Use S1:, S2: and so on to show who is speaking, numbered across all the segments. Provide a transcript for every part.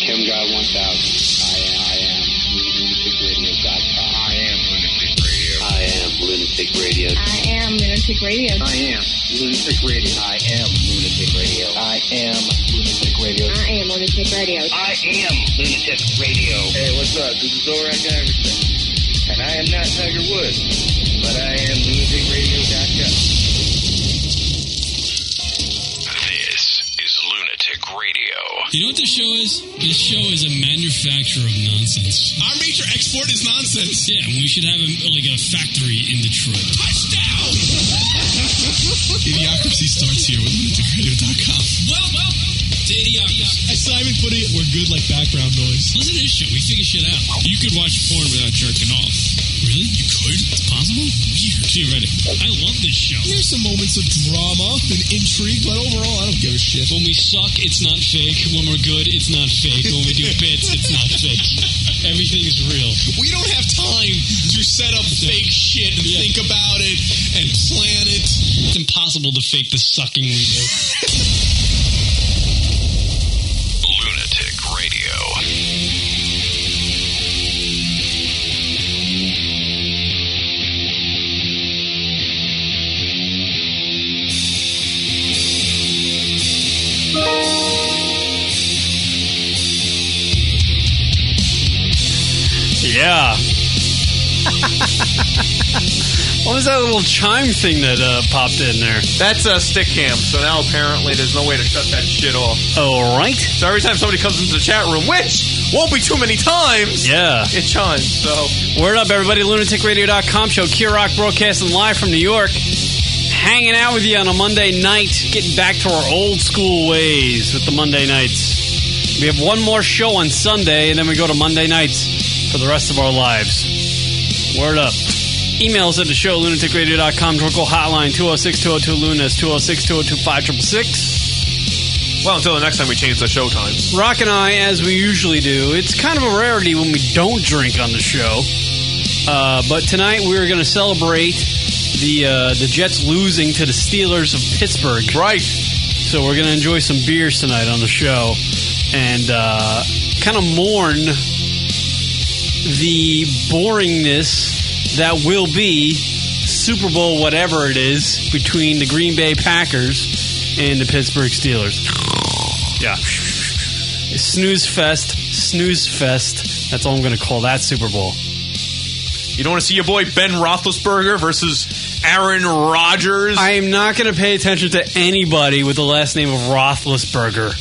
S1: ChemGuy1000. I am, I am lunaticradio.com. I am Lunatic Radio. I am Lunatic Radio.
S2: I am Lunatic Radio.
S1: I am Lunatic Radio. I am Lunatic Radio. I am Lunatic Radio.
S2: I am
S1: I am
S2: Lunatic Radio.
S1: Lunatic Radio. Hey, what's up? This is Zorak Iverson. And I am not Tiger Woods, but I am lunaticradio.com.
S3: This is Lunatic Radio.
S4: You know what this show is? This show is a manufacturer of nonsense.
S5: Our major export is nonsense.
S4: Yeah, and we should have a, like a factory in Detroit.
S5: Touchdown! Idiocracy starts here with lunaticradio.com.
S4: Well, well, to idiocracy.
S5: As Simon put it, we're good like background noise.
S4: Listen to this show. We figure shit out. You could watch porn without jerking off. Really? You could? It's possible? Weird. Theoretically. I love this show.
S5: There's some moments of drama and intrigue, but overall, I don't give a shit.
S4: When we suck, it's not fake. When we're good, it's not fake. When we do bits, it's not fake. Everything is real.
S5: We don't have time to set up fake shit and
S4: Yeah.
S5: think about it and plan it.
S4: It's impossible to fake the sucking we do.
S3: Lunatic Radio.
S6: Yeah. what was that little chime thing that uh, popped in there?
S7: That's a stick cam, so now apparently there's no way to shut that shit off.
S6: All right.
S7: So every time somebody comes into the chat room, which won't be too many times,
S6: Yeah.
S7: it chimes. So
S6: Word up, everybody. LunaticRadio.com show. Kirok broadcasting live from New York. Hanging out with you on a Monday night. Getting back to our old school ways with the Monday nights. We have one more show on Sunday, and then we go to Monday nights for the rest of our lives. Word up. Emails at the show, lunaticradio.com, Drunkle Hotline, 206 202 Lunas, 206 202 5666.
S7: well, until the next time we change the show times.
S6: Rock and I, as we usually do, it's kind of a rarity when we don't drink on the show. Uh, but tonight we are going to celebrate the uh, the Jets losing to the Steelers of Pittsburgh.
S7: Right.
S6: So we're going to enjoy some beers tonight on the show and uh, kind of mourn the boringness that will be Super Bowl, whatever it is, between the Green Bay Packers and the Pittsburgh Steelers. Yeah. Snooze fest, snooze fest. That's all I'm going to call that Super Bowl.
S7: You don't want to see your boy Ben Roethlisberger versus Aaron Rodgers.
S6: I am not going to pay attention to anybody with the last name of Roethlisberger.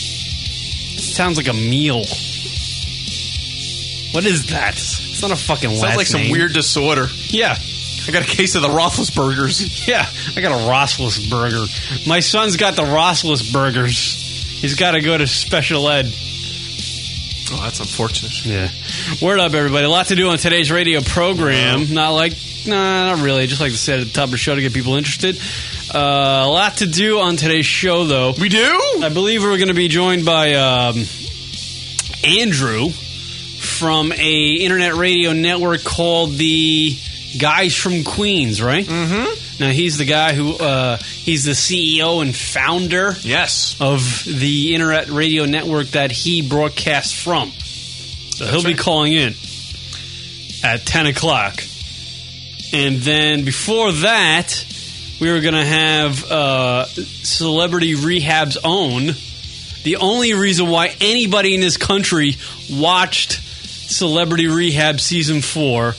S6: Sounds like a meal. What is that? It's not a fucking
S7: Sounds like some weird disorder.
S6: Yeah,
S7: I got a case of the Roethlisbergers.
S6: yeah. I got a Roethlisberger. My son's got the Roethlisbergers. He's got to go to special ed.
S7: Oh, that's unfortunate.
S6: Yeah. Word up, everybody. A lot to do on today's radio program. Not like, nah, not really. Just like to say at the top of the show to get people interested. Uh, a lot to do on today's show, though.
S7: We do.
S6: I believe we're going to be joined by um, Andrew from a internet radio network called the Guys from Queens, right? Mm-hmm. Now he's the guy who uh, he's the CEO and founder
S7: Yes.
S6: of the internet radio network that he broadcasts from. So he'll be calling in at 10 o'clock. And then before that, we were going to have uh, Celebrity Rehab's own. The only reason why anybody in this country watched Celebrity Rehab season four,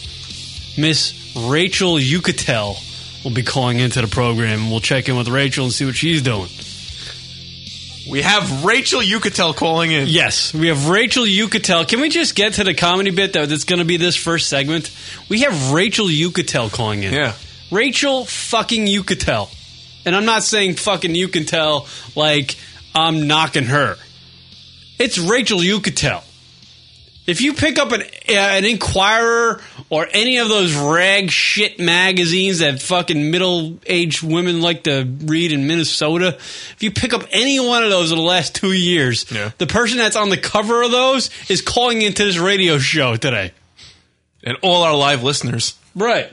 S6: Miss Rachel Yucatel will be calling into the program. We'll check in with Rachel and see what she's doing.
S7: We have Rachel Yucatel calling in.
S6: Yes, we have Rachel Yucatel. Can we just get to the comedy bit that that's going to be this first segment? We have Rachel Yucatel calling in.
S7: Yeah.
S6: Rachel fucking Yucatel. And I'm not saying fucking you can tell like I'm knocking her. It's Rachel Yucatel. If you pick up an uh, an Inquirer or any of those rag shit magazines that fucking middle aged women like to read in Minnesota, if you pick up any one of those in the last two years,
S7: Yeah.
S6: the person that's on the cover of those is calling into this radio show today.
S7: And all our live listeners.
S6: Right.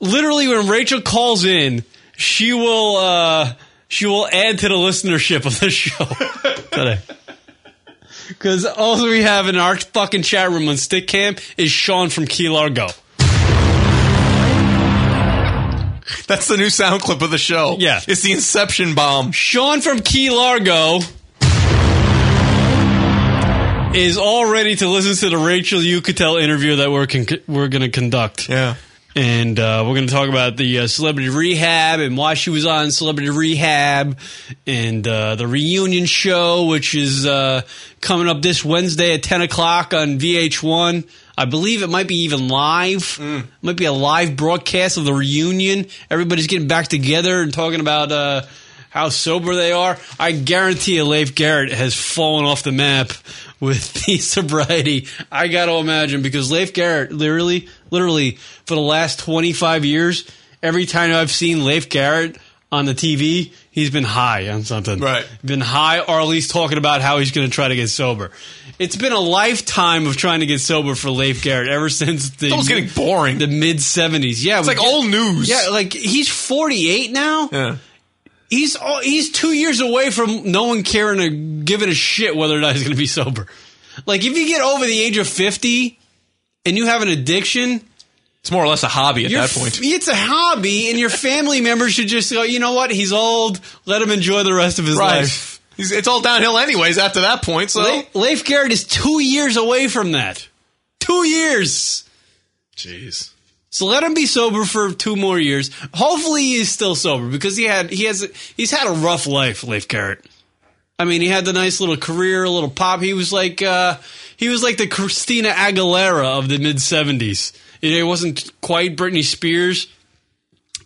S6: Literally, when Rachel calls in, she will uh, She will add to the listenership of this show today. Because all we have in our fucking chat room on Stick Cam is Sean from Key Largo.
S7: That's the new sound clip of the show.
S6: Yeah.
S7: It's the Inception bomb.
S6: Sean from Key Largo is all ready to listen to the Rachel Yucatel interview that we're con- we're going to conduct.
S7: Yeah.
S6: and uh, we're going to talk about the uh, celebrity rehab and why she was on celebrity rehab and uh, the reunion show which is uh, coming up this wednesday at 10 o'clock on vh1 i believe it might be even live might be a live broadcast of the reunion everybody's getting back together and talking about uh, how sober they are i guarantee you leif garrett has fallen off the map with the sobriety i gotta imagine because leif garrett literally literally for the last 25 years, every time I've seen Leif Garrett on the TV, he's been high on something.
S7: Right.
S6: Been high or at least talking about how he's going to try to get sober. It's been a lifetime of trying to get sober for Leif Garrett ever since the
S7: It's getting boring.
S6: the mid 70s. Yeah.
S7: it's like old news.
S6: Yeah, like he's 48 now.
S7: Yeah.
S6: He's all, he's 2 years away from no one caring to give it a shit whether or not he's going to be sober. Like if you get over the age of 50 and you have an addiction,
S7: It's more or less a hobby at
S6: your
S7: that
S6: f-
S7: point.
S6: It's a hobby, and your family members should just go, you know what? He's old. Let him enjoy the rest of his life.
S7: He's- It's all downhill anyways after that point, so.
S6: Le- Leif Garrett is two years away from that. Two years.
S7: Jeez.
S6: So let him be sober for two more years. Hopefully he's still sober because he had he has he's had a rough life, Leif Garrett. I mean, he had the nice little career, a little pop. He was like uh, he was like the Christina Aguilera of the mid seventies. It wasn't quite Britney Spears,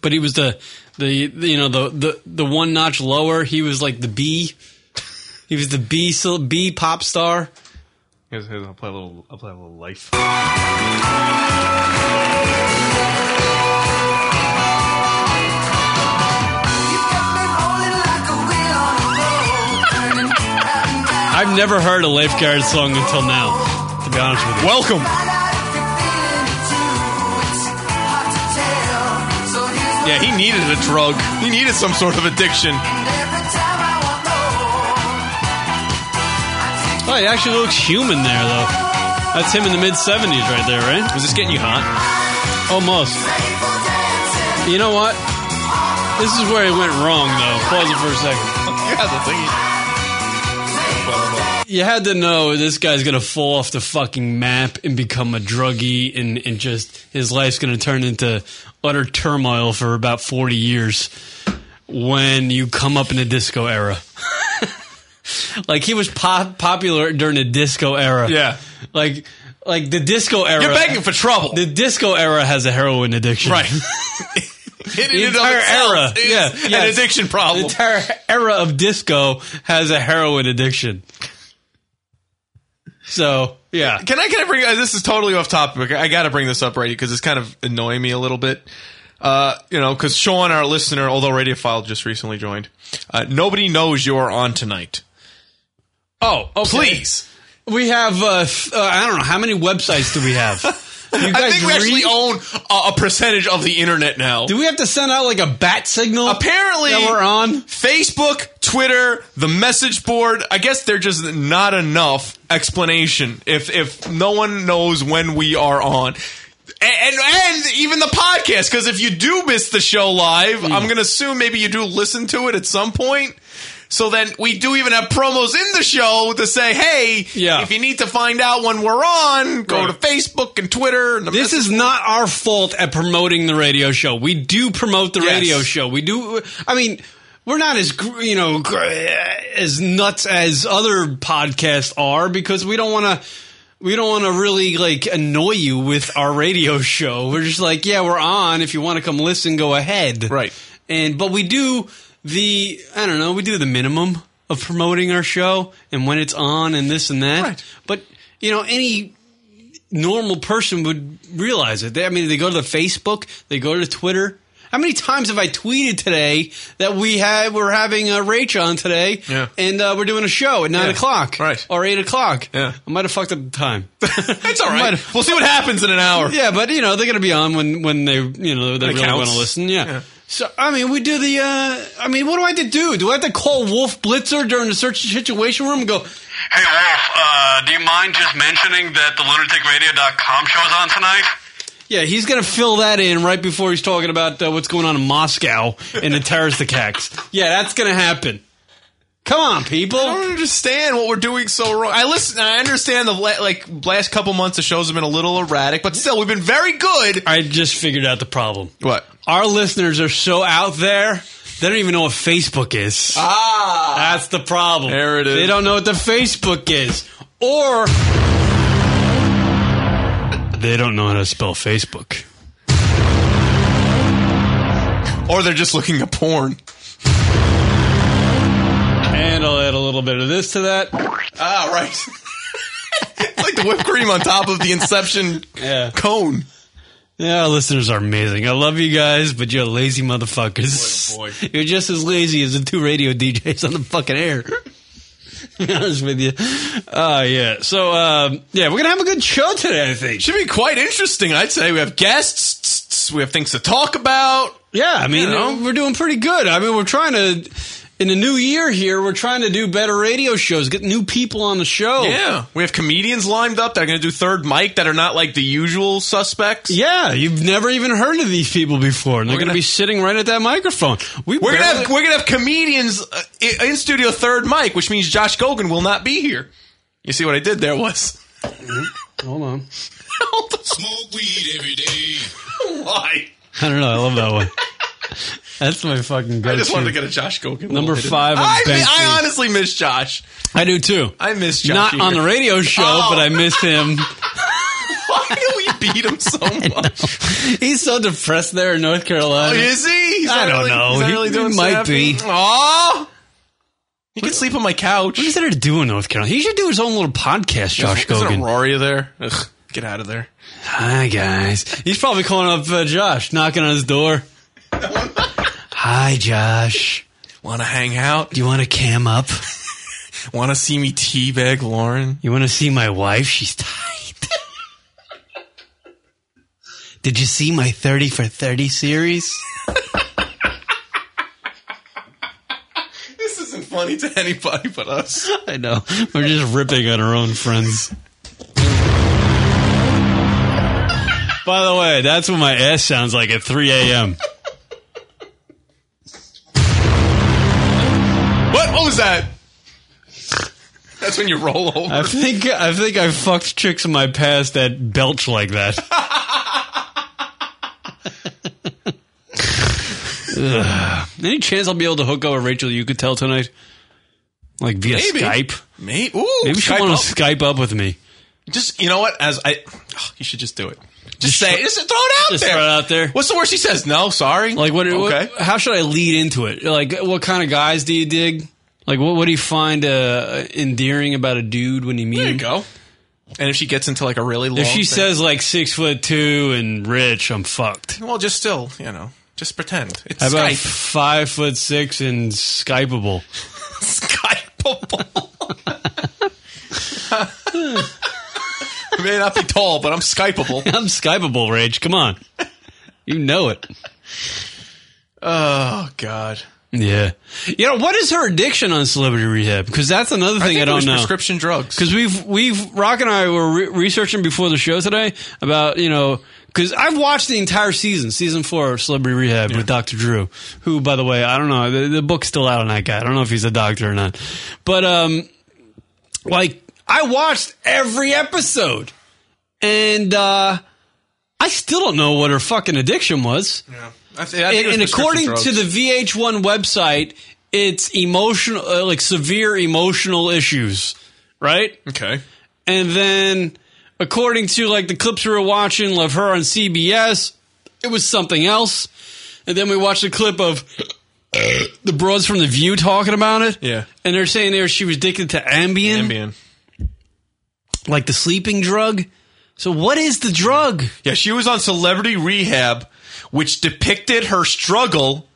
S6: but he was the the the, you know the the the one notch lower. He was like the B. He was the B cel- B pop star.
S7: Here's, here's, I'll, play a little, I'll play a little life.
S6: I've never heard a Leif Garrett song until now. To be honest with you.
S7: Welcome. Yeah, he needed a drug. He needed some sort of addiction.
S6: Oh, he actually looks human there, though. That's him in the mid 70s, right there, right?
S7: Was this getting you hot?
S6: Almost. You know what? This is where he went wrong, though. Pause it for a second.
S7: Yeah, the thing.
S6: You had to know this guy's going to fall off the fucking map and become a druggie, and, and just his life's going to turn into utter turmoil for about 40 years when you come up in the disco era. like, he was pop- popular during the disco era.
S7: Yeah.
S6: Like, like the disco era.
S7: You're begging for trouble.
S6: The disco era has a heroin addiction.
S7: right. it
S6: The
S7: in and of
S6: entire
S7: itself
S6: era.
S7: is
S6: Yeah,
S7: An
S6: yes.
S7: addiction
S6: The
S7: problem.
S6: entire era of disco has a heroin addiction. So, yeah.
S7: Can I can I bring uh, this is totally off topic. I got to bring this up right because it's kind of annoying me a little bit. Uh, you know, because Sean, our listener, although Radiophile just recently joined, uh, nobody knows you're on tonight.
S6: Oh, okay.
S7: Please,
S6: We have, uh, th- uh, I don't know, how many websites do we have? You
S7: I think we actually
S6: read-
S7: own a, a percentage of the internet now.
S6: Do we have to send out like a bat signal?
S7: Apparently,
S6: That we're on?
S7: Facebook, Twitter, the message board. I guess they're just not enough explanation if if no one knows when we are on. And, and and even the podcast because if you do miss the show live, I'm gonna assume maybe you do listen to it at some point. So then we do even have promos in the show to say, hey,
S6: Yeah.
S7: if you need to find out when we're on, go
S6: Right.
S7: to Facebook and Twitter. And the
S6: This is not our fault at promoting the radio show. We do promote the
S7: Yes.
S6: radio show. We do. I mean, we're not as gr- you know gr- as nuts as other podcasts are because we don't want to. We don't want to really like annoy you with our radio show. We're just like, yeah, we're on. If you want to come listen, go ahead.
S7: Right.
S6: And but we do the I don't know. We do the minimum of promoting our show and when it's on and this and that.
S7: Right.
S6: But you know any normal person would realize it. They, I mean, they go to the Facebook, they go to Twitter. How many times have I tweeted today that we had we're having a Rach on today,
S7: Yeah.
S6: and uh, we're doing a show at nine
S7: Yeah.
S6: o'clock,
S7: Right.
S6: or eight o'clock?
S7: Yeah.
S6: I might have fucked up the time.
S7: it's all right. We'll see what happens in an hour.
S6: yeah, but you know they're going to be on when when they you know they
S7: When
S6: really
S7: it counts.
S6: want to listen. Yeah.
S7: Yeah.
S6: So I mean, we do the. Uh, I mean, what do I have to do? Do I have to call Wolf Blitzer during the search and situation room and go?
S8: Hey, Wolf, uh, do you mind just mentioning that the lunaticradio.com show's on tonight?
S6: Yeah, he's gonna fill that in right before he's talking about uh, what's going on in Moscow and the terrorist attacks. Yeah, that's gonna happen. Come on, people.
S7: I don't understand what we're doing so wrong. I listen. I understand the la- like last couple months of shows have been a little erratic, but still we've been very good.
S6: I just figured out the problem.
S7: What?
S6: Our listeners are so out there, they don't even know what Facebook is.
S7: Ah,
S6: That's the problem.
S7: There it is.
S6: They don't know what the Facebook is. Or they don't know how to spell Facebook.
S7: or they're just looking at porn.
S6: And I'll add a little bit of this to that.
S7: Ah, right. it's like the whipped cream on top of the Inception
S6: Yeah.
S7: cone.
S6: Yeah, our listeners are amazing. I love you guys, but you're lazy motherfuckers.
S7: Boy, oh boy.
S6: You're just as lazy as the two radio DJs on the fucking air. to be honest with you. Uh, yeah. So, um, yeah, we're going to have a good show today, I think.
S7: Should be quite interesting, I'd say. We have guests. tss, tss, We have things to talk about.
S6: Yeah, I mean,
S7: You know?
S6: we're doing pretty good. I mean, we're trying to, in the new year here, we're trying to do better radio shows, get new people on the show.
S7: Yeah, we have comedians lined up that are going to do third mic that are not like the usual suspects.
S6: Yeah, you've never even heard of these people before, and they're
S7: We're
S6: going to
S7: gonna-
S6: be sitting right at that microphone. We
S7: We're gonna have
S6: barely-
S7: we're gonna have comedians uh, i- in studio third mic, which means Josh Gogan will not be here. You see what I did there was
S6: Hold on.
S9: Smoke weed every day.
S7: why
S6: I don't know. I love that one. That's my fucking go
S7: I just wanted to get a Josh Gogan
S6: Number
S7: little-
S6: five on
S7: I, mi-
S6: Banksy.
S7: I honestly miss Josh.
S6: I do too.
S7: I miss Josh.
S6: Not on the
S7: Eager.
S6: radio show,
S7: Oh.
S6: but I miss him.
S7: Why do we Oh, beat him so much?
S6: He's so depressed there in North Carolina.
S7: Oh, Is he? He's
S6: I
S7: not
S6: don't
S7: really-
S6: know.
S7: He's not
S6: He-
S7: really
S6: he
S7: doing
S6: might
S7: snappy.
S6: be.
S7: Aw. He could sleep on my couch.
S6: What is there to do in North Carolina? He should do his own little podcast, Josh
S7: Isn't
S6: Gogan.
S7: Rory there? Ugh, get out of there.
S6: Hi guys. He's probably calling up uh, Josh, knocking on his door. Hi Josh.
S7: Want to hang out?
S6: Do you want to cam up?
S7: Want to see me teabag Lauren?
S6: You want to see my wife? She's tight. Did you see my 30 for 30 series?
S7: This isn't funny to anybody but us.
S6: I know. We're just ripping on our own friends. By the way, that's what my ass sounds like at 3 a.m.
S7: What? What was that? That's when you roll over.
S6: I think I think I fucked chicks in my past that belch like that. Ugh. Any chance I'll be able to hook up with Rachel? You could tell tonight, like via Skype.
S7: Maybe. Ooh,
S6: Maybe she
S7: Skype
S6: want
S7: up.
S6: to Skype up with me.
S7: Just you know what? As I, oh, you should just do it.
S6: Just
S7: Just, say,
S6: throw-
S7: it. just throw it out
S6: Just
S7: there.
S6: throw it out there.
S7: What's the worst she says? No, sorry.
S6: Like what, what-
S7: Okay.
S6: How should I lead into it? Like what kind of guys do you dig? Like what? What do you find uh, endearing about a dude when you meet
S7: there you
S6: him?
S7: go. And if she gets into like a really long,
S6: If she
S7: thing-
S6: says like six foot two and rich, I'm fucked.
S7: well, just still, you know, just pretend it's
S6: How about
S7: Skype.
S6: five foot six and Skypeable?
S7: Skypeable. I may not be tall, but I'm Skypeable.
S6: I'm Skypeable, Rage. Come on. You know it.
S7: Oh God.
S6: Yeah. You know, what is her addiction on celebrity rehab? Because that's another thing I,
S7: it
S6: don't
S7: was
S6: know.
S7: prescription drugs.
S6: Because we've, we've, Rock and I were re- researching before the show today about, you know, because I've watched the entire season, season four of Celebrity Rehab with Dr. Drew, who, by the way, I don't know, the, the book's still out on that guy. I don't know if he's a doctor or not. But, um, like, I watched every episode. And, uh, I still don't know what her fucking addiction was.
S7: I thi- I think it
S6: and, and
S7: was prescription
S6: according
S7: drugs.
S6: to the VH1 website, it's emotional, uh, like severe emotional issues, right?
S7: okay,
S6: And then, according to like the clips we were watching of her on CBS, it was something else. And then we watched a clip of the broads from the View talking about it.
S7: Yeah.
S6: and they're saying there she was addicted to Ambien,
S7: Ambien.
S6: like the sleeping drug. So what is the drug?
S7: Yeah, she was on Celebrity Rehab, which depicted her struggle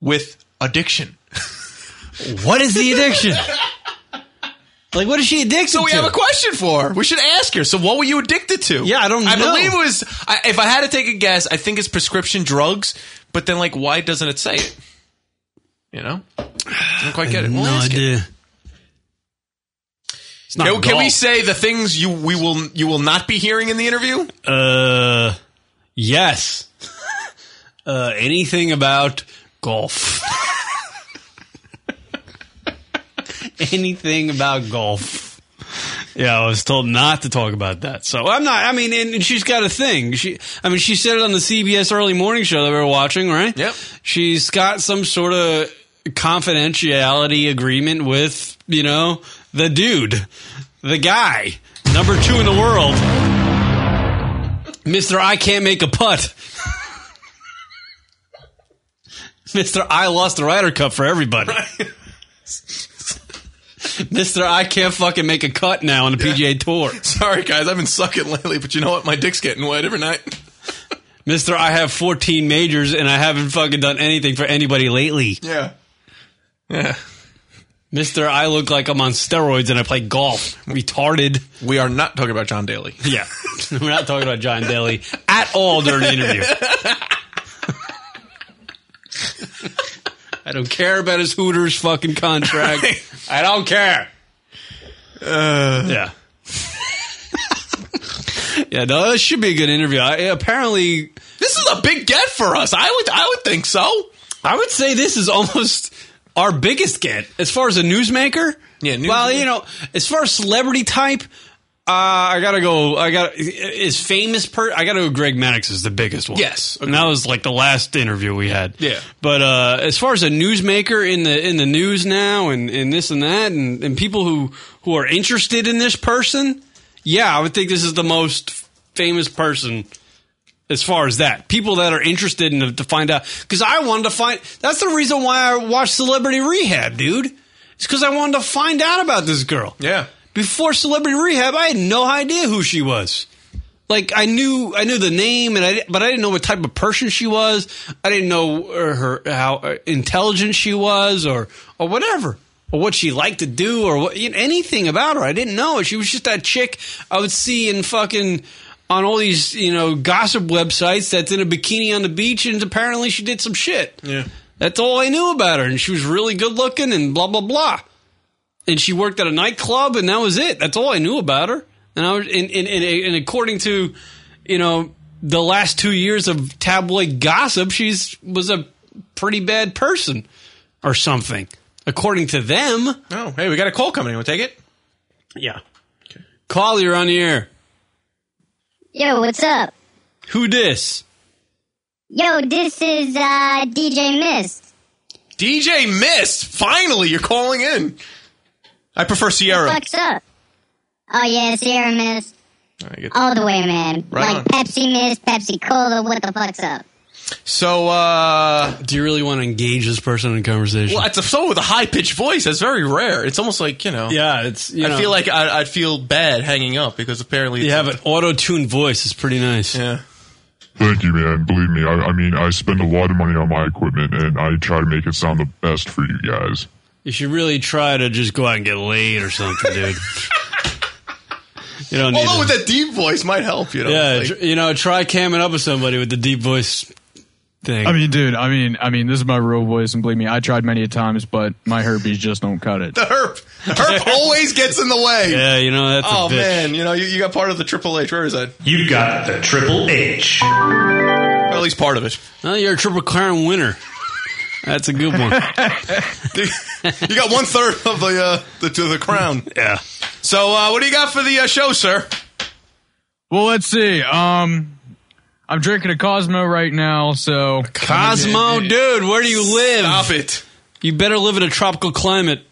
S7: with addiction.
S6: What is the addiction? like what is she addicted
S7: So we
S6: to?
S7: have a question for her. We should ask her. So what were you addicted to?
S6: Yeah, I don't
S7: I
S6: know.
S7: believe it was. I, if I had to take a guess, I think it's prescription drugs But then, like, why doesn't it say it? You know, I don't quite get it. We'll
S6: no
S7: ask it.
S6: idea. It's not
S7: Can, can we
S6: golf.
S7: say the things you we will you will not be hearing in the interview?
S6: Uh, yes. uh, anything about golf. anything about golf. Yeah, I was told not to talk about that. So I'm not. I mean, and, and she's got a thing. She, I mean, she said it on the CBS early morning show that we were watching, right?
S7: Yep.
S6: She's got some sort of confidentiality agreement with, you know, the dude, the guy, number two in the world. Mr. I can't make a putt. Mr. I lost the Ryder Cup for everybody. Mr. I can't fucking make a cut now on the PGA Tour.
S7: Sorry, guys, I've been sucking lately, but you know what? My dick's getting wet every night.
S6: Mr. I have 14 majors and I haven't fucking done anything for anybody lately.
S7: Yeah, yeah.
S6: Mr. I look like I'm on steroids and I play golf. Retarded.
S7: We are not talking about John Daly.
S6: Yeah. We're not talking about John Daly at all during the interview. I don't care about his Hooters fucking contract. I don't care. yeah. yeah, no, this should be a good interview. I, apparently,
S7: This is a big get for us. I would I would think so.
S6: I would say this is almost our biggest get as far as a newsmaker.
S7: Yeah, news-
S6: well, you know, as far as celebrity type, uh, I gotta go. I got is famous per. I gotta go. Greg Maddox is the biggest one.
S7: Yes,
S6: and that was like the last interview we had.
S7: Yeah.
S6: but uh, as far as a newsmaker in the in the news now, and, and this and that, and, and people who who are interested in this person, yeah, I would think this is the most famous person as far as that. People that are interested in to find out because I wanted to find. That's the reason why I watched Celebrity Rehab, dude. It's because I wanted to find out about this girl.
S7: Yeah.
S6: Before Celebrity Rehab, I had no idea who she was. Like I knew, I knew the name, and I but I didn't know what type of person she was. I didn't know uh, her how uh, intelligent she was, or or whatever, or what she liked to do, or what, you know, anything about her. I didn't know. She was just that chick I would see in fucking on all these you know gossip websites that's in a bikini on the beach, and apparently she did some shit.
S7: Yeah.
S6: That's all I knew about her, and she was really good looking, and blah blah blah and she worked at a nightclub, and that was it. That's all I knew about her. And I was, and, and, and, and according to, you know, the last two years of tabloid gossip, she's was a pretty bad person or something, according to them.
S7: Oh, hey, we got a call coming in. We'll take it.
S6: Yeah. Call you're on the air.
S10: Yo, what's up?
S6: Who dis?
S10: Yo, this is uh, DJ Mist.
S7: DJ Mist, finally, you're calling in. I prefer Sierra.
S10: Fuck's up? Oh yeah, Sierra Mist,
S7: I get-
S10: all the way, man.
S7: Right
S10: like
S7: on.
S10: Pepsi Mist, Pepsi Cola. What the fuck's up?
S7: So, uh,
S6: Do you really want to engage this person in conversation?
S7: well, it's a someone with a high pitched voice. That's very rare. It's almost like you know.
S6: Yeah, it's. You
S7: I feel like I, I'd feel bad hanging up because apparently it's
S6: you have an auto-tuned voice. It's pretty nice.
S7: Yeah.
S11: Thank you, man. Believe me, I, I mean, I spend a lot of money on my equipment, and I try to make it sound the best for you guys.
S6: You should really try to just go out and get laid or something, dude. you don't need.
S7: Although
S6: to-
S7: with that deep voice might help, you know.
S6: Yeah,
S7: like-
S6: tr- you know, try camming up with somebody with the deep voice thing.
S12: I mean, dude, I mean, I mean, this is my real voice, and believe me, I tried many a times, but my herpes just don't cut it.
S7: the herp. Herp always gets in the way.
S6: yeah, you know that's
S7: Oh
S6: a bitch.
S7: man, you know you, you got part of the Triple H. Where is that?
S13: You got the triple H.
S7: Or at least part of it.
S6: Well, Oh, you're a triple crown winner. That's a good one.
S7: You got one third of the uh, the to the crown.
S6: yeah.
S7: So uh, what do you got for the uh, show, sir?
S12: Well, let's see. Um, I'm drinking a Cosmo right now, so
S6: Cosmo, dude, where do you live?
S7: Stop it.
S6: You better live in a tropical climate.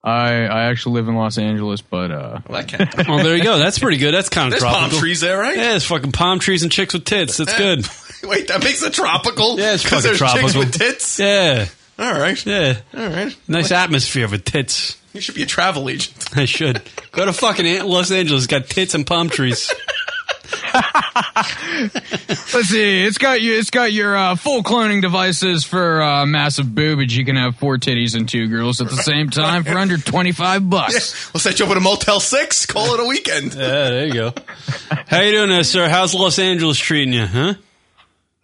S12: I I actually live in Los Angeles, but uh,
S7: Well, that can't.
S6: Well, there you go. That's pretty good. That's kind of
S7: There's
S6: tropical.
S7: palm trees there, right?
S6: Yeah, it's fucking palm trees and chicks with tits. That's good.
S7: Wait, that makes it tropical.
S6: Yeah, it's
S7: because
S6: fucking
S7: there's chicks
S6: tropical.
S7: with tits.
S6: Yeah,
S7: All right,
S6: yeah.
S7: all right.
S6: Nice atmosphere for tits.
S7: You should be a travel agent.
S6: I should go to fucking An- Los Angeles. Got tits and palm trees.
S12: let's see. It's got you. It's got your uh, full cloning devices for uh, massive boobage. You can have four titties and two girls at the same time for under twenty five bucks.
S7: We'll set you up at a Motel Six. Call it a weekend.
S6: Yeah, there you go. How you doing, there, sir? How's Los Angeles treating you, huh?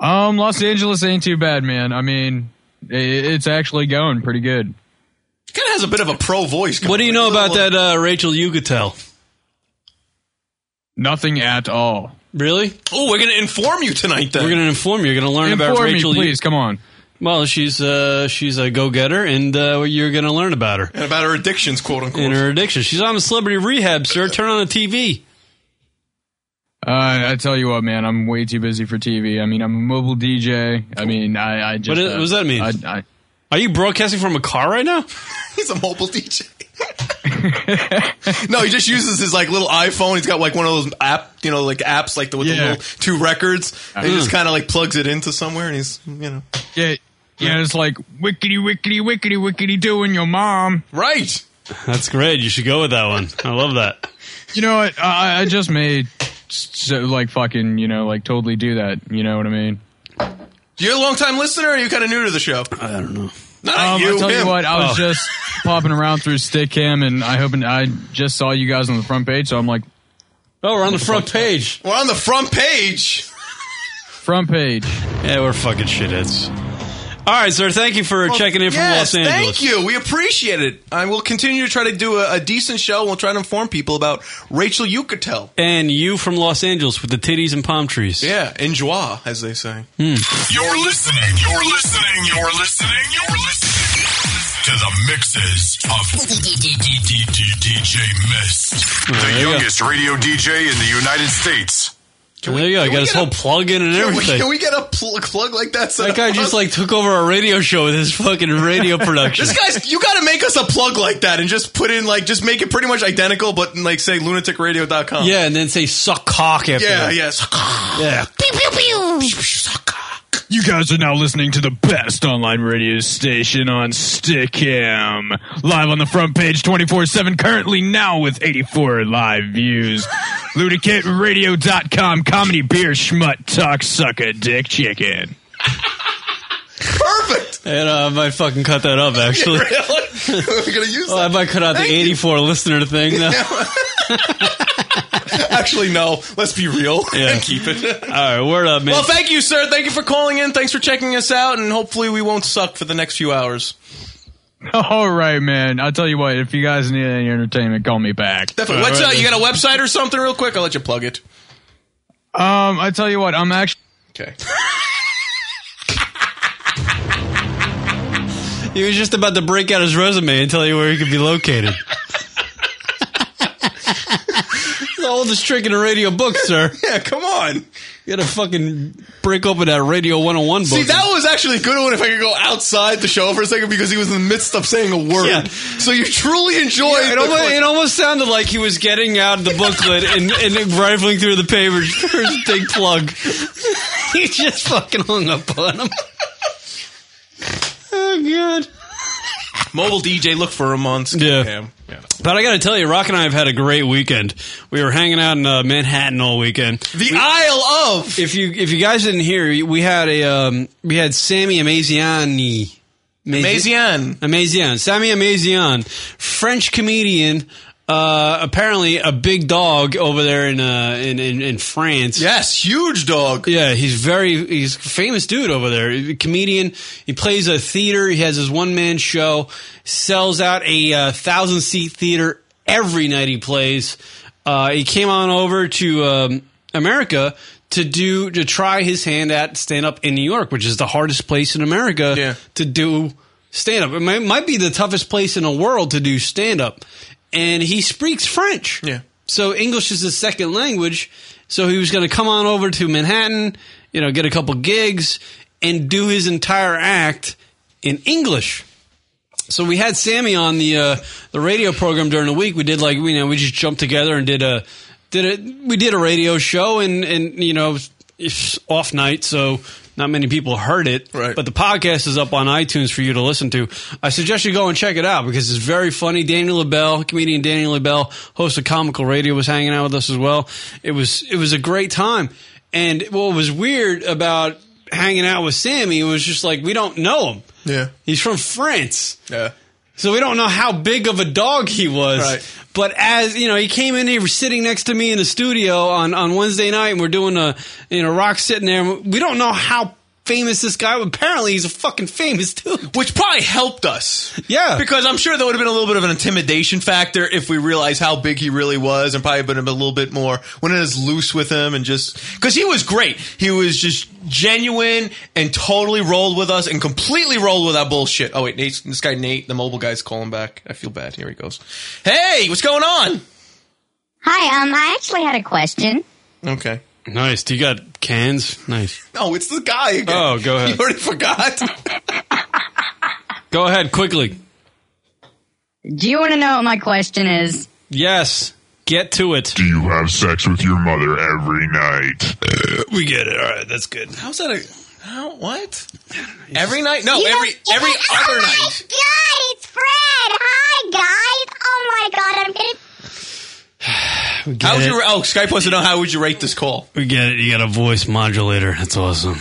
S12: Um, Los Angeles ain't too bad, man. I mean, i it's actually going pretty good.
S7: Kind of has a bit of a pro voice.
S6: What do you know about that uh, Rachel Yucatel?
S12: Nothing at all.
S6: Really?
S7: Oh, we're going to inform you tonight. Then
S6: we're going to inform you. You're going to learn about
S12: Inform me,
S6: Rachel. Yu-
S12: please, come on.
S6: Well, she's uh, she's a go getter, and uh, you're going to learn about her
S7: and about her addictions, quote unquote.
S6: and her addiction. She's on the Celebrity Rehab, sir. Turn on the TV.
S12: Uh, I tell you what, man, I'm way too busy for TV. I mean, I'm a mobile DJ. I mean, I, I just. uh,
S6: What, is, what does that mean?
S12: I,
S6: Are you broadcasting from a car right now?
S7: He's a mobile DJ. no, he just uses his like little iPhone. He's got like one of those app, you know, like apps like the with the
S12: Yeah.
S7: little two records. And he
S12: Mm.
S7: just
S6: Uh-huh.
S7: kind of like plugs it into somewhere, and he's you know.
S12: Yeah, yeah, it's like wickety, wickety, wickety, wickety, doing your mom.
S7: Right.
S6: That's great. You should go with that one. I love that.
S12: You know what? I, I just made so, like fucking, you know, like totally do that. You know what I mean?
S7: You're a long time listener, or are you kind of new to the show?
S6: I don't know.
S7: Not
S12: Um,
S7: you.
S12: I tell
S7: him.
S12: you what, I was
S7: Oh.
S12: just popping around through Stick Cam, and I hope I just saw you guys on the front page, so I'm like,
S6: oh, we're on the front page.
S7: We're on the front page.
S12: Front page.
S6: Yeah, we're fucking shitheads. All right, sir. Thank you for
S7: Well,
S6: checking in from Los
S7: yes,
S6: Angeles.
S7: Thank you. We appreciate it. I will continue to try to do a, a decent show. We'll try to inform people about Rachel Yucatel.
S6: And you from Los Angeles with the titties and palm trees. Hmm.
S7: Yeah, in joie, as they say.
S9: You're listening, you're listening, you're listening, you're listening to the mixes of DJ Mist,
S6: There
S9: the
S6: you go.
S9: youngest radio DJ in the United States.
S6: there you go. I got his whole plug in and
S7: Can we,
S6: everything.
S7: can we get a pl- plug like that? set
S6: that guy
S7: up?
S6: just like took over our radio show with his fucking radio production.
S7: This guy's, you gotta make us a plug like that and just put in, like, just make it pretty much identical, but like, say lunaticradio.com.
S6: yeah, and then say suck cock after
S7: Yeah,
S6: that.
S7: yes.
S6: Yeah.
S12: You guys are now listening to the best online radio station on Stickham. Live on the front page 24 7, currently now with 84 live views. LunaticRadio.com, comedy, beer, schmutt, talk, sucker, dick, chicken.
S7: Perfect!
S6: And uh, I might fucking cut that up, actually.
S7: really? We're gonna use
S6: Oh, I might cut out the 84 listener thing. Now.
S7: that. Actually, no. Let's be real
S6: Yeah.
S7: and keep it.
S6: All right, word up, man.
S7: Well, thank you, sir. Thank you for calling in. Thanks for checking us out, and hopefully we won't suck for the next few hours.
S12: All right, man. I'll tell you what, if you guys need any entertainment, call me back.
S7: Definitely. What's uh, you got a website or something, real quick? I'll let you plug it.
S12: Um, I tell you what, I'm actually.
S7: Okay.
S6: He was just about to break out his resume and tell you where he could be located. the oldest trick in a radio book, sir.
S7: Yeah, come on.
S6: You gotta fucking break open that Radio 101 book.
S7: See, that was actually a good one if I could go outside the show for a second because he was in the midst of saying a word.
S6: Yeah.
S7: So you truly enjoyed
S6: it,
S7: the
S6: almost,
S7: clip.
S6: it almost sounded like he was getting out the booklet and, and rifling through the papers for his big plug. he just fucking hung up on him. Oh, God.
S7: Mobile DJ, look for him on
S6: Yeah.
S7: Skype. Yeah.
S6: But I got to tell you, Rock and I have had a great weekend. We were hanging out in uh, Manhattan all weekend.
S7: The Isle of.
S6: If you if you guys didn't hear, we had a um, we had Sammy Amaziani. Amazi-
S7: Mazian.
S6: Amazian. Sammy Amazian, French comedian. Uh, apparently a big dog over there in uh in in, in France.
S7: Yes, huge dog.
S6: Yeah, he's very he's a famous dude over there. He's a comedian. He plays a theater. He has his one man show. Sells out a uh, thousand seat theater every night he plays. Uh, he came on over to um, America to do to try his hand at stand up in New York, which is the hardest place in America
S7: Yeah.
S6: to do stand up. It might, might be the toughest place in the world to do stand up. And he speaks French.
S7: Yeah.
S6: So English is his second language. So he was going to come on over to Manhattan, you know, get a couple gigs and do his entire act in English. So we had Sammy on the uh, the radio program during the week. We did like you know we just jumped together and did a did a we did a radio show and and you know it's off night so not many people heard it.
S7: Right.
S6: But the podcast is up on iTunes for you to listen to. I suggest you go and check it out because it's very funny. Daniel LaBelle, comedian Daniel LaBelle, host of Comical Radio, was hanging out with us as well. It was it was a great time. And what was weird about hanging out with Sammy was just like we don't know him.
S7: Yeah.
S6: He's from France.
S7: Yeah.
S6: So we don't know how big of a dog he was. But as you know, he came in. He was sitting next to me in the studio on on Wednesday night, and we're doing a you know rock sitting there. We don't know how famous this guy. Apparently, he's a fucking famous dude,
S7: which probably helped us.
S6: Yeah,
S7: because I'm sure there would have been a little bit of an intimidation factor if we realized how big he really was, and probably been a little bit more when it is loose with him and just because he was great. He was just genuine and totally rolled with us and completely rolled with that bullshit. Oh wait, Nate, this guy Nate, the mobile guy's calling back. I feel bad. Here he goes. Hey, what's going on?
S10: Hi, um, I actually had a question.
S7: Okay.
S6: Nice. Do you got cans? Nice.
S7: No, it's the guy again.
S6: Oh, go ahead.
S7: You already forgot.
S6: Go ahead quickly.
S10: Do you want to know what my question is?
S6: Yes. Get to it.
S11: Do you have sex with your mother every night?
S6: we get it. All right, that's good.
S7: How's that a how what? Every night? No, every every other night.
S10: oh God, it's Fred! Hi, guys! Oh my god, I'm gonna.
S7: How would
S6: it.
S7: you? Oh, Skype wants to know how would you rate this call?
S6: We get it. You got a voice modulator. That's awesome.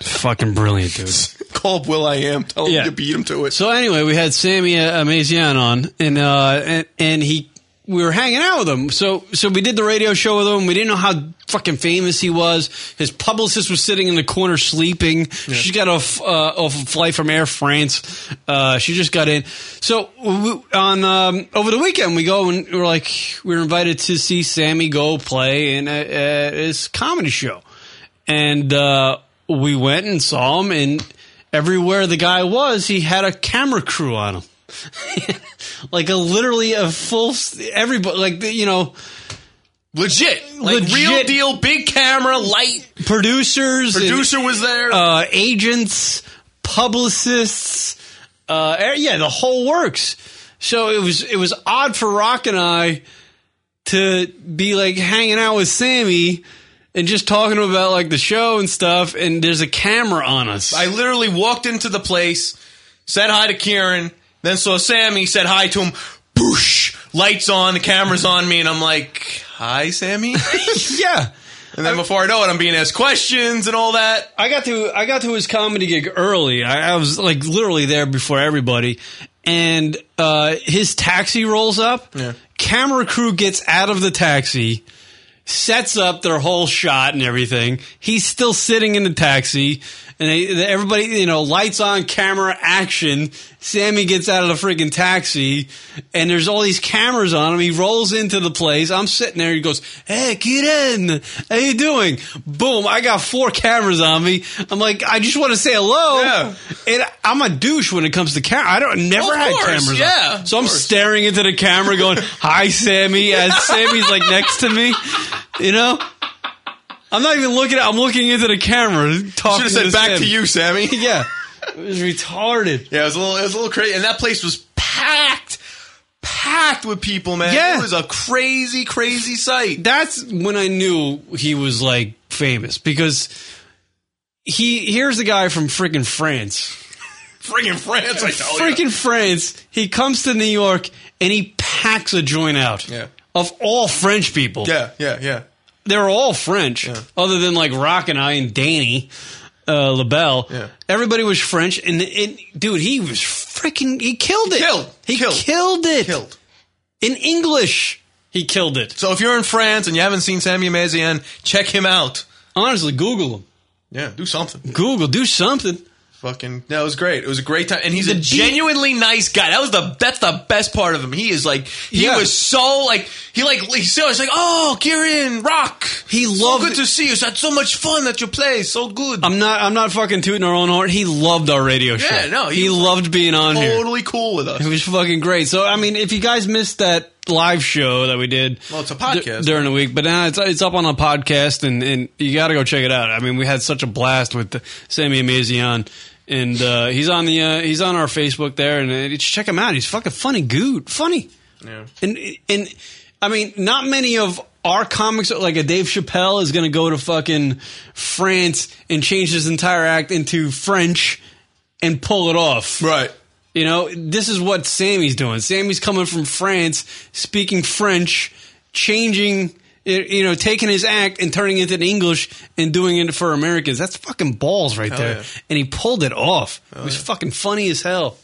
S6: Fucking brilliant, dude.
S7: Call up Will I Am. Tell him you beat him to it.
S6: So anyway, we had Sammy uh, Amazian on, and uh, and and he we were hanging out with him. So so we did the radio show with him. We didn't know how fucking famous he was. His publicist was sitting in the corner sleeping. She's got off uh, off a flight from Air France. Uh, she just got in. So we, on um, over the weekend, we go and we're like we were invited to see Sammy go play in a, a, his comedy show and uh, we went and saw him and everywhere the guy was he had a camera crew on him like a literally a full everybody like the- you know
S7: legit Like real deal, big camera, light.
S6: producers and,
S7: Producer was there.
S6: uh, agents publicists uh, eh, yeah the whole works so it was it was odd for rock and i to be like hanging out with sammy and just talking about like the show and stuff and there's a camera on us
S7: I literally walked into the place, said hi to Kieran, then saw Sammy, said hi to him. Boosh! Lights on, the camera's on me, and I'm like, "Hi, Sammy."
S6: yeah.
S7: And then before I know it, I'm being asked questions and all that.
S6: I got to I got to his comedy gig early. I, I was like literally there before everybody, and uh, his taxi rolls up. Camera crew gets out of the taxi, sets up their whole shot and everything. He's still sitting in the taxi, and they, they- everybody you know lights on, camera action. Sammy gets out of the freaking taxi, and there's all these cameras on him. He rolls into the place. I'm sitting there. He goes, "Hey, get in. How you doing?" Boom! I got four cameras on me. I'm like, I just want to say hello. And I'm a douche when it comes to camera. I don't never
S7: Of
S6: had
S7: course,
S6: cameras. on.
S7: yeah, of
S6: So I'm staring into the camera, going, "Hi, Sammy." As Sammy's like next to me, you know. I'm not even looking. at I'm looking into the camera. Talking
S7: Should have said
S6: to
S7: back
S6: Sammy.
S7: to you, Sammy.
S6: yeah, it was retarded.
S7: Yeah, it was a little, it was a little crazy, and that place was packed, packed with people, man.
S6: Yeah.
S7: it was a crazy, crazy sight.
S6: That's when I knew he was like famous because he here's the guy from freaking France.
S7: Friggin' France, I tell you.
S6: freaking France. He comes to New York and he packs a joint out. Yeah. Of all French people.
S7: Yeah, yeah, yeah.
S6: They're all French, other than like Rock and I and Danny uh, LaBelle. Yeah. Everybody was French, and, and dude, he was freaking. He killed it. Killed. He killed, it. Killed. In English, he killed it.
S7: So if you're in France and you haven't seen Sammy Amazian, check him out.
S6: Honestly, Google him.
S7: Yeah, do something.
S6: Google, do something.
S7: Fucking, that was great. It was a great time, and he's
S6: The
S7: a
S6: beat-
S7: genuinely nice guy. That was the that's the best part of him. He is like he
S6: Yeah.
S7: was so like he like he so it's like oh Kieran Rock.
S6: He
S7: so
S6: loved
S7: good to see you. So had so much fun at your place. So good.
S6: I'm not. I'm not fucking tooting our own horn. He loved our radio show.
S7: Yeah, no, he
S6: he,
S7: was
S6: loved being on here.
S7: totally cool with us.
S6: It was fucking great. So I mean, if you guys missed that live show that we did,
S7: Well, it's a podcast.
S6: d- during the week, but now it's it's up on a podcast, and and you got to go check it out. I mean, we had such a blast with Sammy Amazian. And uh, he's on the uh, he's on our Facebook there, and uh, just check him out. He's fucking funny, dude, funny.
S7: Yeah.
S6: And and I mean, not many of our comics, like a Dave Chappelle, is going to go to fucking France and change his entire act into French and pull it off.
S7: Right.
S6: You know, this is what Sammy's doing. Sammy's coming from France, speaking French, changing. it- You know, taking his act and turning it into English and doing it for Americans. That's fucking balls right
S7: Hell
S6: there.
S7: yeah.
S6: And he pulled it off. it was fucking funny as hell.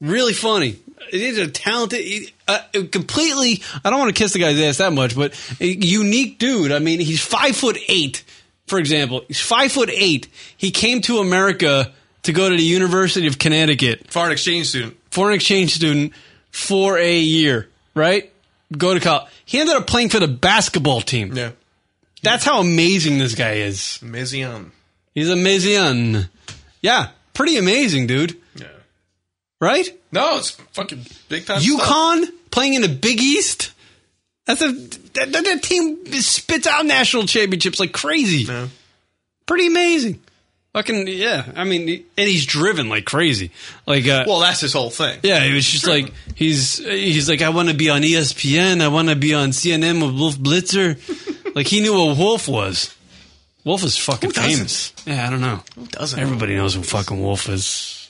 S6: Really funny. He's a talented, uh, completely. I don't want to kiss the guy's ass that much, but a unique dude. I mean, he's five foot eight. For example, he's five foot eight. He came to America to go to the University of Connecticut.
S7: Foreign exchange student.
S6: Foreign exchange student for a year. Right. Go to college. He ended up playing for the basketball team.
S7: Yeah.
S6: That's how amazing this guy is.
S7: Mizion.
S6: He's amazing. Yeah, pretty amazing, dude. Yeah. Right?
S7: No, it's fucking big time.
S6: UConn playing in the Big East. That's a that, that, that team spits out national championships like crazy. Pretty amazing. Fucking yeah. I mean, and he's driven like crazy. Like uh,
S7: Well, that's his whole thing.
S6: yeah, it was just like he's he's like I want to be on E ESPN. I want to be on CNN with Wolf Blitzer. like he knew what Wolf was. Wolf is fucking
S7: doesn't?
S6: famous. Yeah, I don't know. Who
S7: doesn't?
S6: Everybody knows who fucking Wolf is.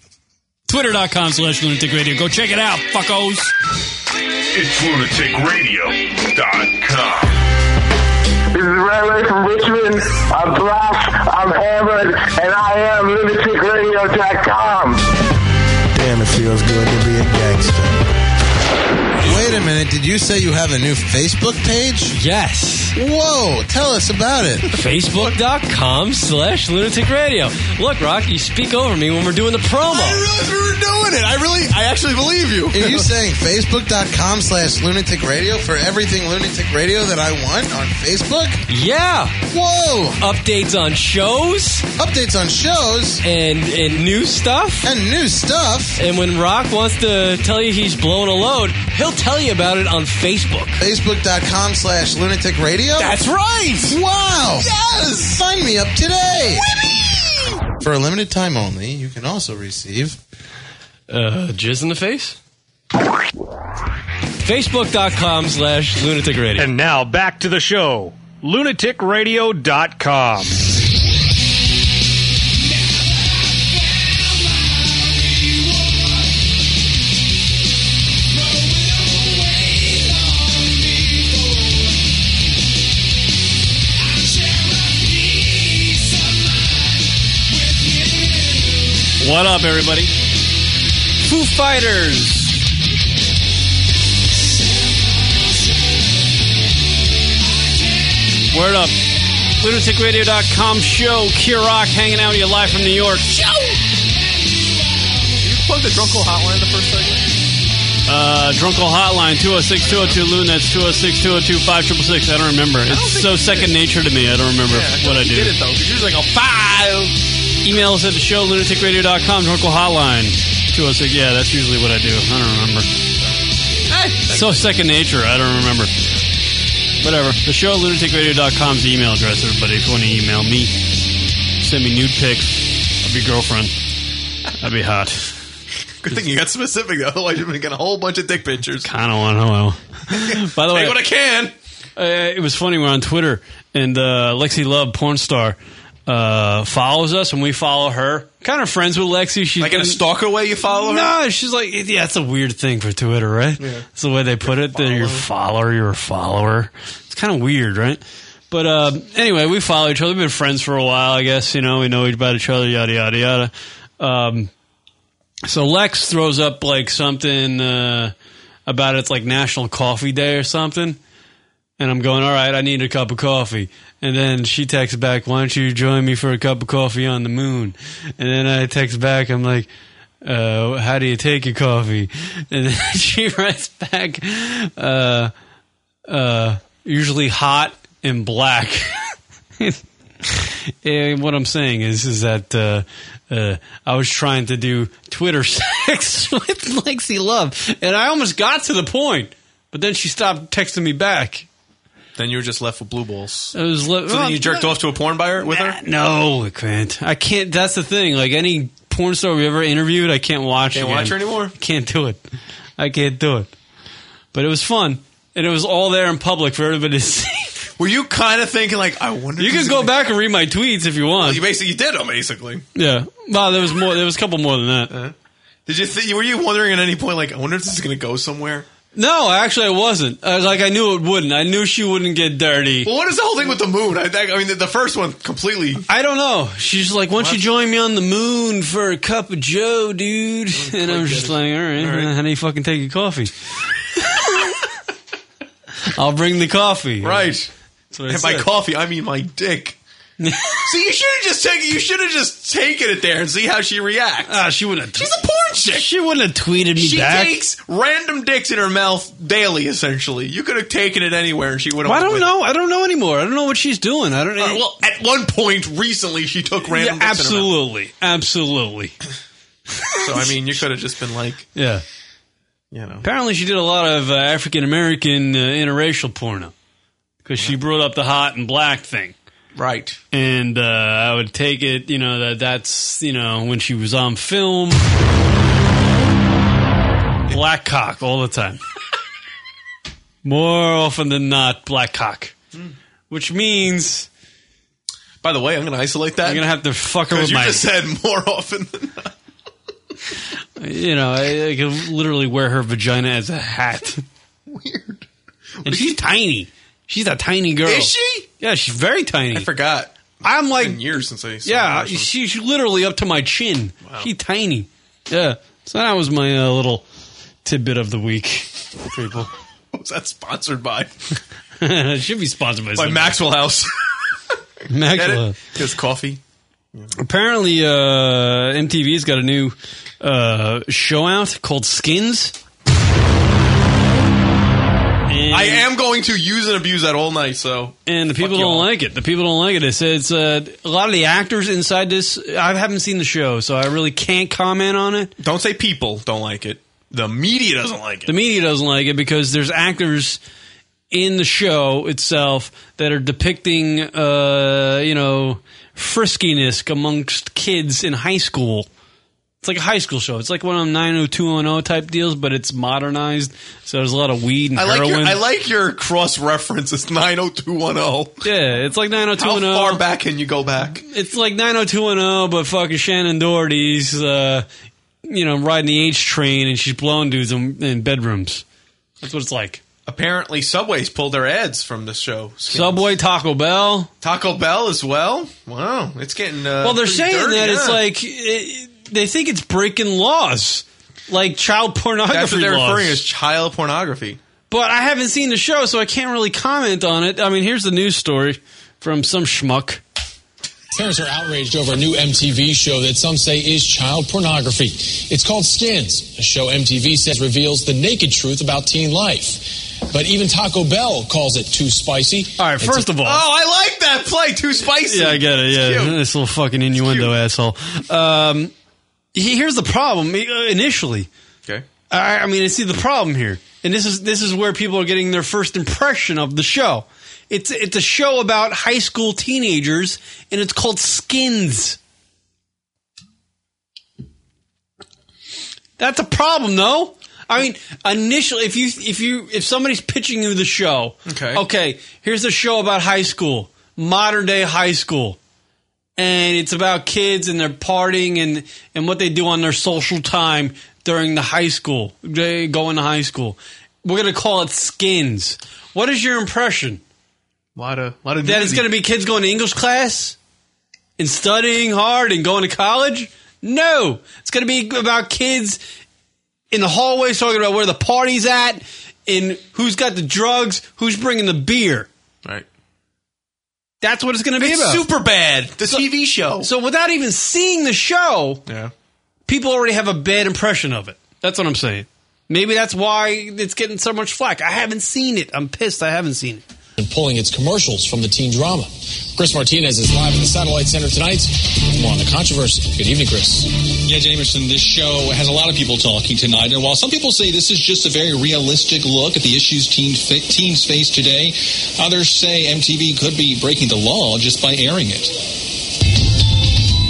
S6: Twitter.com slash lunatic radio. Go check it out, fuckos.
S9: It's lunaticradio.com.
S14: This is Ray from Richmond. I'm black, I'm hammered, and I am lunaticradio.com.
S15: Damn, it feels good to be a gangster.
S16: Wait a minute, did you say you have a new Facebook page?
S6: Yes.
S16: Whoa, tell us about it.
S6: Facebook.com slash lunatic radio. Look, Rock, you speak over me when we're doing the promo.
S7: I realized we were doing it. I really, I actually believe you.
S16: Are you saying Facebook.com slash lunatic radio for everything lunatic radio that I want on Facebook?
S6: Yeah.
S16: Whoa.
S6: Updates on shows.
S16: Updates on shows.
S6: And, and new stuff.
S16: And new stuff.
S6: And when Rock wants to tell you he's blowing a load, he'll tell you about it on Facebook.
S16: Facebook.com slash lunatic radio?
S7: That's right.
S16: Wow.
S7: Yes.
S16: Sign me up today. For a limited time only, you can also receive
S6: uh, jizz in the face. Facebook.com slash lunatic radio.
S13: And now back to the show. LunaticRadio.com.
S6: What up, everybody? Foo Fighters. Word up. LunaticRadio.com show. Kirok hanging out with you live from New York. Show!
S7: Did you plug the Drunkle hotline the first segment?
S6: Uh, Drunkle Hotline, 206-202-LUN. That's 206-202-5666. I don't remember. It's
S7: think
S6: so
S7: you did
S6: second
S7: it.
S6: nature to me. I don't remember
S7: Yeah,
S6: what I do.
S7: You did it, though. 'cause You're just like a five.
S6: Email us at the show, lunaticradio.com, Drunkle Hotline. 206. Yeah, that's usually what I do. I don't remember. So second nature, I don't remember. Whatever. The show, lunaticradio.com is the email address, everybody. If you want to email me, send me nude pics of your girlfriend. That'd be hot.
S7: Good thing you got specific, though. Otherwise, you've been getting a whole bunch of dick pictures.
S6: I don't want hello. By the way,
S7: Take what I can.
S6: Uh, it was funny. We're on Twitter, and uh, Lexi Love, porn star, uh, follows us, and we follow her. Kind of friends with Lexi. She's
S7: Like in a
S6: been-
S7: stalker way, you follow her?
S6: No, she's like, yeah, it's a weird thing for Twitter, right?
S7: Yeah.
S6: It's the way they put it. That you're a follower, you're a follower. It's kind of weird, right? But uh, anyway, we follow each other. We've been friends for a while, I guess. You know, we know about each other, yada yada yada. Um, so Lex throws up like something uh, about it's like National Coffee Day or something. And I'm going, all right, I need a cup of coffee. And then she texts back, why don't you join me for a cup of coffee on the moon? And then I text back, I'm like, uh, how do you take your coffee? And then she writes back, uh, uh, usually hot and black. and what I'm saying is, is that uh, uh, I was trying to do Twitter sex with Lexi Love, and I almost got to the point, but then she stopped texting me back.
S7: Then you were just left with blue balls.
S6: It was li-
S7: So then you jerked off to a porn buyer with her?
S6: No, I can't. I can't. That's the thing. Like any porn star we ever interviewed, I can't watch.
S7: Can't
S6: again.
S7: watch her anymore?
S6: Can't do it. I can't do it. But it was fun, and it was all there in public for everybody to see.
S7: Were you kind of thinking, like, I wonder.
S6: You
S7: if
S6: can
S7: he's
S6: go
S7: gonna-
S6: back and read my tweets if you want.
S7: You basically you did them, basically.
S6: Yeah. Well, there was more. There was a couple more than that.
S7: Uh-huh. Did you think? Were you wondering at any point, like, I wonder if this is going to go somewhere?
S6: No, actually, I wasn't. I was like, I knew it wouldn't. I knew she wouldn't get dirty.
S7: Well, what is the whole thing with the moon? I, I mean, the, the first one completely.
S6: I don't know. She's like, "Why don't you join me on the moon for a cup of Joe, dude?" And I'm just like, "All right, how do you fucking take your coffee?" I'll bring the coffee.
S7: Right.
S6: That's what I
S7: And by
S6: said.
S7: coffee, I mean my dick. see, you should have just taken. You should have just taken it there and see how she reacts.
S6: Ah, she wouldn't. Have
S7: She's a porn chick.
S6: she wouldn't have tweeted me
S7: She
S6: back.
S7: takes random dicks in her mouth daily. Essentially, you could have taken it anywhere, and she would have.
S6: Well, I don't know. I don't know anymore. I don't know what she's doing. I don't. know.
S7: well, at one point recently, she took random.
S6: yeah,
S7: dicks in her mouth.
S6: absolutely, absolutely.
S7: So I mean, you could have just been like,
S6: Yeah.
S16: You know.
S6: Apparently, she did a lot of uh, African American uh, interracial porno because she brought up the hot and black thing.
S7: Right.
S6: And uh, I would take it, you know, that that's, you know, when she was on film. Black cock all the time. More often than not, black cock. Which means.
S7: Hmm. By the way, I'm going to isolate that.
S6: I'm going to have to fuck her with
S7: you
S6: my.
S7: just said more often than
S6: you know, I, I could literally wear her vagina as a hat. Weird. And she's tiny. She's a tiny girl.
S7: Is she?
S6: Yeah, she's very tiny. I
S7: forgot.
S6: I'm like
S7: years since I. saw
S6: Yeah,
S7: her.
S6: she, she's literally up to my chin.
S7: Wow.
S6: She's tiny. Yeah. So that was my uh, little tidbit of the week, people.
S7: What was that sponsored by?
S6: it should be sponsored by
S7: By Maxwell House.
S6: Maxwell.
S7: Because coffee.
S6: Apparently, uh, MTV's got a new uh, show out called Skins.
S7: I am going to use and abuse that all night. So
S6: and the people don't like it. The people don't like it. It says uh, a lot of the actors inside this. I haven't seen the show, so I really can't comment on it.
S7: Don't say people don't like it. The media doesn't like it.
S6: The media doesn't like it because there's actors in the show itself that are depicting, uh, you know, friskiness amongst kids in high school. It's like a high school show. It's like one of them 90210 type deals, but it's modernized. So there's a lot of weed and
S7: I like
S6: heroin.
S7: your I like your cross reference. It's nine oh two one oh.
S6: Yeah, it's like 90210.
S7: How far back can you go back?
S6: it's like 90210, but fucking Shannon Doherty's, uh, you know, riding the H train and she's blowing dudes in, in bedrooms. That's what it's like.
S7: Apparently, Subway's pulled their ads from the show.
S6: Subway, Taco Bell.
S7: Taco Bell as well. Wow, it's getting. Uh,
S6: well, they're
S7: pretty
S6: saying
S7: dirty,
S6: that it's
S7: huh?
S6: like it, they think it's breaking laws, like child pornography
S7: that's what they're
S6: laws.
S7: referring as child pornography.
S6: But I haven't seen the show, so I can't really comment on it. I mean, here's the news story from some schmuck.
S17: Parents are outraged over a new MTV show that some say is child pornography. It's called Skins, a show MTV says reveals the naked truth about teen life. But even Taco Bell calls it too spicy. All right,
S6: first of all-
S7: Oh, I like that play. Too spicy.
S6: Yeah, I get it.
S7: It's
S6: Yeah,
S7: cute.
S6: this little fucking innuendo asshole. Um, he- here's the problem he- uh, initially.
S7: Okay.
S6: I, I mean, I see the problem here, and this is this is where people are getting their first impression of the show. It's it's a show about high school teenagers, and it's called Skins. That's a problem, though. I mean, initially, if you if you if somebody's pitching you the show, okay, okay, here's a show about high school, modern day high school, and it's about kids and their partying and and what they do on their social time during the high school, they going to high school. We're gonna call it skins. What is your impression?
S7: lot of lot of
S6: that it's
S7: nudity.
S6: gonna be kids going to English class and studying hard and going to college? No. It's going to be about kids in the hallways talking about where the party's at and who's got the drugs, who's bringing the beer.
S7: Right.
S6: That's what it's going to be
S7: It's
S6: about.
S7: super bad. The TV show.
S6: So without even seeing the show,
S7: Yeah.
S6: people already have a bad impression of it. That's what I'm saying. Maybe that's why it's getting so much flack. I haven't seen it. I'm pissed I haven't seen it.
S17: and pulling its commercials from the teen drama. Chris Martinez is live at the Satellite Center tonight. More on the controversy. Good evening, Chris.
S18: Yeah, Jamerson, this show has a lot of people talking tonight. And while some people say this is just a very realistic look at the issues teen fi- teens face today, others say MTV could be breaking the law just by airing it.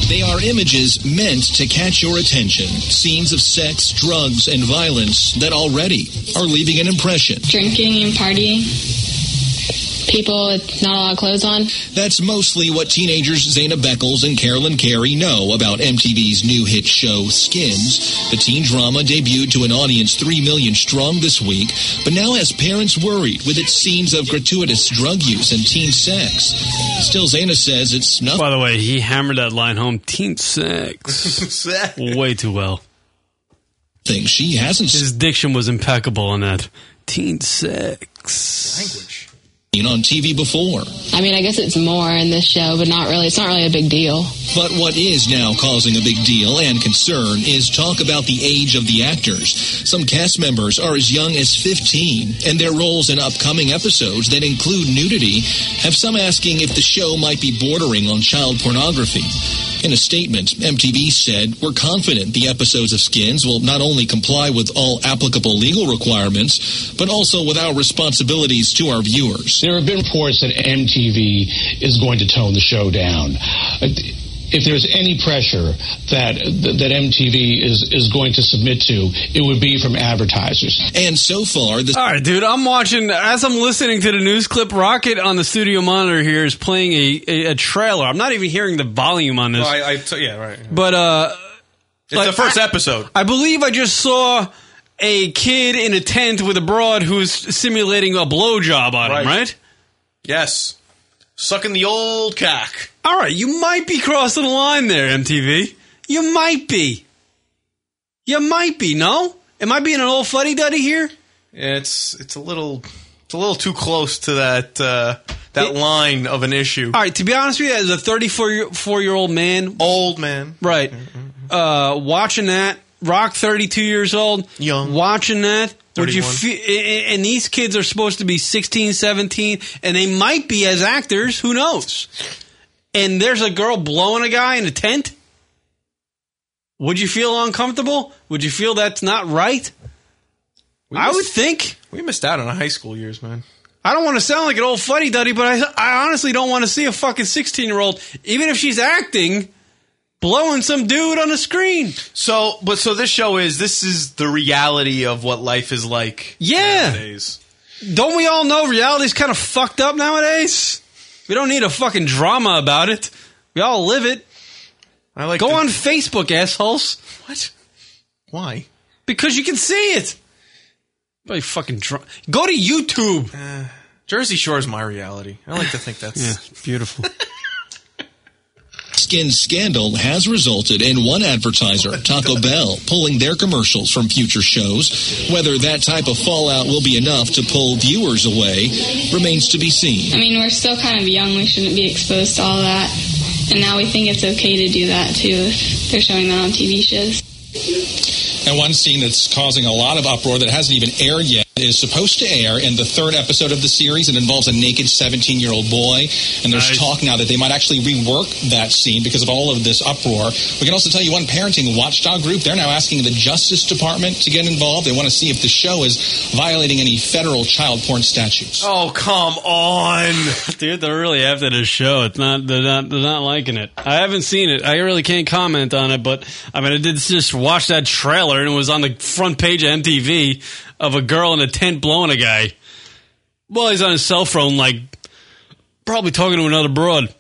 S19: They are images meant to catch your attention. Scenes of sex, drugs, and violence that already are leaving an impression.
S2: Drinking and partying. People with not a lot of clothes on.
S19: That's mostly what teenagers Zayna Beckles and Carolyn Carey know about MTV's new hit show, Skins. The teen drama debuted to an audience 3 million strong this week, but now has parents worried with its scenes of gratuitous drug use and teen sex. Still, Zayna says it's nothing.
S6: By the way, he hammered that line home. Teen sex. Way too well.
S19: Thing she hasn't.
S6: His diction was impeccable on that. Teen sex.
S19: Language. Seen on TV before.
S2: I mean, I guess it's more in this show, but not really. It's not really a big deal.
S19: But what is now causing a big deal and concern is talk about the age of the actors. Some cast members are as young as 15, and their roles in upcoming episodes that include nudity have some asking if the show might be bordering on child pornography. In a statement, MTV said, We're confident the episodes of Skins will not only comply with all applicable legal requirements, but also with our responsibilities to our viewers.
S5: There have been reports that MTV is going to tone the show down. Uh, If there's any pressure that that MTV is is going to submit to, it would be from advertisers.
S19: And so far, the
S6: All right, dude. I'm watching as I'm listening to the news clip. Rocket on the studio monitor here is playing a, a, a trailer. I'm not even hearing the volume on this,
S7: Well, I, I t- yeah, right.
S6: but uh,
S7: It's the first
S6: I-
S7: episode.
S6: I believe I just saw a kid in a tent with a broad who's simulating a blowjob on him.
S7: Right.
S6: Right?
S7: Yes. Sucking the old cock.
S6: All right, you might be crossing the line there, MTV. You might be. You might be. No, am I being an old fuddy duddy here?
S7: It's it's a little it's a little too close to that uh, that line of an issue.
S6: All right, to be honest with you, as a 34 year, four year old man,
S7: old man,
S6: right, uh, watching that, Rock 32 years old, young, watching that, would you
S7: 31.
S6: fe- a- a- and these kids are supposed to be 16, 17, and they might be as actors, who knows? And there's a girl blowing a guy in a tent? Would you feel uncomfortable? Would you feel that's not right? I would think.
S7: We missed out on high school years, man.
S6: I don't want to sound like an old fuddy duddy, but I, I honestly don't want to see a fucking 16 year old, even if she's acting, blowing some dude on the screen.
S7: So, but so this show is this is the reality of what life is like.
S6: Yeah.
S7: nowadays.
S6: Don't we all know reality's kind of fucked up nowadays? We don't need a fucking drama about it. We all live it.
S7: I like
S6: Go on Facebook, assholes.
S7: What? Why?
S6: Because you can see it. Probably fucking drunk. Go to YouTube.
S7: Eh. Jersey Shore is my reality. I like to think that's
S6: beautiful.
S19: skin scandal has resulted in one advertiser, Taco Bell, pulling their commercials from future shows. Whether that type of fallout will be enough to pull viewers away remains to be seen.
S2: I mean, we're still kind of young. We shouldn't be exposed to all that. And now we think it's okay to do that too if they're showing that on TV shows.
S19: And one scene that's causing a lot of uproar that hasn't even aired yet is supposed to air in the third episode of the series. It involves a naked 17 year old boy. And there's talk now that they might actually rework that scene because of all of this uproar. We can also tell you one parenting watchdog group, they're now asking the Justice Department to get involved. They want to see if the show is violating any federal child porn statutes.
S7: Oh come on,
S6: dude! They're really after this show. It's not they're not they're not liking it. I haven't seen it. I really can't comment on it. But I mean, I did just watch that trailer and it was on the front page of MTV of a girl in a tent blowing a guy. Well, he's on his cell phone, like probably talking to another broad.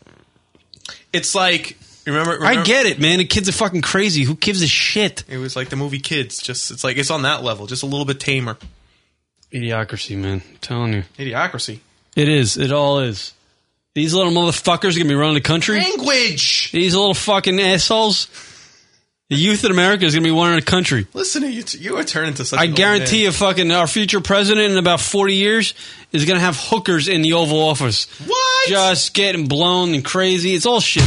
S7: It's like remember,
S6: I
S7: remember-
S6: get it, man. The kids are fucking crazy. Who gives a shit?
S7: It was like the movie Kids. Just it's like it's on that level, just a little bit tamer.
S6: Idiocracy, man. I'm telling you,
S7: Idiocracy.
S6: it is. It all is. These little motherfuckers are gonna be running the country.
S7: Language.
S6: These little fucking assholes. The youth in America is going to be one in a country.
S7: Listen to you. T- you are turning to such.
S6: I
S7: an old
S6: guarantee
S7: man.
S6: you, fucking our future president in about 40 years is going to have hookers in the Oval Office.
S7: What?
S6: Just getting blown and crazy. It's all shit.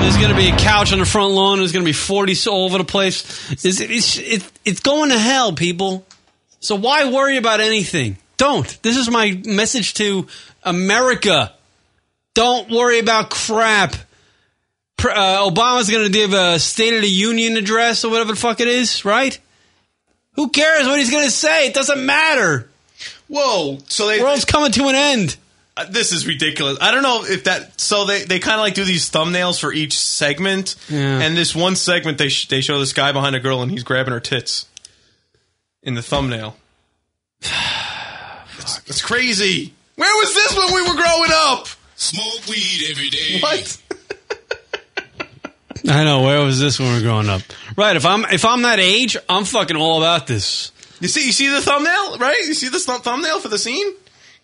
S6: There's going to be a couch on the front lawn. There's going to be 40 so- all over the place. It's, it's, it's, it's going to hell, people. So why worry about anything? Don't. This is my message to America. Don't worry about crap. Pr- Uh, Obama's going to give a State of the Union address or whatever the fuck it is, right? Who cares what he's going to say? It doesn't matter.
S7: Whoa! So they
S6: world's coming to an end.
S7: Uh, This is ridiculous. I don't know if that. So they, they kind of like do these thumbnails for each segment, and this one segment they sh- they show this guy behind a girl and he's grabbing her tits in the thumbnail. It's, it's crazy. Where was this when we were growing up?
S9: Smoke weed every day.
S7: What?
S6: I know. Where was this when we were growing up? Right. If I'm if I'm that age, I'm fucking all about this.
S7: You see, you see the thumbnail, right? You see the thumb- thumbnail for the scene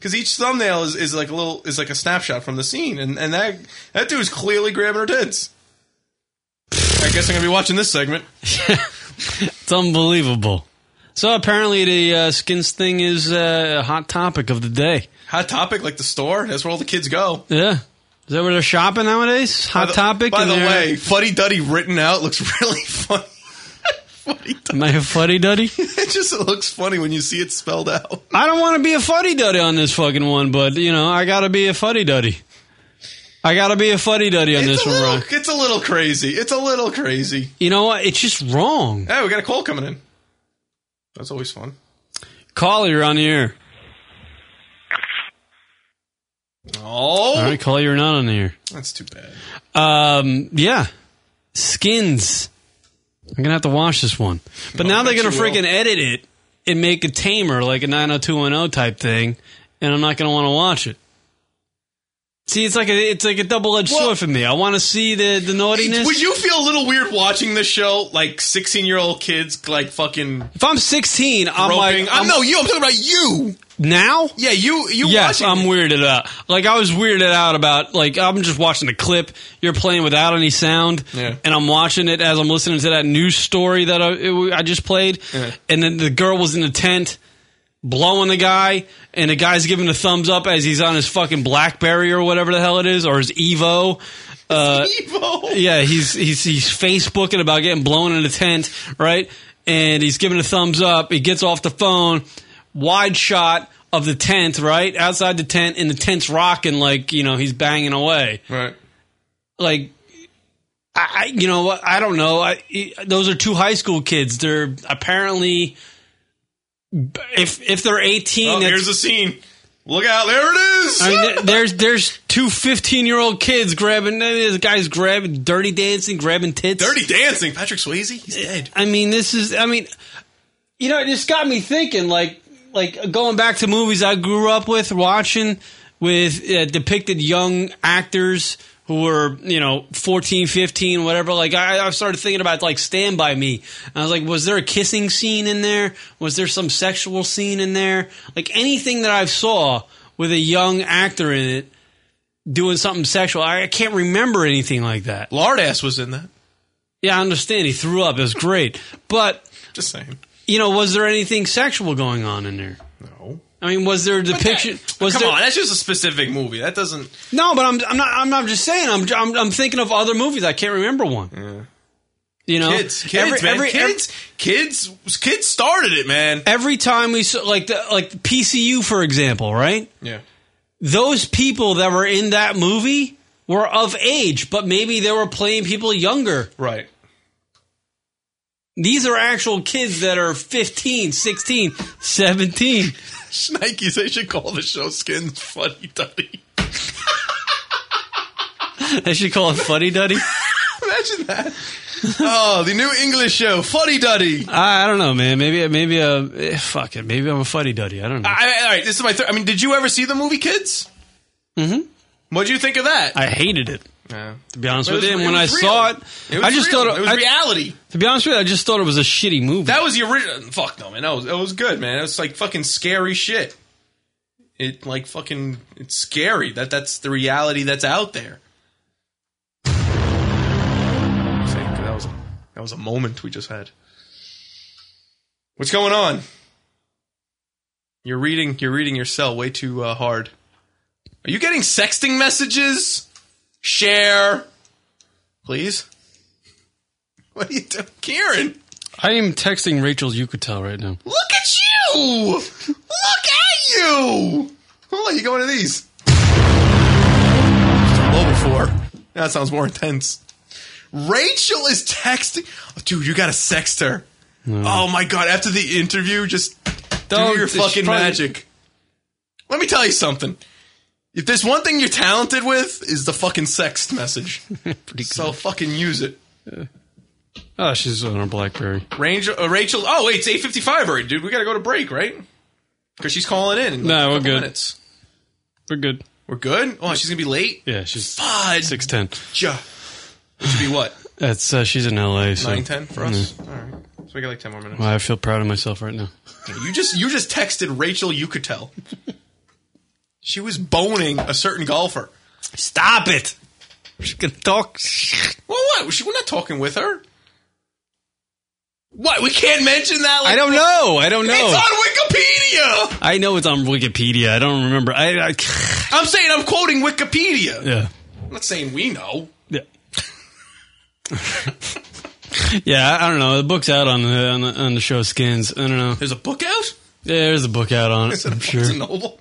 S7: because each thumbnail is, is like a little is like a snapshot from the scene, and and that that dude's clearly grabbing her tits. I guess I'm gonna be watching this segment.
S6: It's unbelievable. So apparently the uh, skins thing is uh, a hot topic of the day.
S7: Hot topic, like the store. That's where all the kids go.
S6: Yeah. Is that where they're shopping nowadays?
S7: By
S6: Hot
S7: the-
S6: topic.
S7: By
S6: and
S7: the
S6: they're-
S7: way, Fuddy Duddy written out looks really funny.
S6: am I a fuddy duddy?
S7: it just looks funny when you see it spelled out.
S6: I don't want to be a fuddy duddy on this fucking one, but you know I got to be a fuddy duddy. I gotta be a fuddy duddy on this one, Ron.
S7: It's a little crazy. It's a little crazy.
S6: You know what? It's just wrong.
S7: Hey, we got a call coming in. That's always fun.
S6: Caller, you're on the air.
S7: Oh,
S6: All right, caller, you're not on the air.
S7: that's too bad.
S6: Um, yeah, skins. I'm gonna have to watch this one, but
S7: No,
S6: now
S7: I
S6: they're
S7: bet
S6: gonna
S7: you will.
S6: freaking edit it and make it tamer, like a 90210 type thing, and I'm not gonna want to watch it. See, it's like a it's like a double edged sword for me. I want to see the the naughtiness.
S7: Would you feel a little weird watching this show? Like sixteen year old kids, like fucking.
S6: If I'm 16, I'm
S7: groping?
S6: like,
S7: I'm, no, you. I'm talking about you.
S6: Now?
S7: Yeah, you you
S6: yes,
S7: watching
S6: I'm weirded out. Like I was weirded out about like I'm just watching the clip. You're playing without any sound,
S7: Yeah.
S6: and I'm watching it as I'm listening to that news story that I, it- I just played.
S7: Yeah.
S6: And then the girl was in the tent blowing the guy, and the guy's giving the thumbs up as he's on his fucking BlackBerry or whatever the hell it is, or his Evo. Uh, Yeah, he's he's he's Facebooking about getting blown in a tent, right? And he's giving a thumbs up. He gets off the phone, wide shot of the tent, right outside the tent, and the tent's rocking like you know he's banging away,
S7: right?
S6: Like. I, I, you know, what? I don't know. I, e, those are two high school kids. They're apparently, if if they're eighteen,
S7: Oh,
S6: that's-
S7: here's the scene. Look out! There it is.
S6: I mean, th- there's there's two 15 year old kids grabbing. This guy's grabbing, dirty dancing, grabbing tits.
S7: Dirty dancing. Patrick Swayze. He's dead.
S6: I mean, this is. I mean, you know, it just got me thinking. Like, like going back to movies I grew up with, watching with uh, depicted young actors who were you know 14 15 whatever like I, I started thinking about like stand by me And i was like was there a kissing scene in there was there some sexual scene in there like anything that i've saw with a young actor in it doing something sexual i, I can't remember anything like that
S7: lardass was in that
S6: yeah i understand he threw up it was great but
S7: just saying
S6: you know was there anything sexual going on in there
S7: no
S6: i mean was there a depiction was
S7: Come
S6: there
S7: on, that's just a specific movie. That doesn't.
S6: no but i'm, I'm not I'm, I'm just saying I'm, I'm i'm thinking of other movies i can't remember one you know
S7: kids, kids, man, kids, kids, kids started it, man.
S6: Every time we saw, like the like PCU for example, right?
S7: Yeah.
S6: Those people that were in that movie were of age, but maybe they were playing people younger.
S7: Right.
S6: These are actual kids that are 15, 16, 17.
S7: Nikes, they should call the show Skins Funny Duddy.
S6: They should call it Fuddy Duddy.
S7: Imagine that. Oh, the new English show, Funny Duddy.
S6: I, I don't know, man. Maybe maybe uh eh, fuck it. Maybe I'm a Fuddy Duddy. I don't know.
S7: I, I- all right, this is my. Th- I mean, did you ever see the movie Kids?
S6: Mm-hmm.
S7: What do you think of that?
S6: I hated it.
S7: Yeah.
S6: To be honest
S7: It
S6: with
S7: was-
S6: you, and
S7: it
S6: when I
S7: was real.
S6: saw it,
S7: It was
S6: I just
S7: real.
S6: thought
S7: It was
S6: I-
S7: reality.
S6: To be honest with you, I just thought it was a shitty movie.
S7: That was the original. Fuck no, man. That was, that was good, man. It was like fucking scary shit. It like fucking. It's scary. That that's the reality that's out there. Think That was a, that was a moment we just had. What's going on? You're reading. You're reading your cell way too uh, hard. Are you getting sexting messages? Share, please. What are you doing, Kieran?
S6: I am texting Rachel's Yucatel right now.
S7: Look at you! Look at you! Hold on, Oh, you going to these? Low before. Now That sounds more intense. Rachel is texting. Dude, you gotta sext her. Oh my god! After the interview, just
S6: Don't-
S7: do your
S6: it's
S7: fucking
S6: probably-
S7: magic. Let me tell you something. If there's one thing you're talented with, is the fucking sext message. So fucking use it.
S6: Oh, she's on her BlackBerry.
S7: Rangel, uh, Rachel. Oh wait, it's eight fifty five already, dude. We gotta go to break, right? Because she's calling in. in like
S6: No,
S7: a
S6: we're
S7: couple
S6: good.
S7: Minutes.
S6: We're good.
S7: We're good. Oh, she's gonna be late.
S6: Yeah, she's
S7: Fudge.
S6: six ten.
S7: Ja. Which would be what?
S6: That's uh, she's in L.A. So.
S7: Nine ten for us.
S6: Yeah.
S7: All right. So we got like ten more minutes.
S6: Well, I feel proud of myself right now.
S7: You just you just texted Rachel. You could tell. she was boning a certain golfer.
S6: Stop it. She's gonna talk.
S7: Well, what? She, we're not talking with her. What? We can't mention that. Like,
S6: I don't know. I don't know.
S7: It's on Wikipedia.
S6: I know it's on Wikipedia. I don't remember. I, I
S7: I'm saying I'm quoting Wikipedia.
S6: yeah
S7: I'm not saying we know.
S6: yeah. yeah, I I don't know. The book's out on the on the, on the show Skins. I don't know.
S7: There's a book out.
S6: Yeah, there's a book out on it.
S7: Is it
S6: Uh, I'm sure.
S7: Barnes and Noble?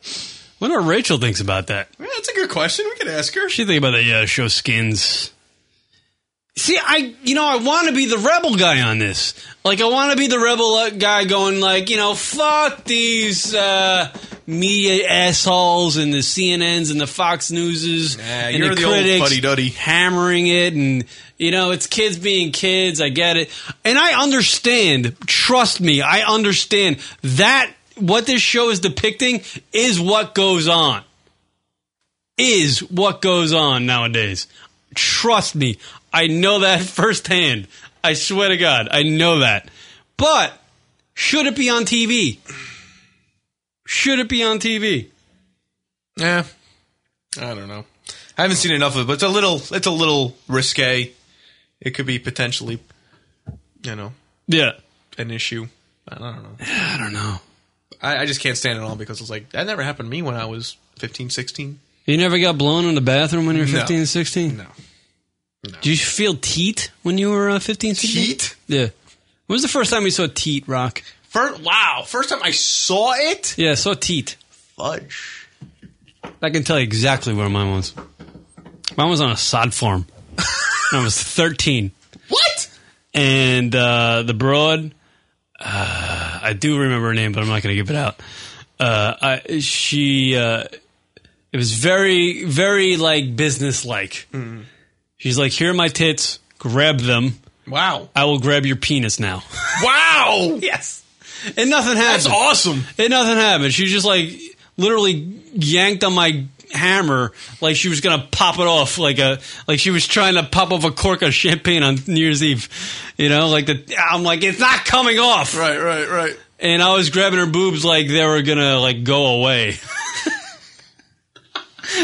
S6: Wonder what Rachel thinks about that.
S7: Yeah, that's a good question. We could ask her.
S6: She think about the uh, show Skins. See, I you know I want to be the rebel guy on this. Like I want to be the rebel uh, guy going like you know fuck these uh, media assholes and the CNNs and the Fox Newses and
S7: you're
S6: the,
S7: the old
S6: critics
S7: fuddy-duddy.
S6: hammering it and you know it's kids being kids. I get it, and I understand. Trust me, I understand that what this show is depicting is what goes on is what goes on nowadays. Trust me, I know that firsthand. I swear to God, I know that. But should it be on TV? Should it be on TV?
S7: Yeah. I don't know. I haven't seen enough of it, but it's a little it's a little risque. It could be potentially you know
S6: Yeah.
S7: an issue. I don't know.
S6: I don't know.
S7: I, I just can't stand it all because it's like that never happened to me when I was 15, 16.
S6: You never got blown in the bathroom when you were
S7: No.
S6: 15 and 16?
S7: No.
S6: Do you feel teat when you were uh, 15 16?
S7: Teat?
S6: Yeah. When was the first time you saw teat, Rock?
S7: First, wow, first time I saw it?
S6: Yeah, I saw teat.
S7: Fudge.
S6: I can tell you exactly where mine was. Mine was on a sod farm. When I was 13.
S7: What?
S6: and uh, the broad, uh, I do remember her name, but I'm not going to give it out. Uh, I, she, uh, it was very, very like business like.
S7: Mm.
S6: She's like, here are my tits, grab them.
S7: Wow.
S6: I will grab your penis now.
S7: Wow.
S6: yes. And nothing happened.
S7: That's awesome.
S6: And nothing happened. She just like literally yanked on my hammer like she was gonna pop it off like a like she was trying to pop off a cork of champagne on New Year's Eve. You know, like the I'm like, it's not coming off.
S7: Right, right, right.
S6: And I was grabbing her boobs like they were gonna like go away.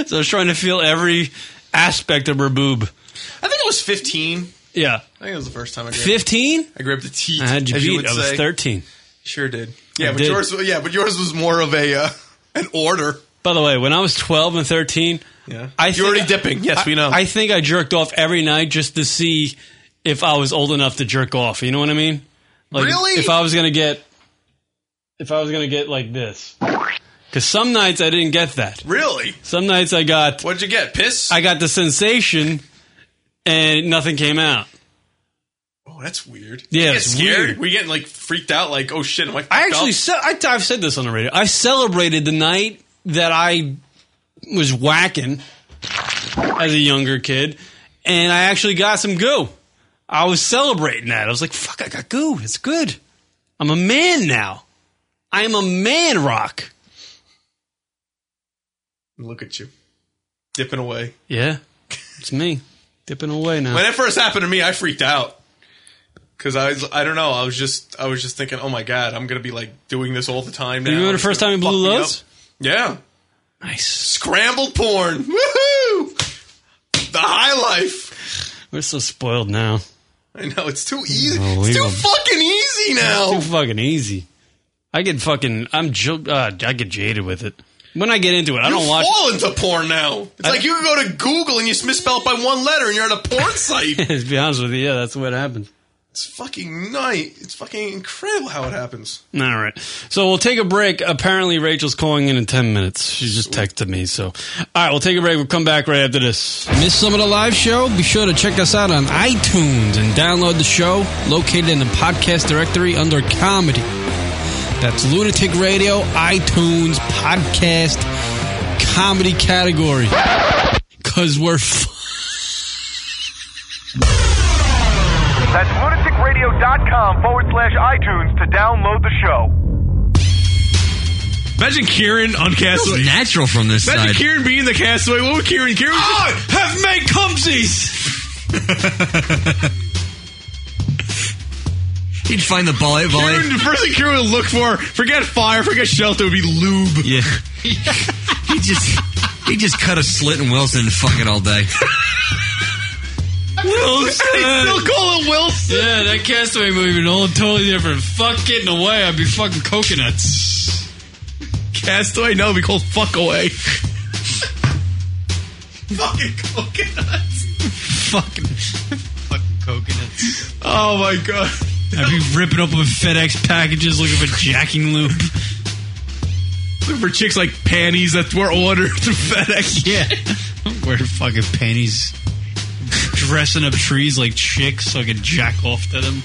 S6: so I was trying to feel every aspect of her boob.
S7: I think I was 15.
S6: Yeah.
S7: I think it was the first time I grabbed
S6: 15?
S7: I grabbed the teeth.
S6: I had you
S7: as you
S6: beat.
S7: would
S6: I was
S7: say.
S6: 13.
S7: Sure did.
S6: I
S7: Yeah, but
S6: did.
S7: yours yeah, but yours was more of a uh, an order.
S6: By the way, when I was 12 and 13,
S7: Yeah.
S6: I
S7: You're
S6: think-
S7: already dipping. Yes,
S6: I-
S7: we know.
S6: I think I jerked off every night just to see if I was old enough to jerk off. You know what I mean? Like,
S7: Really?
S6: If I was gonna get, if I was gonna get like this, because some nights I didn't get that.
S7: Really?
S6: Some nights I got,
S7: What'd you get? Piss?
S6: I got the sensation, and nothing came out.
S7: oh, that's weird.
S6: Yeah,
S7: We get
S6: it's
S7: scared.
S6: weird.
S7: We getting like freaked out. Like, oh shit, am I?
S6: I
S7: fucked
S6: actually,
S7: up?
S6: ce- I, I've said this on the radio. I celebrated the night that I was whacking as a younger kid, and I actually got some goo. I was celebrating that. I was like, "Fuck, I got goo. It's good. I'm a man now. I am a man, Rock."
S7: Look at you, dipping away.
S6: Yeah, it's me dipping away now.
S7: When it first happened to me, I freaked out because I was, I don't know. I was just, I was just thinking, oh my god, I'm gonna be like doing this all the time now.
S6: You remember the
S7: It's
S6: first
S7: gonna
S6: time you blew
S7: fuck me
S6: loads?
S7: up. Yeah,
S6: Nice.
S7: scrambled porn. Woohoo! The high life.
S6: We're so spoiled now.
S7: I know it's too e-, easy. It's too
S6: Unbelievable.
S7: fucking easy now.
S6: It's too fucking easy. I get fucking. I'm. ju- Uh, I get jaded with it. When I get into it, I
S7: you
S6: don't watch.
S7: fall into porn now. It's like you can go to Google and you misspell it by one letter and you're on a porn site.
S6: to be honest with you, yeah, that's what happens.
S7: It's fucking night. It's fucking incredible how it happens.
S6: All right. So we'll take a break. Apparently, Rachel's calling in in 10 minutes. She just texted me. So, all right, we'll take a break. We'll come back right after this.
S12: Miss some of the live show? Be sure to check us out on iTunes and download the show located in the podcast directory under comedy. That's Lunatic Radio, iTunes, podcast, comedy category. Because we're f-
S20: That's lunaticradio.com forward slash iTunes to download the show.
S4: Imagine Kieran on Castaway. natural from this Imagine
S7: side.
S4: Kieran being the Castaway. What would Kieran? Kieran oh, have made cumsies.
S21: He'd find the eh, bullet
S4: Kieran, the first thing Kieran would look for, forget fire, forget shelter, would be lube.
S21: Yeah. he just he just cut a slit in Wilson and fuck it all day.
S4: Wilson.
S6: still
S4: call him Wilson.
S6: Yeah, that Castaway movie and all totally different. Fuck getting away. I'd be fucking coconuts.
S4: Castaway? No, it'd be called fuck away.
S7: Fucking coconuts.
S4: Fucking, fucking coconuts.
S7: Oh my god.
S4: I'd be ripping open FedEx packages looking for jacking loop.
S7: for chicks like panties that were ordered through FedEx.
S3: Yeah, wear fucking panties, dressing up trees like chicks so I could jack off to them.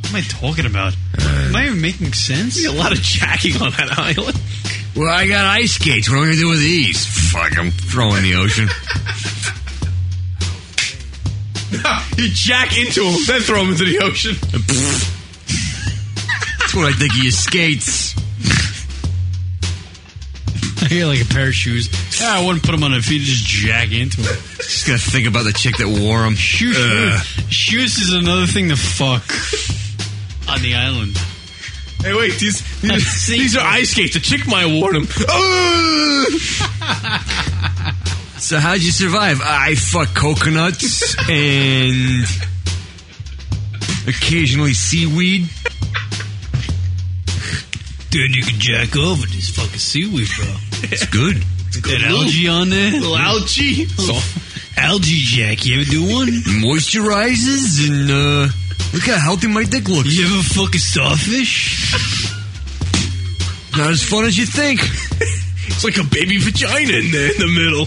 S3: What am I talking about? Am I even making sense?
S7: A lot of jacking on that island.
S21: Well, I got ice skates. What am I going to do with these? Fuck, I'm throwing in the ocean.
S7: you jack into them, then throw them into the ocean.
S21: That's what I think of your skates.
S3: I got like a pair of shoes. Ah, I wouldn't put them on if you just jag into it.
S21: Just got to think about the chick that wore Uh, them.
S3: Shoes, shoes is another thing to fuck on the island.
S7: Hey, wait, these these, these are ice skates. The chick might have worn them.
S21: So how'd you survive? I fuck coconuts and occasionally seaweed.
S3: Dude, you can jack over this fucking seaweed, bro.
S21: It's good.
S3: That algae on there.
S21: Little
S3: algae.
S21: Oh.
S3: algae jack. You ever do one?
S21: Moisturizes and uh, look how healthy my dick looks.
S3: You ever fuck a starfish?
S21: Not as fun as you think.
S7: it's like a baby vagina in there in the middle.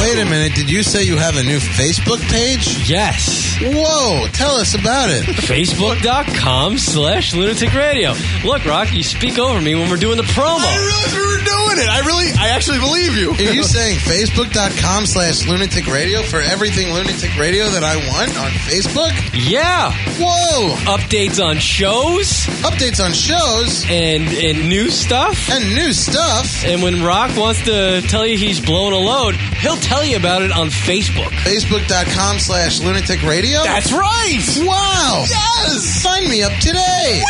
S16: Wait a minute. Did you say you have a new Facebook page?
S8: Yes.
S16: Whoa. Tell us about it.
S8: Facebook.com slash lunatic radio. Look, Rock, you speak over me when we're doing the promo.
S16: doing it. I really, I actually believe you. Are you saying Facebook.com slash lunatic radio for everything lunatic radio that I want on Facebook?
S8: Yeah.
S16: Whoa.
S8: Updates on shows.
S16: Updates on shows.
S8: And, and new stuff.
S16: And new stuff.
S8: And when Rock wants to tell you he's blowing a load, he'll tell you about it on Facebook.
S16: Facebook.com slash lunatic radio?
S8: That's right.
S16: Wow. Yes. Sign me up today.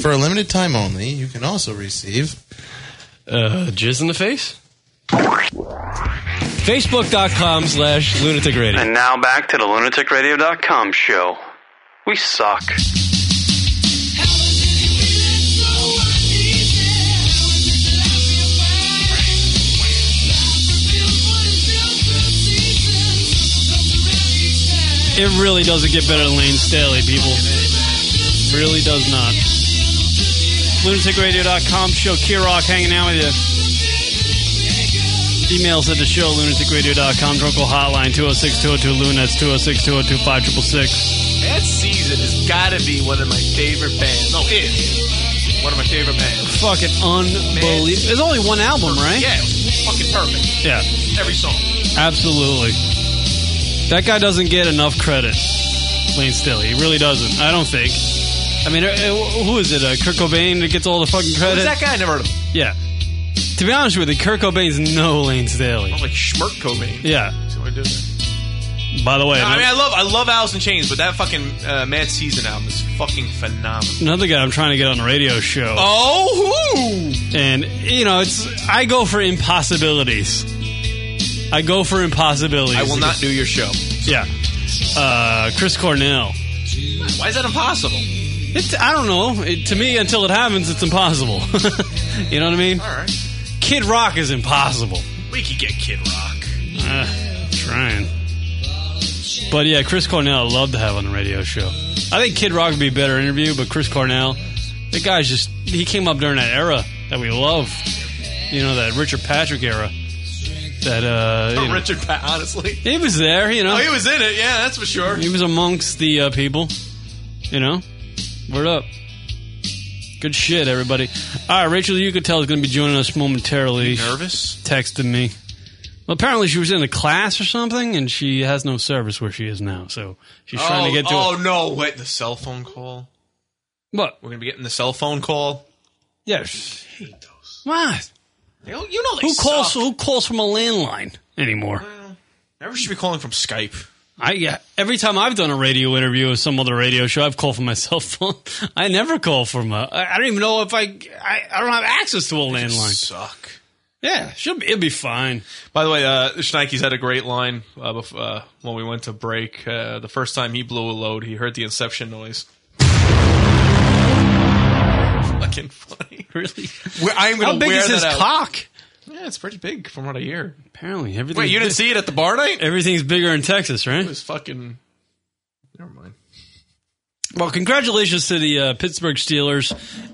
S16: For a limited time only, you can also receive.
S8: Uh, jizz in the face? Facebook.com slash lunatic radio.
S22: And now back to the lunaticradio.com show. We suck.
S6: It really doesn't get better than Lane Staley, people. Really does not. LunaticRadio.com show Key Rock hanging out with you. Emails at the show, lunaticradio.com, Drunkle Hotline, 206 202 Loon, that's 206 202 5666.
S7: That season has got to be one of my favorite bands. No, is one of my favorite bands.
S6: Fucking unbelievable. There's only one album, right?
S7: Yeah, it was fucking perfect.
S6: Yeah.
S7: Every song.
S6: Absolutely. That guy doesn't get enough credit, Lane Staley. He really doesn't. I don't think. I mean, uh, uh, who is it? Uh, Kurt Cobain that gets all the fucking
S7: Who's
S6: credit?
S7: that guy? I never heard of him.
S6: Yeah. To be honest with you, Kurt Cobain's no Lane Staley.
S7: I'm like Schmerk Cobain.
S6: Yeah.
S7: See what I do there.
S6: By the way,
S7: No, I
S6: another-
S7: mean, I love I love Alice in Chains, but that fucking uh, Mad Season album is fucking phenomenal.
S6: another guy I'm trying to get on the radio show.
S7: Oh, who?
S6: And you know, it's I go for impossibilities. I go for impossibilities.
S7: I will not do your show.
S6: Yeah. Uh, Chris Cornell.
S7: Why is that impossible?
S6: It's, I don't know. It, to me, until it happens, it's impossible. you know what I mean? All
S7: right.
S6: Kid Rock is impossible.
S7: We could get Kid Rock.
S6: Uh, trying. But yeah, Chris Cornell, I'd love to have on the radio show. I think Kid Rock would be a better interview, but Chris Cornell, the guy's just, he came up during that era that we love. You know, that Richard Patrick era. That, uh. you know,
S7: Richard Pat, honestly.
S6: he was there, you know.
S7: Oh, he was in it. Yeah, that's for sure.
S6: He was amongst the uh, people. You know? Word up. Good shit, everybody. All right, Rachel Yucatel is going to be joining us momentarily.
S7: nervous?
S6: Texted me. Well, apparently she was in a class or something, and she has no service where she is now. So she's trying
S7: oh,
S6: to get to.
S7: Oh
S6: a-
S7: no! Wait, the cell phone call.
S6: What?
S7: We're gonna be getting the cell phone call.
S6: Yes. What?
S7: You know, you know they
S6: Who calls?
S7: suck.
S6: Who calls from a landline anymore?
S7: Never should be calling from Skype.
S6: I yeah, every time I've done a radio interview or some other radio show, I've called from my cell phone. I never call from a. I I don't even know if I. I, I don't have access to a landline.
S7: Suck.
S6: Yeah, should be, it'll be fine.
S7: By the way, uh, Schneike's had a great line uh, bef- uh, when we went to break. Uh, the first time he blew a load, he heard the Inception noise. Fucking funny,
S6: really.
S7: I'm gonna
S6: How big
S7: wear
S6: is
S7: that
S6: his
S7: out.
S6: cock?
S7: Yeah, it's pretty big from what I hear.
S6: Apparently, everything.
S7: Wait, you didn't see it at the bar night?
S6: Everything's bigger in Texas, right?
S7: It was fucking. Never mind.
S6: Well, congratulations to the uh, Pittsburgh Steelers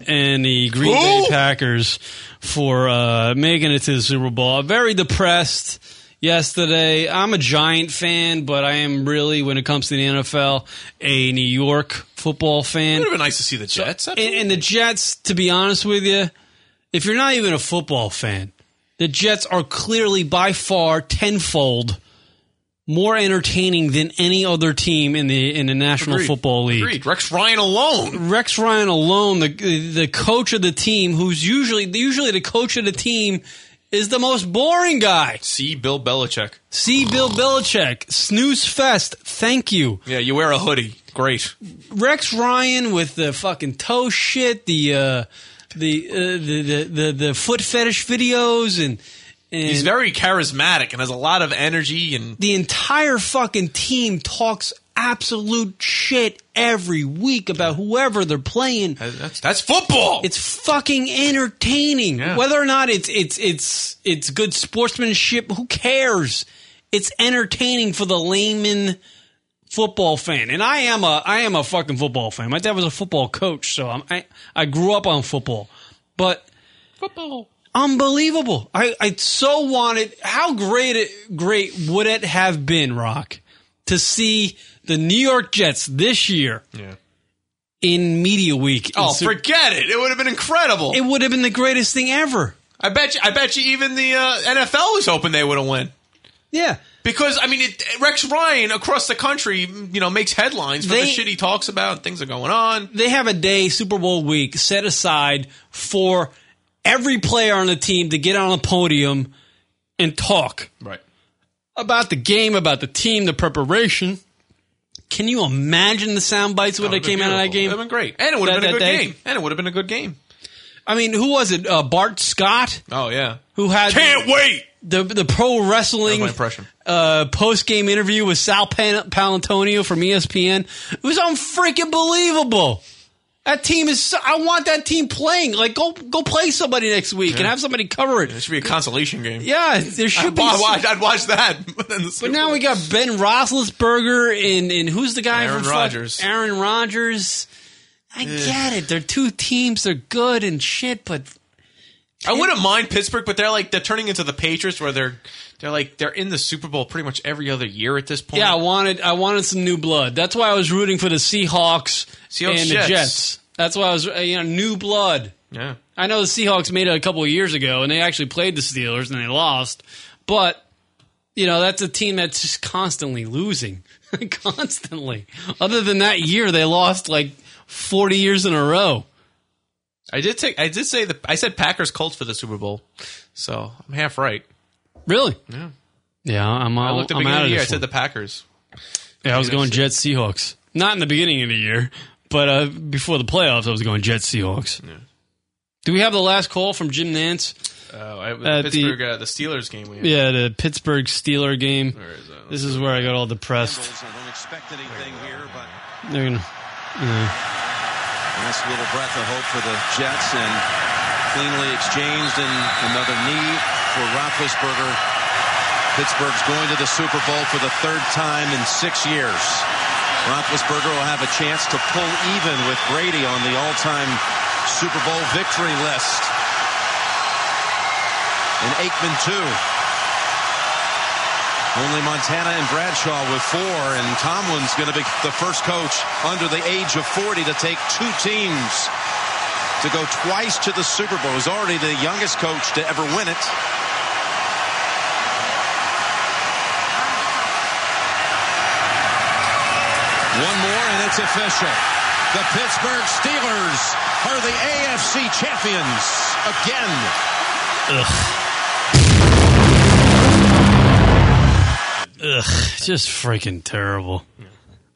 S6: and the Green Bay Packers for uh, making it to the Super Bowl. I'm Very depressed yesterday. I'm a Giant fan, but I am really, when it comes to the NFL, a New York football fan. It would
S7: have been nice to see the Jets.
S6: and, and the Jets, to be honest with you, if you're not even a football fan, the Jets are clearly by far tenfold more entertaining than any other team in the in the National
S7: Agreed.
S6: Football League.
S7: Agreed. Rex Ryan alone.
S6: Rex Ryan alone, the the coach of the team, who's usually usually the coach of the team, is the most boring guy.
S7: See Bill Belichick.
S6: See Bill Belichick. Snooze fest. Thank you.
S7: Yeah, you wear a hoodie. Great.
S6: Rex Ryan with the fucking toe shit, the uh, the, uh, the the the the foot fetish videos, and, and
S7: He's very charismatic and has a lot of energy and
S6: the entire fucking team talks absolute shit every week about whoever they're playing.
S7: That's, that's football.
S6: It's fucking entertaining. Whether or not it's it's it's it's good sportsmanship, who cares? It's entertaining for the layman football fan. And I am a I am a fucking football fan. My dad was a football coach, so I'm, I I grew up on football. But
S7: football.
S6: Unbelievable. I, I so wanted how great it great would it have been, Rock, to see the New York Jets this year
S7: Yeah.
S6: in Media Week. in
S7: Oh,
S6: Sup-
S7: forget it. It would have been incredible.
S6: it would have been the greatest thing ever.
S7: I bet you. I bet you. Even the uh, NFL was hoping they would have won.
S6: Yeah,
S7: because I mean, it, Rex Ryan across the country, you know, makes headlines for the
S6: They-
S7: shit he talks about. Things are going on.
S6: They have a day, Super Bowl week, set aside for every player on the team to get on a podium and talk.
S7: Right.
S6: About the game, about the team, the preparation. Can you imagine the sound bites when they
S7: Would've been
S6: came out of that
S7: beautiful.
S6: game?
S7: It would have been great, and it would
S6: That-
S7: have been a
S6: that
S7: good
S6: day?
S7: game. And it would have been a good game.
S6: I mean, who was it? Uh, Bart Scott?
S7: Oh yeah,
S6: who had
S7: Can't wait
S6: the the pro wrestling
S7: my impression.
S6: uh, post game interview with Sal Pan- Palantonio from E ESPN. It was unfreaking believable. That team is. So, I want that team playing. Like, go go play somebody next week and
S7: Yeah.
S6: have somebody cover it.
S7: It should be a consolation game.
S6: Yeah, there should
S7: I'd
S6: be.
S7: wa-
S6: some-
S7: I'd, I'd watch that.
S6: but now we got Ben Roethlisberger and and who's the guy?
S7: Aaron
S6: from fuck-
S7: Rodgers.
S6: Aaron Rodgers. I
S7: Yeah.
S6: get it. They're two teams. They're good and shit, but
S7: I wouldn't mind Pittsburgh, but they're like they're turning into the Patriots, where they're they're like they're in the Super Bowl pretty much every other year at this point. Uh,
S6: Yeah, I wanted I wanted some new blood. That's why I was rooting for the Seahawks
S7: Seahawks,
S6: and
S7: Jets.
S6: the Jets. That's why I was uh, you know new blood.
S7: Yeah.
S6: I know the Seahawks made it a couple of years ago and they actually played the Steelers and they lost, but you know that's a team that's just constantly losing, constantly. Other than that year, they lost like forty years in a row.
S7: I did take. I did say the. I said Packers Colts for the Super Bowl, so I'm half right.
S6: Really?
S7: Yeah.
S6: Yeah, I'm.
S7: I
S6: All,
S7: looked at the
S6: I'm
S7: beginning
S6: out
S7: of
S6: of
S7: the year. I
S6: this
S7: said
S6: one.
S7: the Packers.
S6: Yeah, I was going Jets Seahawks. Not in the beginning of the year, but uh, before the playoffs, I was going Jets Seahawks. Do we have the last call from Jim Nance?
S7: Uh, I, the
S6: At the-
S7: Pittsburgh, uh, the Steelers game. We had.
S6: Yeah, the Pittsburgh Steeler game. This is where I got all depressed.
S10: don't expect anything here, but
S6: They're gonna, yeah.
S10: nice little breath of hope for the Jets and cleanly exchanged and another knee for Roethlisberger. Pittsburgh's going to the Super Bowl for the third time in six years. Roethlisberger will have a chance to pull even with Brady on the all-time Super Bowl victory list. And Aikman too. Only Montana and Bradshaw with four, and Tomlin's going to be the first coach under the age of 40 to take two teams to go twice to the Super Bowl. He's already the youngest coach to ever win it. One more, and it's official. The Pittsburgh Steelers are the AFC champions again.
S6: Ugh. Ugh, just freaking terrible.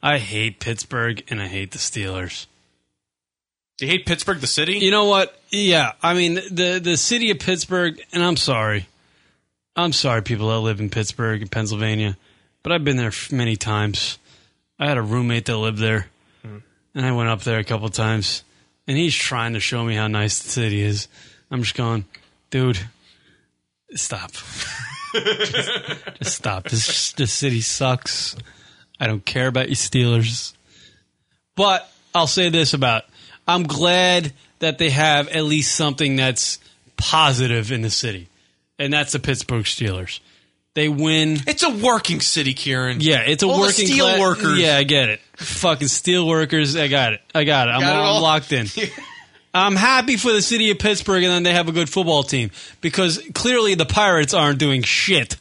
S6: I hate Pittsburgh and I hate the Steelers.
S7: Do you hate Pittsburgh, the city?
S6: You know what? Yeah, I mean the the city of Pittsburgh, and I'm sorry, I'm sorry, people that live in Pittsburgh and Pennsylvania, but I've been there f- many times. I had a roommate that lived there, and I went up there a couple times, and he's trying to show me how nice the city is. I'm just going, dude, stop. Just stop. This this city sucks. I don't care about you Steelers. But I'll say this about I'm glad that they have at least something that's positive in the city. And that's the Pittsburgh Steelers. They win.
S7: It's a working city, Kieran.
S6: Yeah, it's a
S7: All the
S6: working
S7: steel
S6: cla-
S7: workers.
S6: Yeah, I get it. Fucking steel workers. I got it. I got it. I'm
S7: Got it
S6: all,
S7: all?
S6: locked in. I'm happy for the city of Pittsburgh, and then they have a good football team because clearly the Pirates aren't doing shit.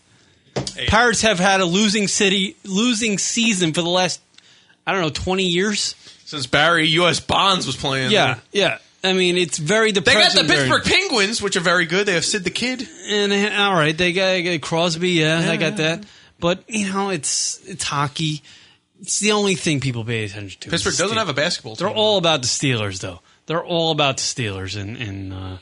S6: Pirates have had a losing city, losing season for the last I don't know twenty years.
S7: Since Barry U.S. Bonds was playing.
S6: Yeah, yeah. I mean, it's very
S7: They
S6: depressing.
S7: got the
S6: during-
S7: Pittsburgh Penguins, which are very good. They have Sid the Kid.
S6: and uh, all right, they got, they got Crosby. Yeah, I got that. But you know, it's it's hockey. It's the only thing people pay attention to.
S7: Pittsburgh
S6: It's
S7: doesn't
S6: Steelers.
S7: have a basketball
S6: They're all about the Steelers, though. They're all about the Steelers in in uh,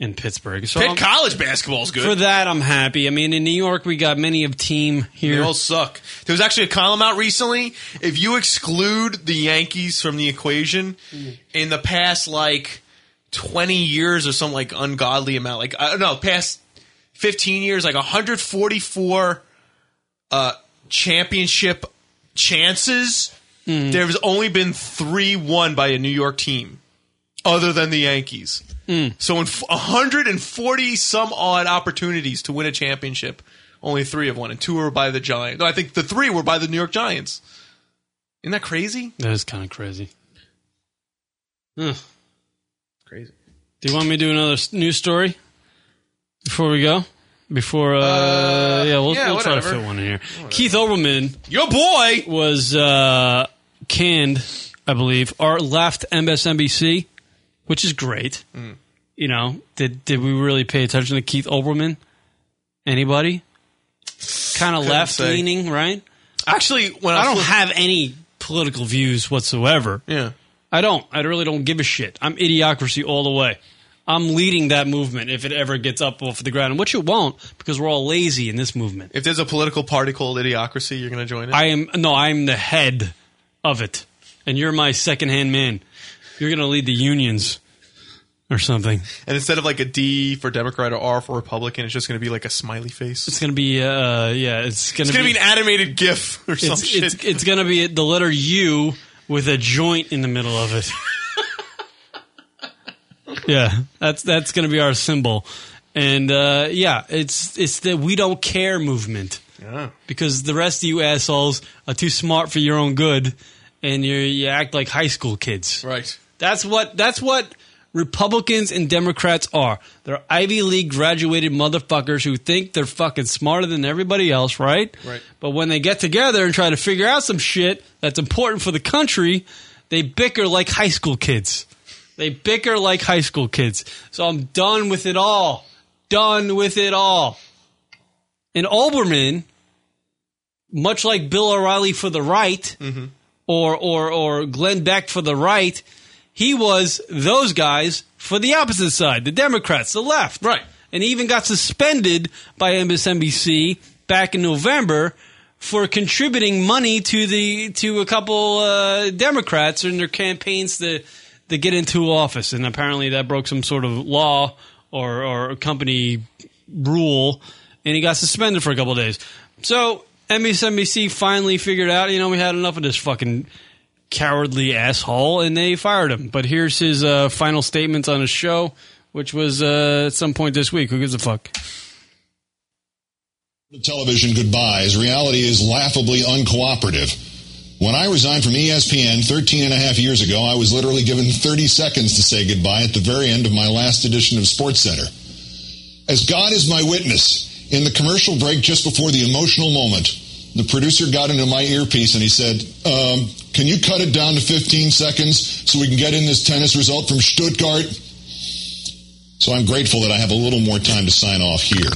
S6: in Pittsburgh. So
S7: Pitt
S6: I'm-
S7: college basketball's good.
S6: For that, I'm happy. I mean, in New York, we got many of team here.
S7: They all suck. There was actually a column out recently. If you exclude the Yankees from the equation,
S6: Hmm.
S7: in the past like twenty years or some like ungodly amount, like uh, no, past fifteen years, like 144 uh, championship chances.
S6: Hmm.
S7: There's only been three won by a New York team, other than the Yankees. So in f- 140 some odd opportunities to win a championship, only three have won, and two were by the Giants. No, I think the three were by the New York Giants. Isn't that crazy?
S6: That is kind of crazy. Ugh.
S7: Crazy.
S6: Do you want me to do another s- news story before we go? Before, uh, yeah, we'll,
S7: yeah,
S6: we'll try to
S7: whatever.
S6: fit one in here. Keith Olbermann,
S7: your boy,
S6: was uh, canned, I believe, or left MSNBC, which is great.
S7: Mm.
S6: You know, did did we really pay attention to Keith Olbermann? Anybody? Kind of
S7: Couldn't
S6: left
S7: say.
S6: leaning, right?
S7: Actually, when I,
S6: I, don't
S7: flipped-
S6: have any political views whatsoever.
S7: Yeah.
S6: I don't. I really don't give a shit. I'm idiocracy all the way. I'm leading that movement if it ever gets up off the ground, which it won't because we're all lazy in this movement.
S7: If there's a political party called Idiocracy, you're going to join it.
S6: I am no, I'm the head of it, and you're my second-hand man. You're going to lead the unions or something.
S7: and instead of like a D for Democrat or R for Republican, it's just going to be like a smiley face.
S6: It's going to be uh, yeah, it's going
S7: It's
S6: to
S7: going to be an animated GIF or some
S6: it's,
S7: shit.
S6: It's, it's going to be the letter U with a joint in the middle of it. yeah, that's that's going to be our symbol, and uh, yeah, it's it's the we don't care movement.
S7: Yeah.
S6: Because the rest of you assholes are too smart for your own good, and you you act like high school kids.
S7: Right.
S6: That's what that's what Republicans and Democrats are. They're Ivy League graduated motherfuckers who think they're fucking smarter than everybody else, right?
S7: Right.
S6: But when they get together and try to figure out some shit that's important for the country, they bicker like high school kids. They bicker like high school kids. So I'm done with it all. Done with it all. And Olbermann, much like Bill O'Reilly for the right, or or or Glenn Beck for the right, he was those guys for the opposite side, the Democrats, the left, right, and he even got suspended by MSNBC back in November for contributing money to the to a couple uh, Democrats in their campaigns to to get into office, and apparently that broke some sort of law or or company rule, and he got suspended for a couple of days. So MSNBC finally figured out, you know, we had enough of this fucking cowardly asshole, and they fired him. But here's his uh, final statements on his show, which was uh, at some point this week. Who gives a fuck?
S1: television goodbyes, reality is laughably uncooperative. When I resigned from E ESPN 13 and a half years ago, I was literally given 30 seconds to say goodbye at the very end of my last edition of SportsCenter. As God is my witness, in the commercial break just before the emotional moment, the producer got into my earpiece and he said, um, Can you cut it down to 15 seconds so we can get in this tennis result from Stuttgart? So I'm grateful that I have a little more time to sign off here.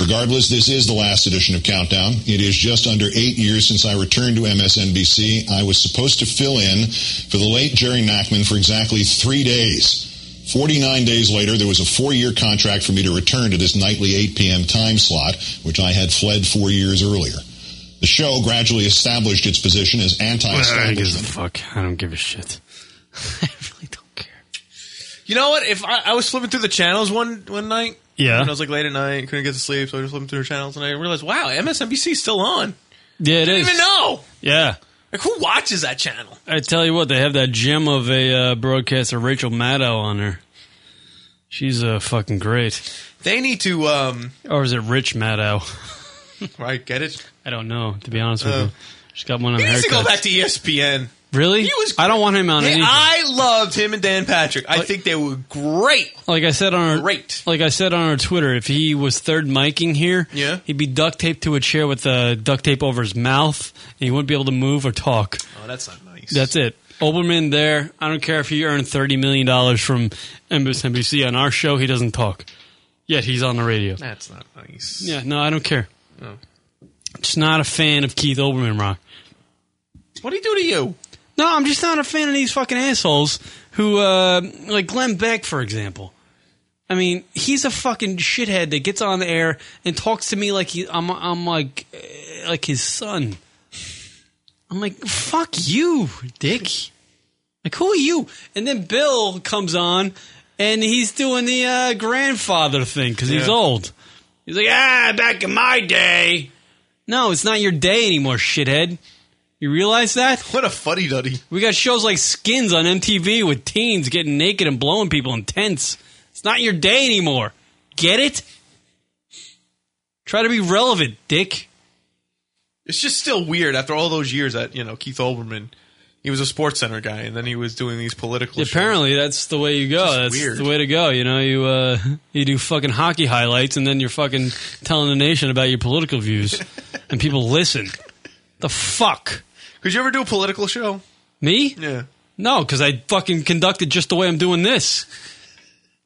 S1: Regardless, this is the last edition of Countdown. It is just under eight years since I returned to MSNBC. I was supposed to fill in for the late Jerry Nachman for exactly three days. 49 days later, there was a four year contract for me to return to this nightly 8 p.m. time slot, which I had fled four years earlier. The show gradually established its position as anti
S6: I
S1: establishment.
S6: gives a fuck. I don't give a shit.
S7: You know what? If I, I was flipping through the channels one one night,
S6: Yeah.
S7: and I was like late at night, couldn't get to sleep, so I was flipping through the channels, and I realized, wow, MSNBC's still on.
S6: Yeah, it
S7: Didn't
S6: is.
S7: even know.
S6: Yeah.
S7: Like, who watches that channel?
S6: I tell you what, they have that gem of a uh, broadcaster, Rachel Maddow, on her. She's uh, fucking great.
S7: They need to. um
S6: Or is it Rich Maddow?
S7: Right, get it?
S6: I don't know. To be honest with
S7: Uh,
S6: you, she's got one on
S7: He
S6: her.
S7: needs to go back to E ESPN.
S6: Really? He was. I don't want him on
S7: Hey,
S6: anything.
S7: I loved him and Dan Patrick. I think they were great.
S6: Like I said on our Like I said on our Twitter, if he was third miking here,
S7: Yeah.
S6: he'd be duct taped to a chair with uh, duct tape over his mouth, and he wouldn't be able to move or talk.
S7: Oh, that's not nice.
S6: That's it. Oberman there. I don't care if he earned thirty million dollars from MSNBC on our show. He doesn't talk. Yet he's on the radio.
S7: That's not nice. Oh.
S6: Yeah, no, I don't care.
S7: No.
S6: Just not a fan of Keith Oberman, Rock.
S7: What do he do to you?
S6: No, I'm just not a fan of these fucking assholes who, uh, like Glenn Beck, for example. I mean, he's a fucking shithead that gets on the air and talks to me like he, I'm, I'm like, uh, like his son. I'm like, fuck you, dick. Like, who are you? And then Bill comes on and he's doing the uh, grandfather thing because he's
S11: Yeah.
S6: old. He's like, ah, back in my day. No, it's not your day anymore, shithead. You realize that?
S7: What a fuddy duddy.
S6: We got shows like Skins on MTV with teens getting naked and blowing people in tents. It's not your day anymore. Get it? Try to be relevant, dick.
S7: It's just still weird after all those years that, you know, Keith Olbermann, he was a sports center guy and then he was doing these political shows.
S6: Apparently, that's the way you go.
S7: Just
S6: That's
S7: weird.
S6: the way to go. You know, you uh, you do fucking hockey highlights, and then you're fucking telling the nation about your political views, and people listen. The fuck?
S7: Could you ever do a political show?
S6: Me?
S7: Yeah.
S6: No, because I fucking conducted just the way I'm doing this,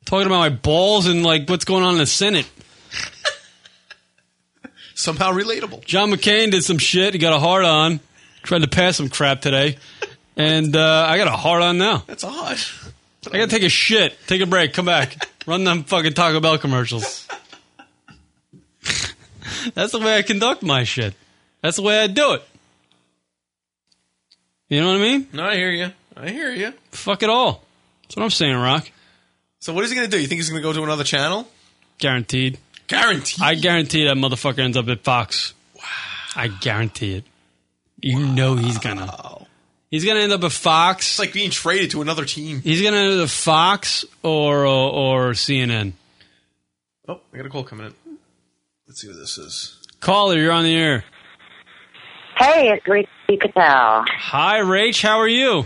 S6: talking about my balls and like what's going on in the Senate.
S7: Somehow relatable.
S6: John McCain did some shit. He got a hard on. Tried to pass some crap today, and uh, I got a hard on now.
S7: That's odd.
S6: I gotta take a shit. Take a break. Come back. Run them fucking Taco Bell commercials. That's the way I conduct my shit. That's the way I do it. You know what I mean?
S7: No, I hear you. I hear you.
S6: Fuck it all. That's what I'm saying, Rock.
S7: So what is he going to do? You think he's going to go to another channel?
S6: Guaranteed.
S7: Guaranteed.
S6: I guarantee that motherfucker ends up at Fox. Wow. I guarantee it. You know he's gonna. He's gonna end up at Fox. It's
S7: like being traded to another team.
S6: He's gonna end up at Fox or or, or CNN.
S7: Oh, I got a call coming in. Let's see what this is.
S6: Caller, you're on the air.
S14: Hey, it's Rachel Patel.
S6: Hi, Rach. How are you?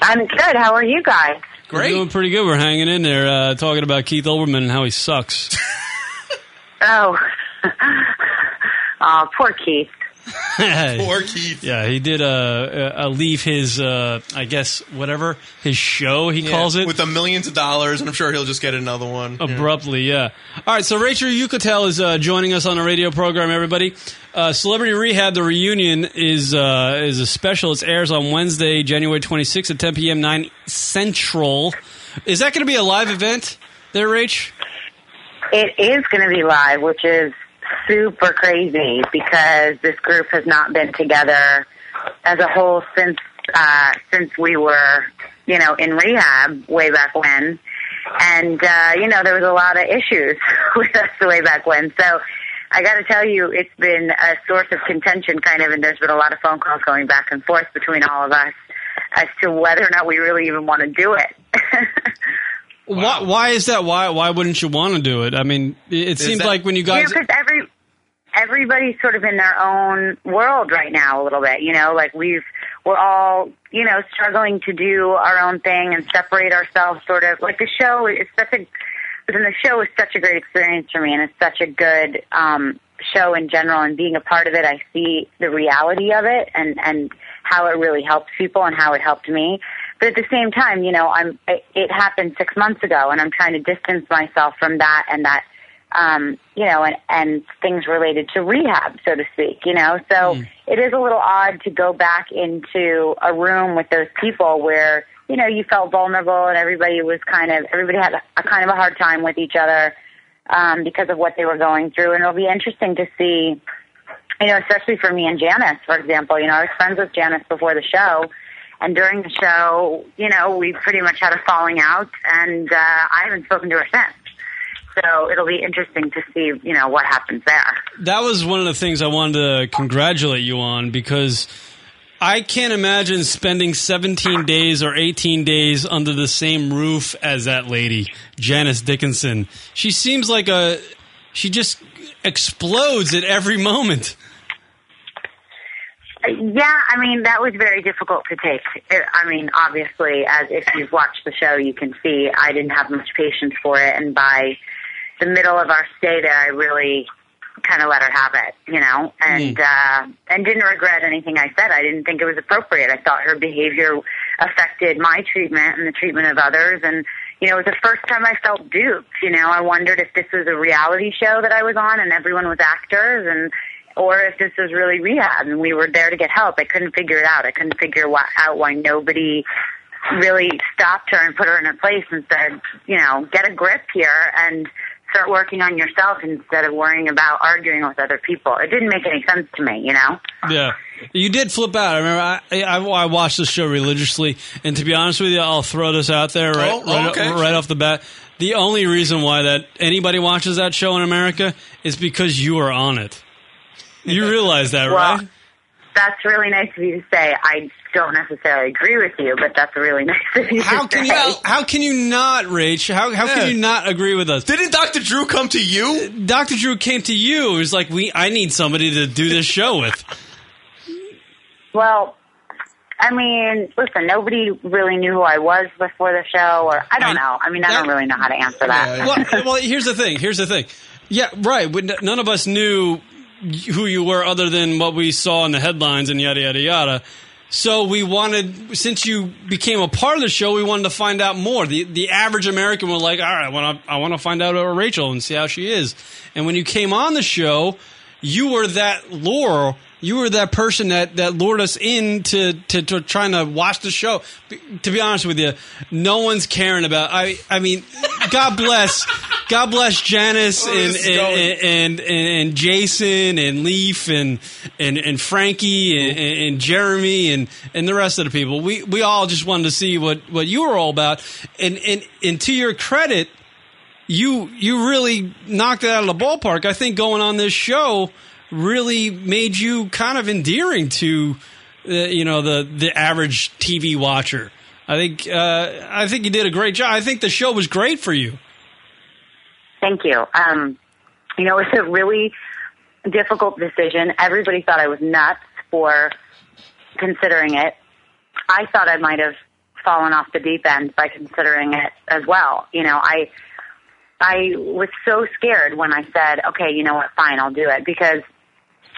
S14: I'm good. How are you guys?
S6: Great. We're doing pretty good. We're hanging in there, uh, talking about Keith Olbermann and how he sucks.
S14: Oh, oh, poor Keith.
S6: Poor
S7: Keith.
S6: Yeah, he did uh, uh, uh, leave his, uh, I guess, whatever, his show, he calls it.
S7: With the millions of dollars, and I'm sure he'll just get another one.
S6: Abruptly, yeah. All right, so Rachel Yucatel is uh, joining us on the radio program, everybody. Uh, Celebrity Rehab, the reunion, is uh, is a special. It airs on Wednesday, January 26th at 10 p.m., 9 Central. Is that going to be a live event there, Rach?
S14: It is going to be live, which is super crazy because this group has not been together as a whole since uh, since we were, you know, in rehab way back when. And uh, you know, there was a lot of issues with us way back when. So I got to tell you, it's been a source of contention, kind of, and there's been a lot of phone calls going back and forth between all of us as to whether or not we really even want to do it.
S6: Why, why is that? Why why wouldn't you want to do it? I mean, it, it seems like when you guys
S14: because every everybody's sort of in their own world right now a little bit. You know, like we've we're all you know struggling to do our own thing and separate ourselves. Sort of like the show is such a within the show is such a great experience for me, and it's such a good um, show in general. And being a part of it, I see the reality of it and and how it really helps people and how it helped me. But at the same time, you know, I'm it, it happened six months ago, and I'm trying to distance myself from that and that um, you know, and, and things related to rehab, so to speak, you know. So it is a little odd to go back into a room with those people where, you know, you felt vulnerable and everybody was kind of, everybody had a, a kind of a hard time with each other um, because of what they were going through. And it'll be interesting to see, you know, especially for me and Janice, for example. You know, I was friends with Janice before the show, and during the show, you know, we pretty much had a falling out, and uh, I haven't spoken to her since. So it'll be interesting to see, you know, what happens there.
S6: That was one of the things I wanted to congratulate you on because I can't imagine spending 17 days or 18 days under the same roof as that lady, Janice Dickinson. She seems like a. She just explodes at every moment.
S14: Yeah, I mean that was very difficult to take. It- I mean, obviously, as if you've watched the show, you can see I didn't have much patience for it, and by the middle of our stay there, I really kind of let her have it, you know, and uh, and didn't regret anything I said. I didn't think it was appropriate. I thought her behavior affected my treatment and the treatment of others, and you know, it was the first time I felt duped. You know, I wondered if this was a reality show that I was on and everyone was actors and or if this was really rehab and we were there to get help. I couldn't figure it out. I couldn't figure why, out why nobody really stopped her and put her in her place and said, you know, get a grip here and start working on yourself instead of worrying about arguing with other people. It didn't make any sense to me, you know?
S6: Yeah, you did flip out. I remember I, I, I watched the show religiously, and to be honest with you, I'll throw this out there right
S7: Oh, oh,
S6: right,
S7: okay.
S6: right off the bat. The only reason why that anybody watches that show in America is because you are on it. You realize that,
S14: Well,
S6: right?
S14: That's really nice of you to say. I don't necessarily agree with you, but that's really nice of you
S6: How
S14: to
S6: can
S14: say.
S6: you how can you not, Rach? How how
S14: Yeah.
S6: can you not agree with us?
S7: Didn't Dr. Drew come to you?
S6: Dr. Drew came to you. It was like we I need somebody to do this show with.
S14: Well, I mean, listen, nobody really knew who I was before the show, or I don't know. I mean, I don't really know how to answer that.
S6: well, well, here's the thing. Here's the thing. Yeah, right. we- None of us knew who you were other than what we saw in the headlines and yada yada yada. So we wanted, since you became a part of the show, we wanted to find out more. The the average American was like, all right, I want to I want to find out about Rachel and see how she is. And when you came on the show, you were that lure. You were that person that, that lured us in to, to, to trying to watch the show. B- To be honest with you, no one's caring about. I I mean, God bless, God bless Janice
S7: Oh,
S6: and,
S7: this is going-
S6: and, and and and Jason and Leaf and and and Frankie and, and, and Jeremy and and the rest of the people. We we all just wanted to see what what you were all about. And and and to your credit, you you really knocked it out of the ballpark. I think going on this show really made you kind of endearing to uh, you know the the average TV watcher. I think uh, I think you did a great job. I think the show was great for you.
S14: Thank you. Um, you know, it's a really difficult decision. Everybody thought I was nuts for considering it. I thought I might have fallen off the deep end by considering it as well. You know, I I was so scared when I said, "Okay, you know what? Fine, I'll do it." Because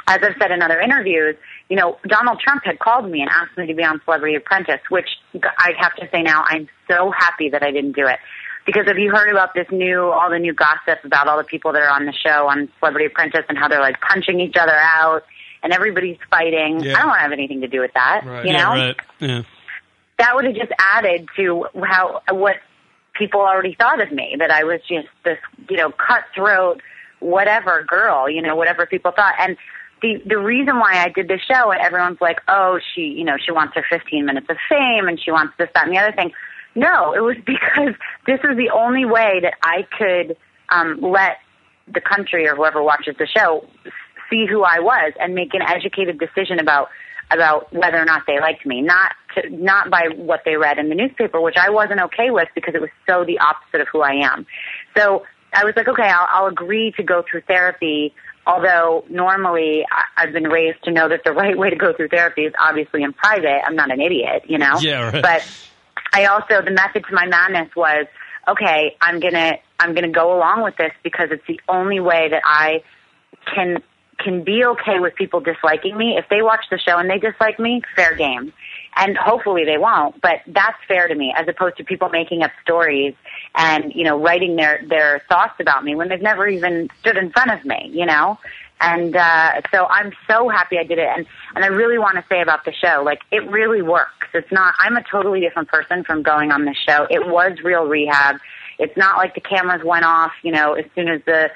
S14: as I've said in other interviews, you know, Donald Trump had called me and asked me to be on Celebrity Apprentice, which I have to say now I'm so happy that I didn't do it. Because have you heard about this new, all the new gossip about all the people that are on the show on Celebrity Apprentice and how they're like punching each other out and everybody's fighting?
S6: Yeah.
S14: I don't want to have anything to do with that. You know,
S6: yeah, right. Yeah.
S14: that would have just added to how what people already thought of me that I was just this you know cutthroat whatever girl you know whatever people thought and the the reason why I did this show and everyone's like oh she you know she wants her 15 minutes of fame and she wants this that and the other thing no it was because this is the only way that I could um, let the country or whoever watches the show see who I was and make an educated decision about about whether or not they liked me, not to, not by what they read in the newspaper, which I wasn't okay with because it was so the opposite of who I am. So I was like, okay, I'll, I'll agree to go through therapy. Although normally I, I've been raised to know that the right way to go through therapy is obviously in private. I'm not an idiot, you know.
S11: Yeah, right.
S14: But I also the method to my madness was okay. I'm gonna I'm gonna go along with this because it's the only way that I can can be okay with people disliking me. If they watch the show and they dislike me, fair game. and hopefully they won't, but that's fair to me as opposed to people making up stories and, you know, writing their, their thoughts about me when they've never even stood in front of me, you know? And, uh, so I'm so happy I did it. And, and I really want to say about the show, like, it really works. It's not, I'm a totally different person from going on this show. It was real rehab. It's not like the cameras went off, you know, as soon as the,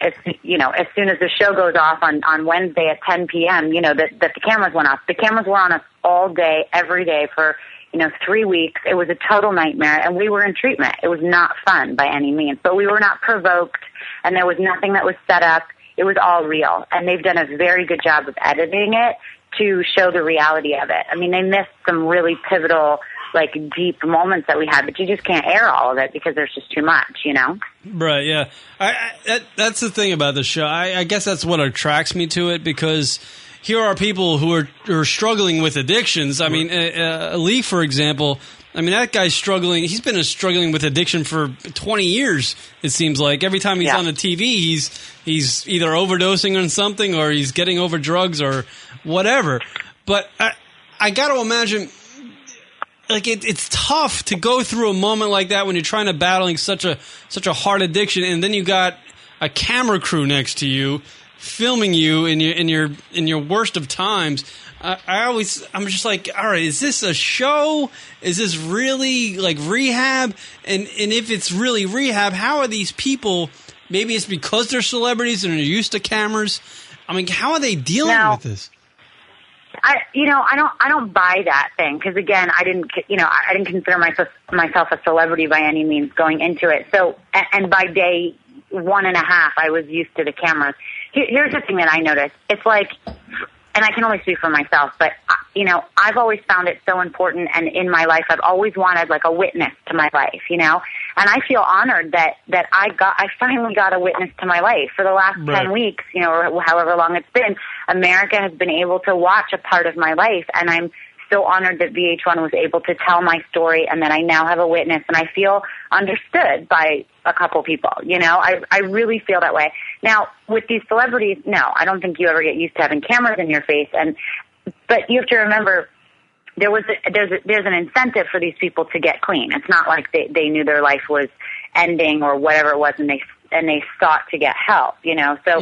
S14: as you know, as soon as the show goes off on on Wednesday at 10 p.m., you know that that the cameras went off. The cameras were on us all day, every day for you know three weeks. It was a total nightmare, and we were in treatment. It was not fun by any means, but we were not provoked, and there was nothing that was set up. It was all real, and they've done a very good job of editing it to show the reality of it. I mean, they missed some really pivotal, like deep moments that we had, but you just can't air all of it because there's just too much, you know.
S6: Right. Yeah. I, I that, that's the thing about the show. I, I guess that's what attracts me to it because here are people who are, who are struggling with addictions. I mean, uh, uh, Lee, for example. I mean, that guy's struggling. He's been struggling with addiction for 20 years. It seems like every time he's on the TV, he's he's either overdosing on something or he's getting over drugs or whatever. But I, I got to imagine like it, it's tough to go through a moment like that when you're trying to battling such a such a hard addiction, and then you got a camera crew next to you filming you in your in your in your worst of times. I, I always I'm just like, all right, is this a show? Is this really like rehab? And and if it's really rehab, how are these people? Maybe it's because they're celebrities and they're used to cameras. I mean, how are they dealing
S14: Now-
S6: with this?
S14: I, you know, I don't, I don't buy that thing because again, I didn't, you know, I I didn't consider myself myself a celebrity by any means going into it. So, and, and by day one and a half, I was used to the cameras. Here, here's the thing that I noticed: it's like, and I can only speak for myself, but uh, you know, I've always found it so important, and in my life, I've always wanted like a witness to my life, you know. And I feel honored that that I got, I finally got a witness to my life for the last
S11: Right.
S14: ten weeks weeks, you know, or however long it's been, America has been able to watch a part of my life, and I'm so honored that VH1 was able to tell my story, and that I now have a witness, and I feel understood by a couple people. You know, I I really feel that way. Now, with these celebrities, no, I don't think you ever get used to having cameras in your face, and but you have to remember there was a, there's a, there's an incentive for these people to get clean. It's not like they they knew their life was ending or whatever it was, and they and they sought to get help. You know, so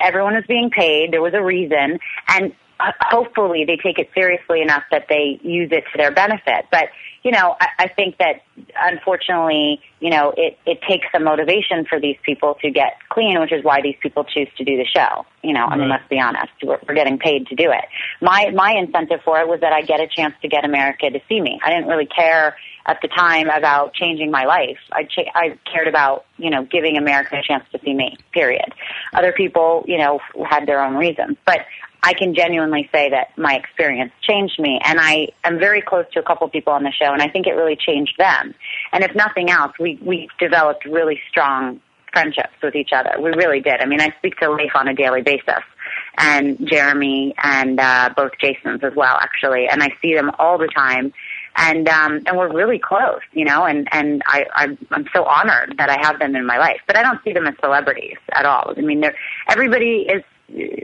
S14: everyone was being paid. There was a reason, and ho- hopefully they take it seriously enough that they use it to their benefit. But you know, I, I think that unfortunately, you know, it it takes some motivation for these people to get clean, which is why these people choose to do the show. You know, I mean,
S11: Right.
S14: let's be honest, we're, we're getting paid to do it. My my incentive for it was that I get a chance to get America to see me. I didn't really care at the time about changing my life. I cha- I cared about you know giving America a chance to see me. Period. Other people, you know, had their own reasons, but I can genuinely say that my experience changed me, and I am very close to a couple people on the show, and I think it really changed them. And if nothing else, we we developed really strong friendships with each other. We really did. I mean, I speak to Leif on a daily basis, and Jeremy, and uh, both Jasons as well, actually, and I see them all the time. And um, and we're really close, you know, and and I I'm, I'm so honored that I have them in my life, but I don't see them as celebrities at all. I mean, they're everybody is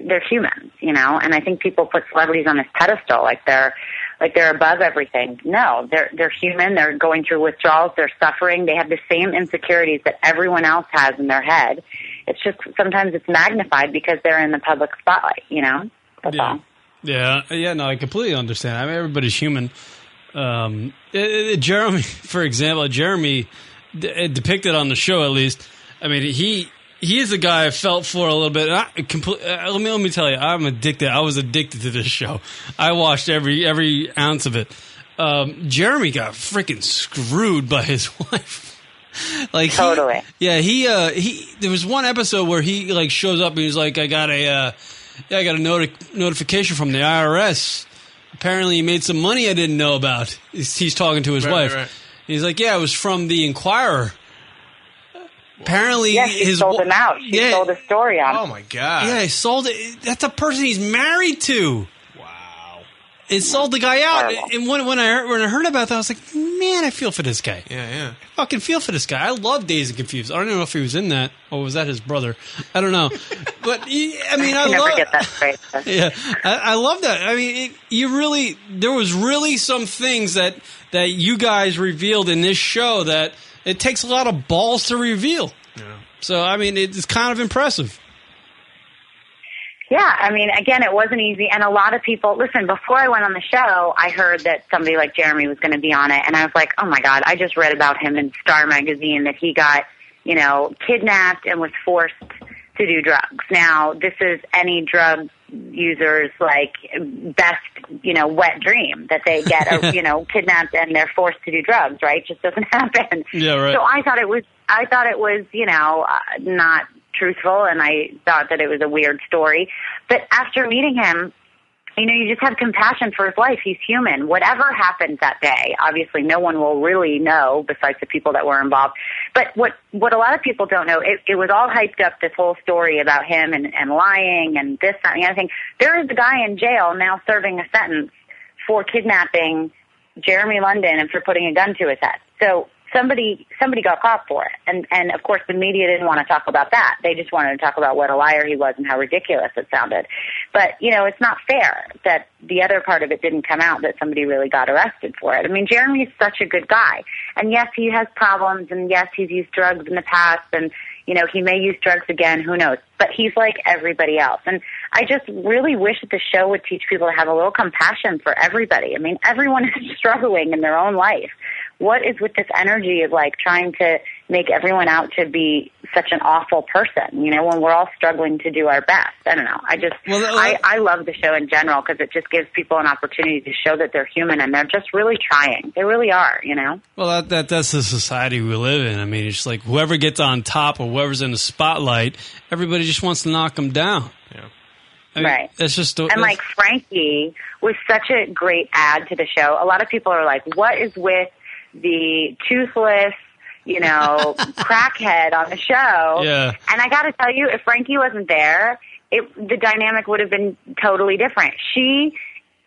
S14: they're humans, you know, and I think people put celebrities on this pedestal like they're like they're above everything. No, they're they're human, they're going through withdrawals, they're suffering, they have the same insecurities that everyone else has in their head. It's just sometimes it's magnified because they're in the public spotlight, you know. That's all.
S6: Yeah, yeah, no, I completely understand. I mean, everybody's human. Um, eh, eh, Jeremy, for example, Jeremy d- eh, depicted on the show at least. I mean, he he is a guy I felt for a little bit. And I, complete, uh, let me let me tell you, I'm addicted. I was addicted to this show. I watched every every ounce of it. Um, Jeremy got freaking screwed by his wife like he- yeah, he uh he there was one episode where he like shows up and he's like, I got a uh yeah, I got a noti- notification from the IRS. Apparently, he made some money I didn't know about. He's, he's talking to his
S4: Right,
S6: wife.
S4: right, right.
S6: He's like, yeah, it was from the Inquirer. Apparently,
S14: Yeah, she
S6: his
S14: sold
S6: wi-
S14: him out. She
S6: yeah.
S14: sold a story
S4: Oh
S14: on.
S6: Yeah, he sold it. That's a person he's married to. Wow. It sold the guy out.
S3: Horrible.
S6: And when, when I when I heard about that, I was like, man, I feel for this guy.
S7: Yeah, yeah.
S6: fucking feel for this guy. I love Days and Confused. I don't even know if he was in that or was that his brother. I don't know. but he- I mean, I
S14: You never
S6: love.
S14: get that straight.
S6: Yeah, I, I love that. I mean, it, you really there was really some things that that you guys revealed in this show that it takes a lot of balls to reveal. So I mean, it's kind of impressive.
S14: Yeah, I mean, again, it wasn't easy, and a lot of people. Listen, before I went on the show, I heard that somebody like Jeremy was going to be on it, and I was like, oh my god, I just read about him in Star Magazine that he got, you know, kidnapped and was forced to do drugs. Now, this is any drug user's like best, you know, wet dream that they get, a, you know, kidnapped and they're forced to do drugs. Right? It just doesn't happen.
S11: Yeah, right.
S14: So I thought it was, I thought it was, you know, uh, not truthful, and I thought that it was a weird story. But after meeting him, you know, you just have compassion for his life. He's human. Whatever happened that day, obviously, no one will really know besides the people that were involved. But what what a lot of people don't know, it, it was all hyped up. This whole story about him and, and lying and this that, and the other thing. There is the guy in jail now serving a sentence for kidnapping Jeremy London and for putting a gun to his head. So somebody somebody got caught for it, and and of course the media didn't want to talk about that. They just wanted to talk about what a liar he was and how ridiculous it sounded. But you know, it's not fair that the other part of it didn't come out that somebody really got arrested for it. I mean, Jeremy is such a good guy, and yes, he has problems, and yes, he's used drugs in the past, and you know, he may use drugs again, who knows? But he's like everybody else. And I just really wish that the show would teach people to have a little compassion for everybody. I mean, everyone is struggling in their own life. What is with this energy of like trying to make everyone out to be such an awful person, you know, when we're all struggling to do our best? I don't know. I just, I, I love the show in general because it just gives people an opportunity to show that they're human and they're just really trying. They really are, you know?
S6: Well, that, that that's the society we live in. I mean, it's like whoever gets on top or whoever's in the spotlight, everybody just wants to knock them down. Yeah,
S14: Right.
S6: That's just the-
S14: and
S6: that's-
S14: like Frankie was such a great ad to the show. A lot of people are like, "What is with the toothless, you know, crackhead on the show?"
S11: Yeah.
S14: And I got to tell you, if Frankie wasn't there, it the dynamic would have been totally different. She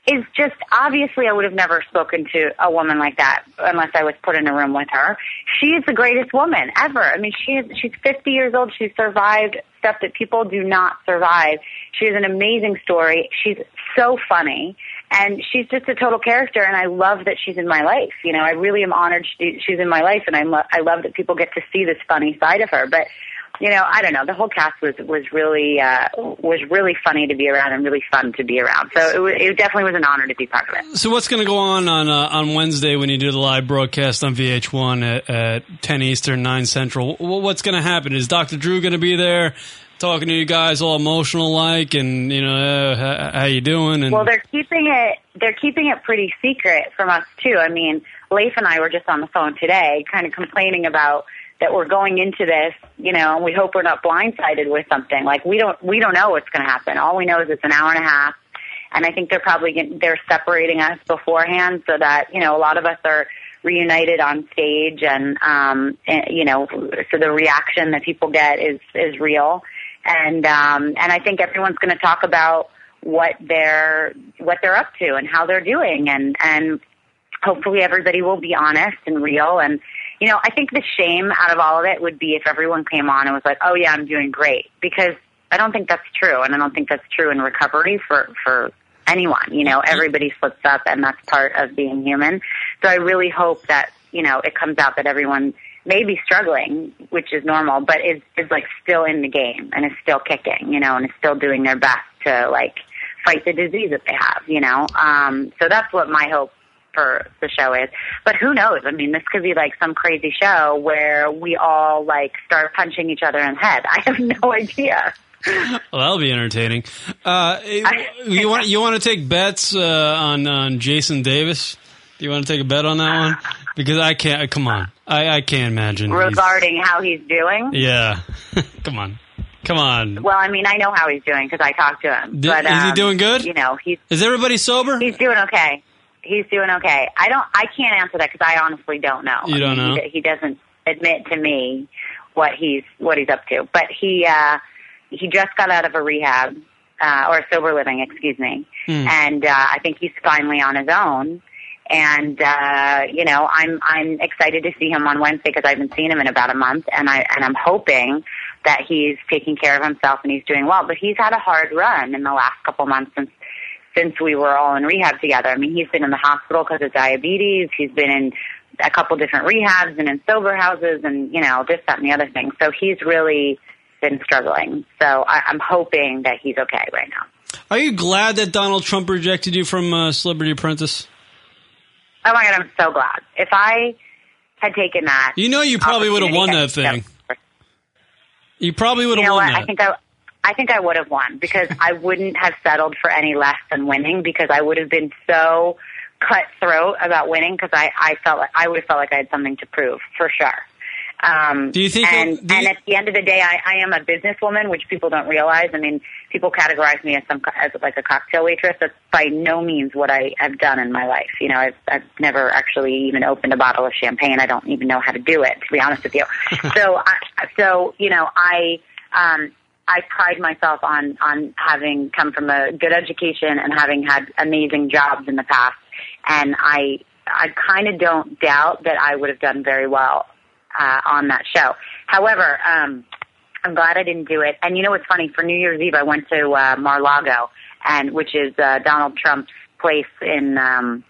S14: is just obviously I would have never spoken to a woman like that unless I was put in a room with her. She is the greatest woman ever. I mean, she is she's 50 years old. She survived stuff that people do not survive. She has an amazing story. She's so funny and she's just a total character and I love that she's in my life. You know, I really am honored she, she's in my life and I lo- I love that people get to see this funny side of her. But you know, I don't know. The whole cast was was really uh, was really funny to be around and really fun to be around. So it, wa it definitely was an honor to be part of it.
S6: So what's going to go on on uh, on Wednesday when you do the live broadcast on VH1 at, at 10 Eastern, 9 Central? Wh- What's going to happen? Is Dr. Drew going to be there talking to you guys all emotional like and you know uh, how, how you doing and
S14: Well, they're keeping it they're keeping it pretty secret from us too. I mean, Leif and I were just on the phone today, kind of complaining about that we're going into this, you know, and we hope we're not blindsided with something. Like we don't we don't know what's going to happen. All we know is it's an hour and a half, and I think they're probably getting, they're separating us beforehand so that you know a lot of us are reunited on stage and um and, you know so the reaction that people get is is real and um and I think everyone's going to talk about what they're what they're up to and how they're doing and and hopefully everybody will be honest and real and you know i think the shame out of all of it would be if everyone came on and was like oh yeah i'm doing great because i don't think that's true and i don't think that's true in recovery for for anyone you know everybody slips up and that's part of being human so i really hope that you know it comes out that everyone may be struggling which is normal but is is like still in the game and is still kicking you know and is still doing their best to like fight the disease that they have you know um so that's what my hope for the show is. But who knows? I mean, this could be like some crazy show where we all like start punching each other in the head. I have no idea.
S6: Well, that'll be entertaining. Uh, you want you want to take bets uh, on on Jason Davis? Do you want to take a bet on that one? Because I can't. uh, Come on, I, I can't imagine. he's-
S14: Regarding how he's doing.
S6: yeah, come on, come on.
S14: Well, I mean, I know how he's doing because I talked to him.
S6: Di-
S14: but
S6: is he
S14: um,
S6: doing good?
S14: You know, he's
S6: Is everybody sober?
S14: he's doing okay. He's doing okay. I don't. I can't answer that because I honestly don't know.
S6: You
S14: I
S6: don't
S14: mean,
S6: know?
S14: He, he doesn't admit to me what he's what he's up to. But he uh, he just got out of a rehab. uh, or sober living, excuse me.
S9: Mm.
S11: Hmm.
S14: And uh, I think he's finally on his own. And uh, you know, I'm I'm excited to see him on Wednesday because I haven't seen him in about a month, and I and I'm hoping that he's taking care of himself and he's doing well. But he's had a hard run in the last couple months since since we were all in rehab together. I mean, he's been in the hospital because of diabetes. He's been in a couple different rehabs and in sober houses and, you know, this, that, and the other thing. So he's really been struggling. So I, I'm hoping that he's okay right now.
S6: Are you glad that Donald Trump rejected you from uh, Celebrity Apprentice?
S14: Oh my God, I'm so glad. If I had taken that.
S6: You know, you probably would have won that thing. You probably would have
S14: you know
S6: won
S14: what?
S6: that.
S14: I think I, I think I would have won because I wouldn't have settled for any less than winning because I would have been so cutthroat about winning because I, I felt like I would have felt like I had something to prove for sure. Um,
S6: Do you think
S14: And,
S6: you'll- do
S14: and
S6: you-
S14: at the end of the day, I, I am a businesswoman, which people don't realize. I mean, people categorize me as some as like a cocktail waitress. That's by no means what I have done in my life. You know, I've, I've never actually even opened a bottle of champagne. I don't even know how to do it, to be honest with you. so, I, so you know, I um, I pride myself on on having come from a good education and having had amazing jobs in the past, and I I kind of don't doubt that I would have done very well uh, on that show. However, um, I'm glad I didn't do it. And you know what's funny? For New Year's Eve, I went to uh, Mar-Lago, and which is uh, Donald Trump's place in um,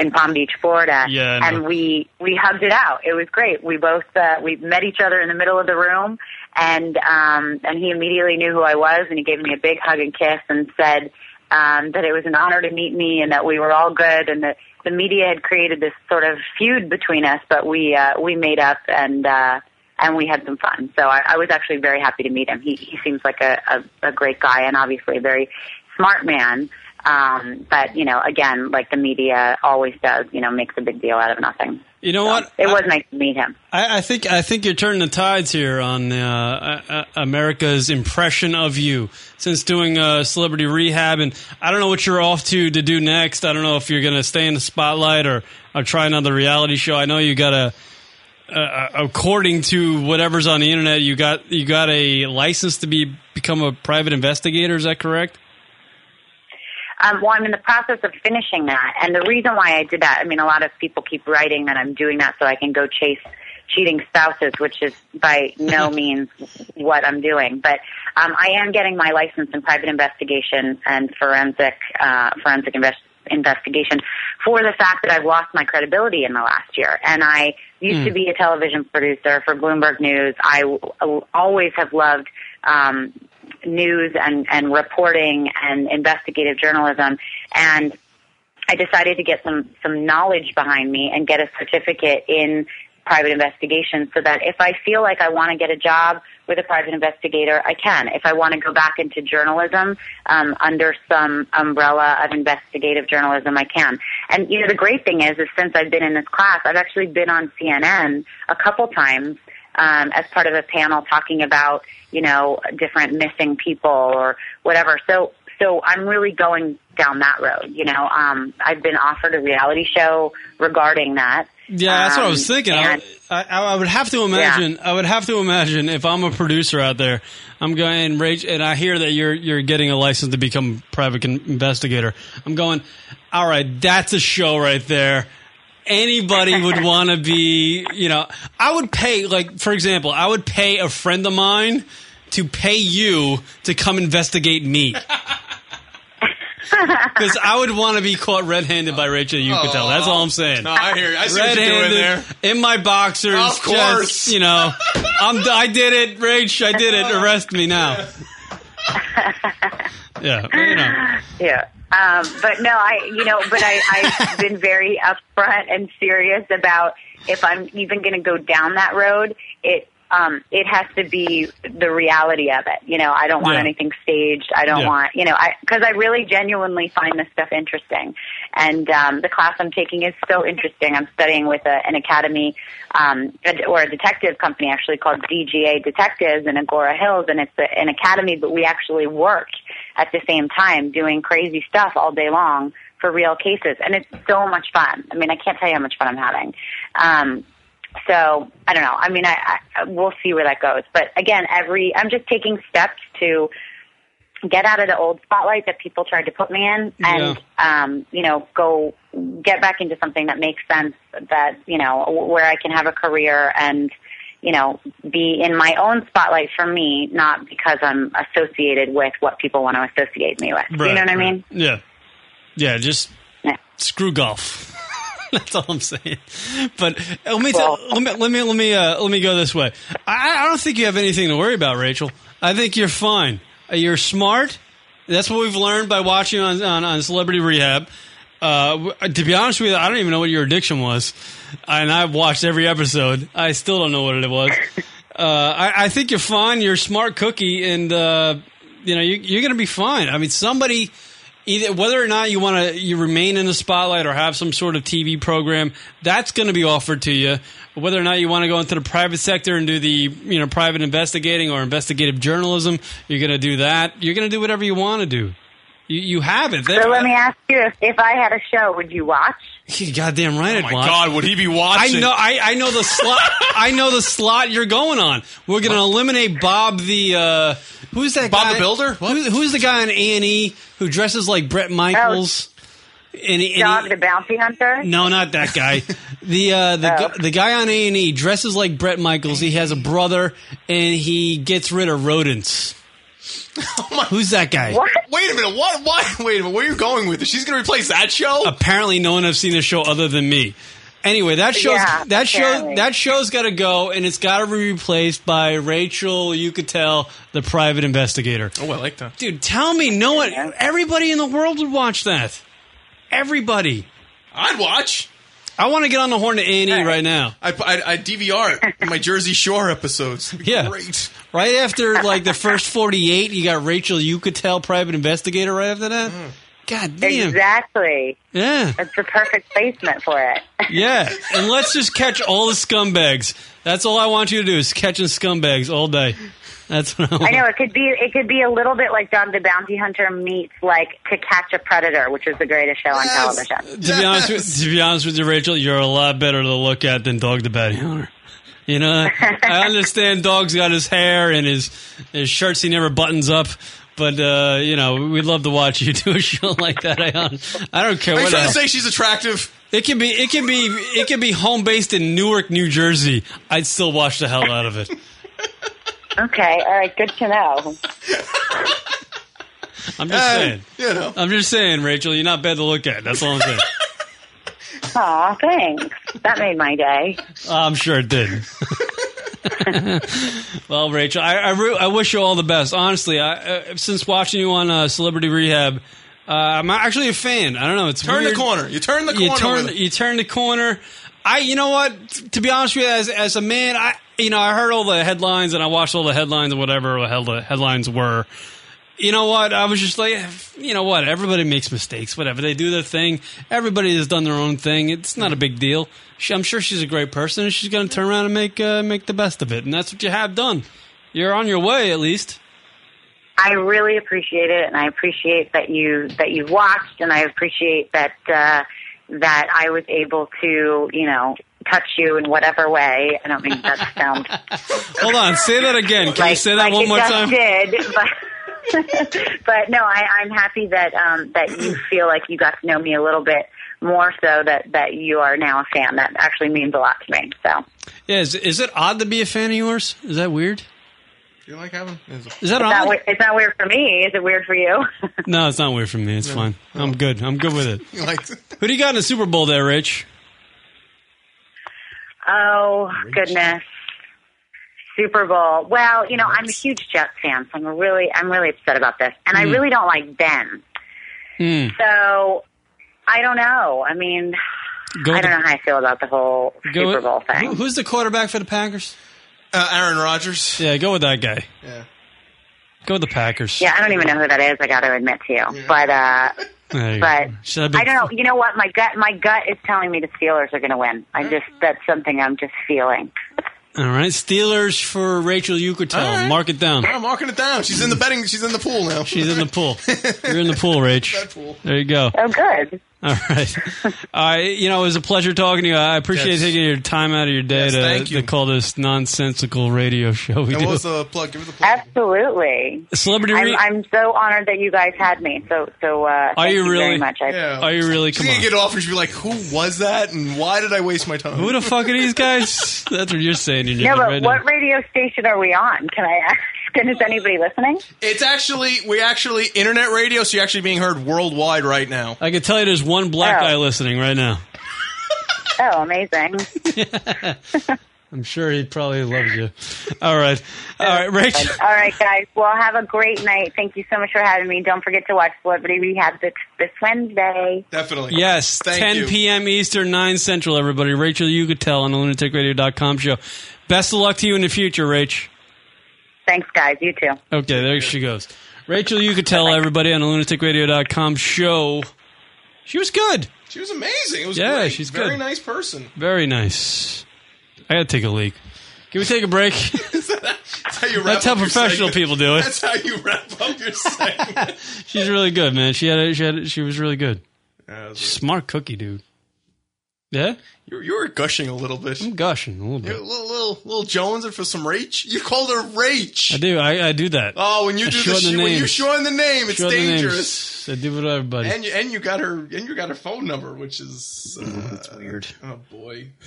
S14: in Palm Beach, Florida.
S15: Yeah, I know.
S14: and we we hugged it out. It was great. We both uh, we met each other in the middle of the room, and um, and he immediately knew who I was, and he gave me a big hug and kiss, and said um, that it was an honor to meet me, and that we were all good, and that the media had created this sort of feud between us, but we uh, we made up and. Uh, and we had some fun. So I, I was actually very happy to meet him. He, he seems like a, a, a great guy and obviously a very smart man. Um, but you know, again, like the media always does, you know, makes a big deal out of nothing.
S6: You know what?
S14: It was nice to meet him.
S6: I, I think I think you're turning the tides here on uh, uh, uh, America's impression of you since doing uh, Celebrity Rehab, and I don't know what you're off to to do next. I don't know if you're going to stay in the spotlight or, or try another reality show. I know you got a, uh, uh, according to whatever's on the internet, you got you got a license to be become a private investigator. Is that correct?
S14: Um, well, I'm in the process of finishing that, and the reason why I did that, I mean, a lot of people keep writing that I'm doing that so I can go chase cheating spouses, which is by no means what I'm doing. But um, I am getting my license in private investigation and forensic uh, forensic invest- investigation for the fact that I've lost my credibility in the last year, and I used
S11: Hmm.
S14: to be a television producer for Bloomberg News. I w- always have loved. Um, news and, and reporting and investigative journalism. And I decided to get some, some knowledge behind me and get a certificate in private investigation so that if I feel like I want to get a job with a private investigator, I can. If I want to go back into journalism um, under some umbrella of investigative journalism, I can. And, you know, the great thing is, is since I've been in this class, I've actually been on CNN a couple times um, as part of a panel talking about you know different missing people or whatever. So so I'm really going down that road. You know, um, I've been offered a reality show regarding that.
S6: Yeah, that's what I was
S14: Um,
S6: thinking. I,
S14: and-
S6: would, I, I would have to imagine. I would have to imagine if I'm a producer out there, I'm going rage, and I hear that you're you're getting a license to become a private con- investigator. I'm going, all right, that's a show right there. Anybody would want to be, you know, I would pay, like for example, I would pay a friend of mine to pay you to come investigate me. Because I would want to be caught red-handed by Rachel Yucatel. That's all I'm saying.
S7: No, I hear you. I see what you're doing
S6: Red-handed, In my boxers.
S7: Of course.
S6: just, you know, I'm, I did it, Rach. I did it. Arrest me now. Yeah. You know.
S14: yeah. Um, but no, I, you know, but I, I've been very upfront and serious about if I'm even going to go down that road, it, um, it has to be the reality of it. You know, I don't want
S11: Yeah.
S14: anything staged. I don't
S11: Yeah.
S14: want, you know, I, cause I really genuinely find this stuff interesting. And, um, the class I'm taking is so interesting. I'm studying with a, an academy, um, a- or a detective company actually called DGA Detectives in Agora Hills. And it's a, an academy, but we actually work at the same time doing crazy stuff all day long for real cases. And it's so much fun. I mean, I can't tell you how much fun I'm having. Um, so I don't know. I mean, I, I we'll see where that goes. But again, every I'm just taking steps to get out of the old spotlight that people tried to put me in and, um, you know, go get back into something that makes sense that, you know, w- where I can have a career and, you know, be in my own spotlight for me, not because I'm associated with what people want to associate me with. you know what I mean?
S6: Yeah. Yeah, just screw golf. That's all I'm saying. But let me tell, let me let me let me, uh, let me go this way. I, I don't think you have anything to worry about, Rachel. I think you're fine. Uh, You're smart. That's what we've learned by watching on on, on Celebrity Rehab. Uh, w- to be honest with you, I don't even know what your addiction was, and I've watched every episode. I still don't know what it was. Uh, I, I think you're fine. You're a smart cookie, and uh, you know you, you're going to be fine. I mean, somebody either whether or not you want to you remain in the spotlight or have some sort of TV program that's going to be offered to you whether or not you want to go into the private sector and do the you know private investigating or investigative journalism you're going to do that you're going to do whatever you want to do you, you have it
S14: So let me ask you if, if I had a show, would you watch?
S6: You're goddamn right. Oh my
S7: God, would he be watching?
S6: I know. I, I know the slot. I know the slot you're going on. We're going to eliminate Bob the. Uh, who's that?
S7: Bob
S6: guy?
S7: the Builder?
S6: Who's, who's the guy on A and E who dresses like Brett Michaels? And, he- and
S14: Dog
S6: he-
S14: the Bounty Hunter? Oh.
S6: no, not that guy. the uh, the gu- the guy on A and E dresses like Brett Michaels. He has a brother, and he gets rid of rodents.
S7: Oh
S6: Who's that guy?
S7: Wait a minute. What? What? Wait a minute. Where are you going with this? She's going to replace that show?
S6: Apparently, no one has seen the show other than me. Anyway, that show's
S7: Yeah,
S6: that show
S7: apparently.
S6: that show's got to go, and it's got to be replaced by Rachel. You could tell the private investigator.
S7: Oh, I like that.
S6: Dude, tell me, no one, everybody in the world would watch that. Everybody.
S7: I'd watch.
S6: I want to get on the horn to A and E right now.
S7: I, I, I DVR my Jersey Shore episodes.
S6: Yeah.
S7: Great.
S6: Right after like the first forty-eight, you got Rachel. You could tell private investigator right after that.
S7: Mm.
S6: God damn.
S14: Exactly.
S6: Yeah.
S14: It's the perfect placement for it.
S6: Yeah, and let's just catch all the scumbags. That's all I want you to do is catching scumbags all day. That's what I want.
S14: I know it could be it could be a little bit like Dog the Bounty Hunter meets like To Catch a Predator, which is the greatest show on television.
S6: To be honest, with, to be honest with you, Rachel, you're a lot better to look at than Dog the Bounty Hunter. You know, I understand Dog's got his hair and his his shirts he never buttons up, but uh, you know we'd love to watch you do a show like that. I don't, I don't care.
S7: Are you
S6: what
S7: trying to
S6: else.
S7: say she's attractive?
S6: It can be, it can be, it can be home based in Newark, New Jersey. I'd still watch the hell out of it.
S14: Okay, all right, good to know.
S6: I'm just
S14: Uh,
S6: saying.
S7: You know.
S6: I'm just saying, Rachel, you're not bad to look at. That's all I'm saying.
S14: Aw, thanks. That made my day.
S6: I'm sure it did. well, Rachel, I I, re- I wish you all the best. Honestly, I, uh, since watching you on uh, Celebrity Rehab, uh, I'm actually a fan. I don't know. It's
S7: Turn the
S6: weird.
S7: corner. You turn the
S6: You
S7: corner
S6: turn,
S7: with it.
S6: you turn the corner. I, you know what? T- To be honest with you, as as a man, I you know I heard all the headlines and I watched all the headlines and whatever the hell the headlines were. You know what? I was just like, you know what? Everybody makes mistakes. Whatever they do their thing. Everybody has done their own thing. It's not a big deal. She, I'm sure she's a great person. and She's going to turn around and make uh, make the best of it. And that's what you have done. You're on your way, at least.
S14: I really appreciate it, and I appreciate that you that you watched, and I appreciate that uh, that I was able to, you know, touch you in whatever way. I don't mean that sound.
S6: Hold on. Say that again. Can you say that
S14: like
S6: one
S14: it
S6: more
S14: just
S6: time?
S14: Did but. but no, I, I'm happy that um, that you feel like you got to know me a little bit more, so that that you are now a fan. That actually means a lot to me. So
S6: Yeah. Is, is it odd to be a fan of yours? Is that weird?
S7: Do you like having?
S6: Is that
S14: it's
S6: odd?
S14: Not, we- it's not weird for me. Is it weird for you?
S6: No, it's not weird for me. It's
S14: No.
S6: fine. I'm good. I'm good with it. Who do you got in the Super Bowl there, Rich?
S14: Oh goodness. Super Bowl. Well, you know, I'm a huge Jets fan, so I'm really I'm really upset about this. And I
S6: Hmm.
S11: Mm.
S14: really don't like Ben.
S15: Hmm.
S14: So I don't know. I mean
S6: Go
S14: I don't
S6: with-
S14: know how I feel about the whole Super Bowl thing.
S6: Who- who's the quarterback for the Packers?
S7: Uh, Aaron Rodgers.
S6: Yeah, go with that guy.
S7: Yeah.
S6: Go with the Packers.
S14: Yeah, I don't even know who that is, I gotta admit to you. But uh
S6: There you
S14: but
S6: go. Should I be-
S14: I don't know. You know what? My gut my gut is telling me the Steelers are gonna win. I just
S7: Mm.
S14: that's something I'm just feeling.
S6: All right, Steelers for Rachel Yucatel. Mark it down.
S7: I'm marking it down. She's in the betting. She's in the pool now.
S6: She's in the pool. You're in the pool, Rach. There you go.
S14: Oh, good.
S6: All All right. All right. You know, it was a pleasure talking to you. I appreciate
S7: Yes.
S6: taking your time out of your day
S7: Yes,
S6: to,
S7: thank you.
S6: to call this nonsensical radio show we
S7: And
S6: do.
S7: what was the plug? Give us the plug.
S14: Absolutely.
S6: Celebrity
S14: I'm,
S6: re-
S14: I'm so honored that you guys had me. So, so uh,
S6: Are
S14: thank
S6: you really?
S14: very much. I,
S6: Are you really?
S7: She's
S6: Come
S7: gonna
S6: on.
S7: get offers. She'll Be like, who was that, and why did I waste my time?
S6: Who the fuck are these guys? That's what you're saying in your
S14: no,
S6: head
S14: but
S6: right
S14: what
S6: now.
S14: radio station are we on? Can I ask? And is anybody listening?
S7: It's actually we actually internet radio, so you're actually being heard worldwide right now.
S6: I can tell you there's one black guy listening right now.
S14: Oh, amazing.
S6: I'm sure he probably loves you. All right. All right, Rachel.
S14: All right, guys. Well, have a great night. Thank you so much for having me. Don't forget to watch Celebrity Rehab this, this Wednesday.
S7: Definitely.
S6: Yes,
S7: Thank
S6: 10
S7: you.
S6: p.m. Eastern, 9 Central, everybody. Rachel Yucatel on the lunaticradio.com show. Best of luck to you in the future, Rach.
S14: Thanks, guys. You too.
S6: Okay, there she goes. Rachel Yucatel, everybody, on the lunaticradio.com show. She was good.
S7: She was amazing. It was
S6: Yeah,
S7: great.
S6: she's
S7: very
S6: good.
S7: nice person.
S6: Very nice. I got to take a leak. Can we take a break?
S7: That's how you. Wrap
S6: That's how
S7: up your
S6: professional
S7: segment.
S6: people do it.
S7: That's how you wrap up your segment.
S6: She's really good, man. She had, a, she had a, she was really good.
S7: Yeah, that's
S6: Smart cookie, dude. Yeah,
S7: you, you were gushing a little bit. I'm
S6: gushing a little
S7: bit. little, little, little Jones for some Rach. You called her Rach.
S6: I do. I, I do that.
S7: Oh, when you
S6: I
S7: do the,
S6: shorten
S7: sh- when you
S6: names.
S7: shorten the name, it's
S6: Shorten the names.
S7: dangerous.
S6: I do with everybody.
S7: And you, and you got her and you got her phone number, which is uh, that's weird. Oh boy.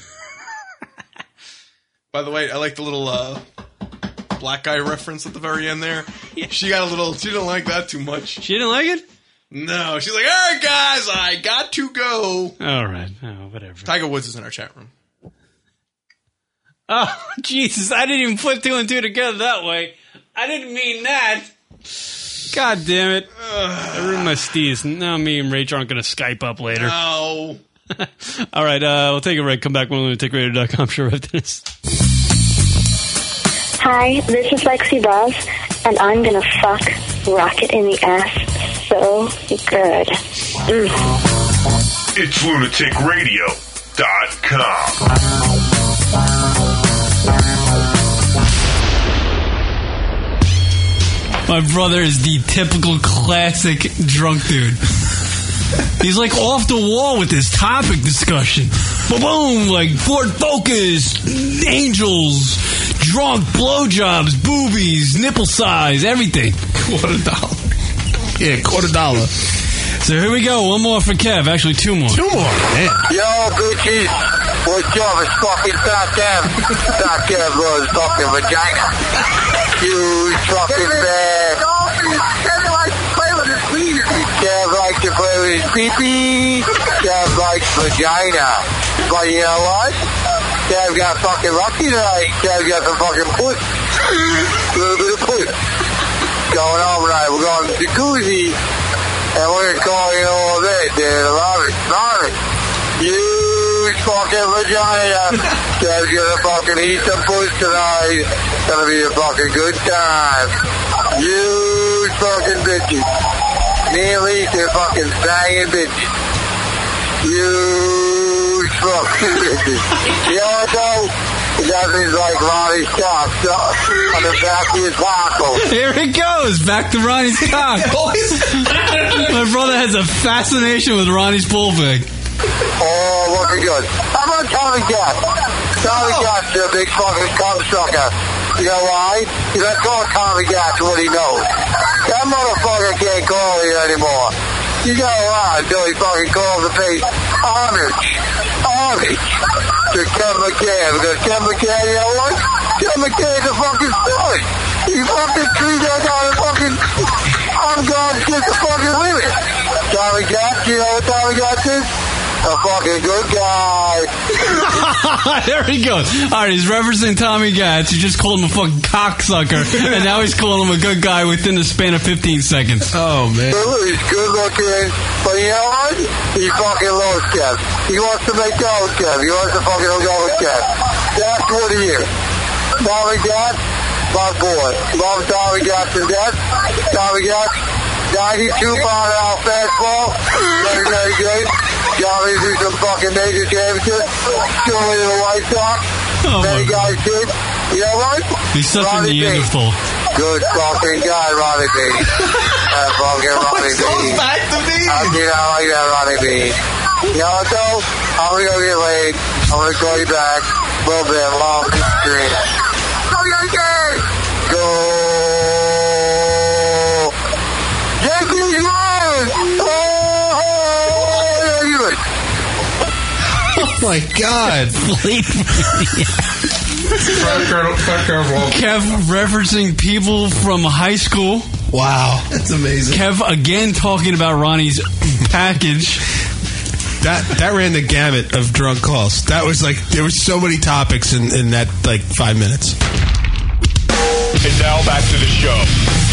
S7: By the way, I like the little uh, black guy reference at the very end there. She got a little. She didn't like that too much. She
S6: didn't like it.
S7: No, she's like, all right, guys, I got to go.
S6: All right, oh, whatever.
S7: Tiger Woods is in our chat room.
S6: Oh, Jesus. I didn't even put two and two together that way. I didn't mean that. God damn it. I ruined my steez. Now me and Rach aren't going to Skype up later.
S7: No.
S6: All right, uh, we'll take a break. Come back when lunaticradio.com. Sure, after this.
S11: Hi, this is Lexi Boss, and I'm gonna fuck Rocket in the ass so good. Mm.
S9: It's lunaticradio.com.
S6: My brother is the typical classic drunk dude. He's like off the wall with this topic discussion. Boom, like Fort Focus, angels, drunk blowjobs, boobies, nipple size, everything. Quarter dollar. Yeah, quarter dollar. So here we go. One more for Kev. Actually, two more. Two more.
S15: Yo, Gucci. What's up? It's fucking Doc Ev. Doc Ev loves fucking vagina. You fucking bad. Kev likes to play with his penis. Kev likes to play with his pee-pee. Kev likes vagina. But you know what? Kev got fucking lucky tonight. Kev got some fucking puss. A little bit of puss. Going on tonight. We're going to the jacuzzi. And we're going to call you all day, dude. I love it. Love it. Huge fucking vagina. Kev's gonna fucking eat some puss tonight. Gonna be a fucking good time. Huge fucking bitches. Me and Lisa are fucking banging bitches. Huge fucking bitches. You know what though? That means like Ronnie Scott on the back of his waffle.
S6: Here it goes. Back to Ronnie's cock. My brother has a fascination with Ronnie's bullfig.
S15: Oh, looking good. How about Tommy Cat? Tommy Cat's a big fucking cum sucker. You know why? Because I call Tommy Cat what he knows. That motherfucker can't call you anymore. You got a lot until he fucking calls the face homage. Homage to Ken McCann. Because Ken McCann, you know what? Ken McCann's a fucking stud. He fucking treats that guy to fucking... I'm going to get the fucking limit. Tommy Cat, you know what Tommy Cat is? A fucking good guy.
S6: there he goes. All right, he's referencing Tommy Gatz. You just called him a fucking cocksucker, and now he's calling him a good guy within the span of 15 seconds. Oh man.
S15: He's good looking, but you know what? He fucking loves Kev. He wants to make out with Kev. He wants to fucking go with Kev. That's what he is. Tommy Gatz, my boy. Love Tommy Gatz to death. Tommy Gatz, 92 pound out fastball. Very, very good. Johnny do some fucking major championships. Still in the White Sox. Many guys did. You know what?
S6: He's such a Neanderthal.
S15: Good fucking God, Ronnie B. That fucking
S9: Oh,
S15: Ronnie B. Oh, back to me. I do not like that, Ronnie B. Yamato, I'm gonna go get laid. I'm gonna call you back. Little bit long street. Go. Yankees win! Oh, Yankees win!
S7: Oh my God! Fire Colonel, Fire Colonel.
S12: Kev referencing people from high school. Wow, that's amazing. Kev again talking about Ronnie's package.
S13: That that ran the gamut of drunk calls. That was like there were so many topics in, in that like five minutes.
S9: And now back to the show.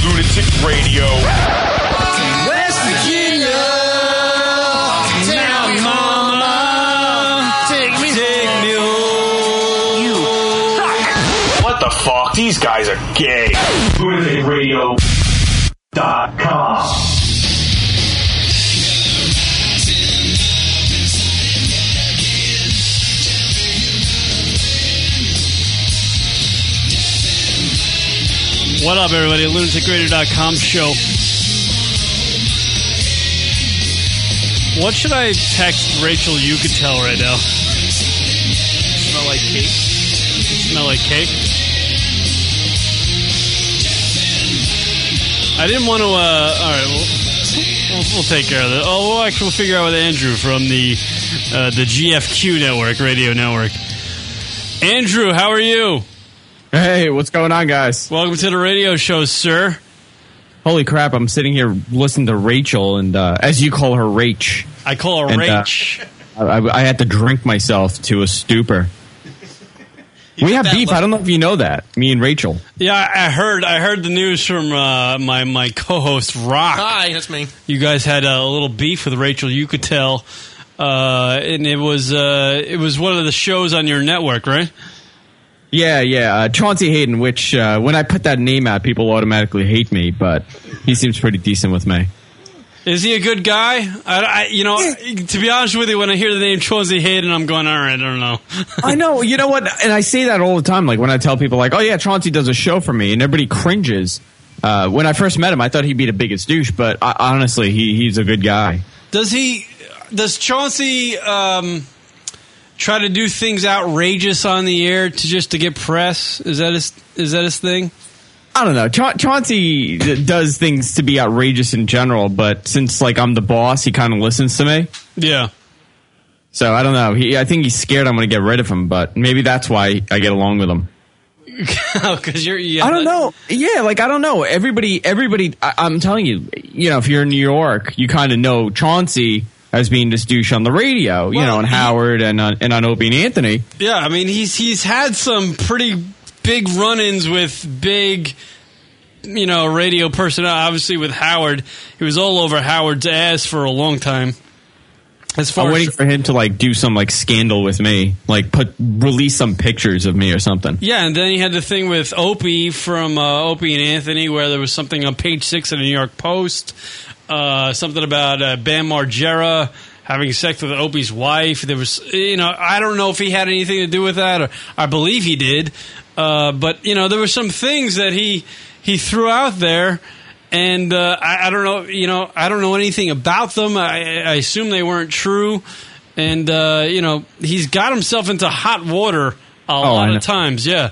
S9: Lunatic Radio.
S15: West Virginia. Now, mama, take me, take me home. You suck.
S9: What the fuck? These guys are gay. LunaticRadio.com.
S6: What up, everybody? LunaticRadio.com show. What should I text Rachel You could tell right now? Smell like cake. Smell like cake. I didn't want to. Uh, all right, we'll, we'll, we'll take care of that. Oh, we'll actually we'll figure out with Andrew from the uh, the GFQ network, radio network. Andrew, how are you?
S17: Hey, what's going on, guys?
S6: Welcome to the radio show, sir.
S17: Holy crap! I'm sitting here listening to Rachel, and uh, as you call her, Rach.
S6: I call her
S17: And, uh,
S6: Rach.
S17: I, I had to drink myself to a stupor. we have beef. I don't know if you know that. Me and Rachel.
S6: Yeah, I I heard. I heard the news from uh, my my co-host Rock.
S7: Hi, that's me.
S6: You guys had a little beef with Rachel. You could tell, uh, and it was uh, it was one of the shows on your network, right?
S17: Yeah, yeah. Uh, Chauncey Hayden. Which uh, when I put that name out, people automatically hate me, but he seems pretty decent with me.
S6: Is he a good guy? I, I- you know, to be honest with you, when I hear the name Chauncey Hayden, I'm going, all right, I don't know.
S17: I know. You know what? And I say that all the time. Like when I tell people, like, "Oh yeah, Chauncey does a show for me," and everybody cringes. Uh, when I first met him, I thought he'd be the biggest douche, but I, honestly, he he's a good guy.
S6: Does he? Does Chauncey um, try to do things outrageous on the air to just to get press? Is that his? Is that his thing?
S17: I don't know. Cha- Chauncey d- does things to be outrageous in general, but since like I'm the boss, he kind of listens to me.
S6: Yeah.
S17: So I don't know. He, I think he's scared I'm going to get rid of him, but maybe that's why I get along with him.
S6: Because Oh, you're. Yeah,
S17: I don't know. Yeah, like I don't know. Everybody, everybody. I, I'm telling you, you know, if you're in New York, you kind of know Chauncey as being this douche on the radio, you know, on Howard and on and on Opie and Anthony.
S6: Yeah, I mean he's he's had some pretty big run-ins with big, you know, radio personnel. Obviously with Howard, he was all over Howard's ass for a long time. As far
S17: I'm waiting
S6: as
S17: for him to like do some like scandal with me, like put release some pictures of me or something.
S6: yeah, and then he had the thing with Opie from uh, Opie and Anthony, where there was something on page six of the New York Post, uh, something about uh, Bam Margera having sex with Opie's wife. There was, you know, I don't know if he had anything to do with that, or I believe he did, uh, but you know, there were some things that he he threw out there. And uh, I, I don't know, you know, I don't know anything about them. I, I assume they weren't true. And uh, you know, he's got himself into hot water a
S17: Oh,
S6: lot
S17: know.
S6: of times. Yeah,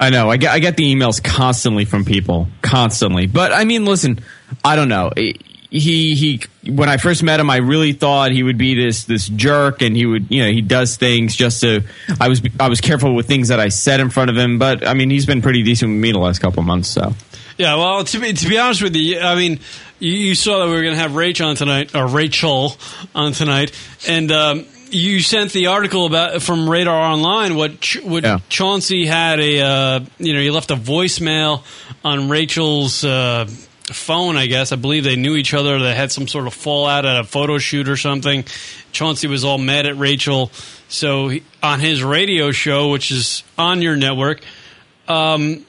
S17: I know. I get I get the emails constantly from people, constantly. But I mean, listen, I don't know. He he. When I first met him, I really thought he would be this this jerk, and he would you know he does things just to. I was I was careful with things that I said in front of him, but I mean, he's been pretty decent with me the last couple of months. So
S6: yeah. Well, to be to be honest with you, I mean, you, you saw that we were going to have Rach on tonight, or Rachel on tonight, and um, you sent the article about from Radar Online what Ch- what
S17: Yeah.
S6: Chauncey had a uh, you know he left a voicemail on Rachel's. Uh, Phone, I guess. I believe they knew each other. They had some sort of fallout at a photo shoot or something. Chauncey was all mad at Rachel. So he, on his radio show, which is on your network, um,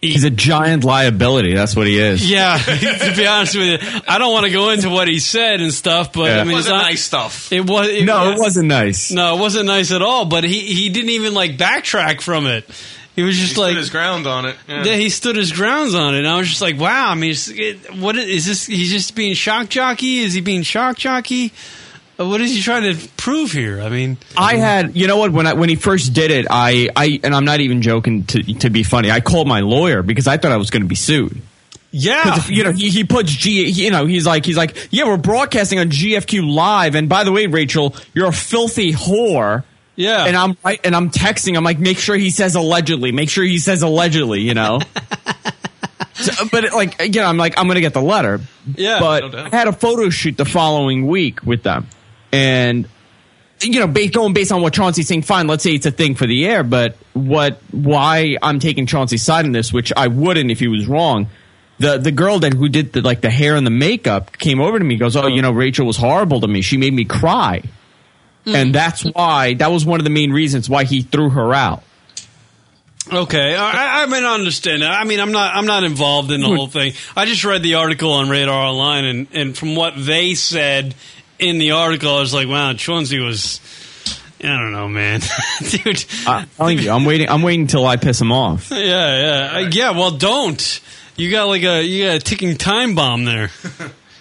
S17: he's a giant liability. That's what he is.
S6: yeah, to be honest with you, I don't want to go into what he said and stuff, but
S17: Yeah.
S6: I mean,
S17: It
S6: it's
S17: wasn't
S6: not,
S17: nice
S6: stuff. It was.
S17: No, it wasn't nice.
S6: No, it wasn't nice at all. But he he didn't even like backtrack from it. He was just like
S7: his ground on it. Yeah.
S6: Yeah, he stood his grounds on it. And I was just like, wow. I mean, it's, it, what is, is this? He's just being shock jockey? Is he being shock jockey? Uh, What is he trying to prove here? I mean,
S17: I had, you know what? When I, when he first did it, I, I and I'm not even joking to to be funny. I called my lawyer because I thought I was going to be sued.
S6: Yeah,
S17: you know he, he puts G. he- You know he's like he's like yeah we're broadcasting on GFQ live and by the way Rachel you're a filthy whore
S6: yeah
S17: and I'm right and I'm texting I'm like make sure he says allegedly make sure he says allegedly you know So, but like you know I'm like I'm gonna get the letter
S6: Yeah,
S17: but
S6: no doubt.
S17: I had a photo shoot the following week with them and you know, based, going based on what Chauncey's saying, fine, let's say it's a thing for the air, but what, why I'm taking Chauncey's side in this, which I wouldn't if he was wrong. The, the girl that who did the, like the hair and the makeup came over to me, goes, oh, you know, Rachel was horrible to me. She made me cry.
S6: Mm.
S17: And that's why, that was one of the main reasons why he threw her out.
S6: Okay, I, I- I mean, I understand that. I mean, I'm not, I'm not involved in the whole thing. I just read the article on Radar Online, and, and from what they said in the article, I was like, wow, Chauncey was, I don't know, man, dude.
S17: I'm telling you, I'm waiting, I'm waiting until I piss him off.
S6: Yeah, yeah, I- yeah. Well, don't. You got like a, you got a ticking time bomb there.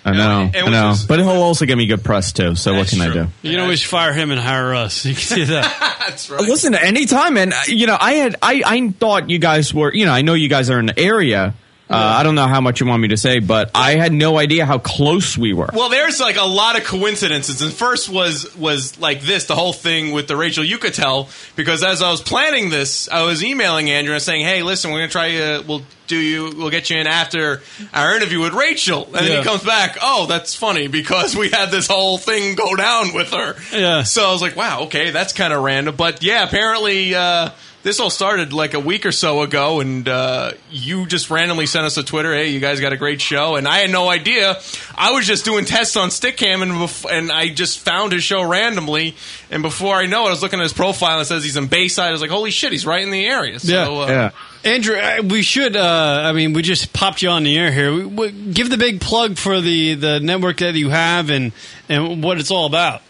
S17: I know, I know. but he'll also give me good press too, so what can I do?
S6: You can always fire him and hire us. You can do that.
S7: That's
S17: right. Listen, anytime, and uh, you know, I had, I, I thought you guys were, you know, I know you guys are in the area. Uh, I don't know how much you want me to say, but I had no idea how close we were.
S7: Well, there's like a lot of coincidences. And first was was like this, the whole thing with the Rachel Yucatel, because as I was planning this, I was emailing Andrew and saying, "Hey, listen, we're gonna try. Uh, we'll do you. We'll get you in after our interview with Rachel." And then
S6: Yeah.
S7: he comes back, "Oh, that's funny because we had this whole thing go down with her."
S6: Yeah.
S7: So I was like, "Wow, okay, that's kind of random." But yeah, apparently. Uh, this all started like a week or so ago, and uh, you just randomly sent us a Twitter. Hey, you guys got a great show, and I had no idea. I was just doing tests on Stickcam, and bef- and I just found his show randomly. And before I know it, I was looking at his profile and it says he's in Bayside. I was like, holy shit, he's right in the area. So, uh,
S6: Andrew, I- we should. Uh, I mean, we just popped you on the air here. We, we, give the big plug for the, the network that you have and and what it's all about.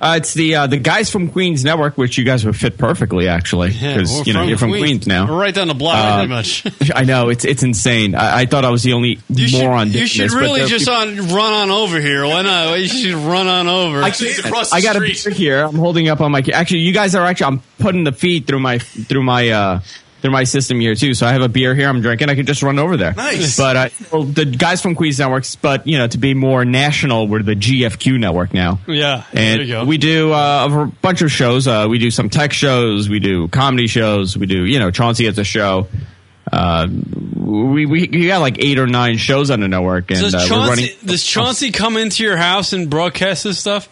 S17: Uh, it's the uh, the guys from Queens Network, which you guys would fit perfectly, actually, because
S6: we're
S17: you know you're from Queens, now.
S6: We're right down the block,
S17: Uh,
S6: pretty much.
S17: I know it's it's insane. I, I thought I was the only moron. doing
S6: You should
S17: this, but uh,
S6: really
S17: there are
S6: just
S17: people-
S6: on run on over here. Why not? You should run on over.
S17: I got a beer here. I'm holding up on my. Actually, you guys are actually. I'm putting the feed through my through my uh through my system here too. So I have a beer here. I'm drinking. I can just run over there.
S7: Nice.
S17: But uh, well, the guys from Queens Networks, but you know, to be more national, we're the GFQ network now.
S6: Yeah,
S17: And
S6: there you go.
S17: we do uh, a v- bunch of shows. Uh, we do some tech shows. We do comedy shows. We do you know Chauncey at the show. Uh, we, we we got like eight or nine shows on the network, and
S6: does,
S17: uh, we're running.
S6: Chauncey, does Chauncey come into your house and broadcast this stuff?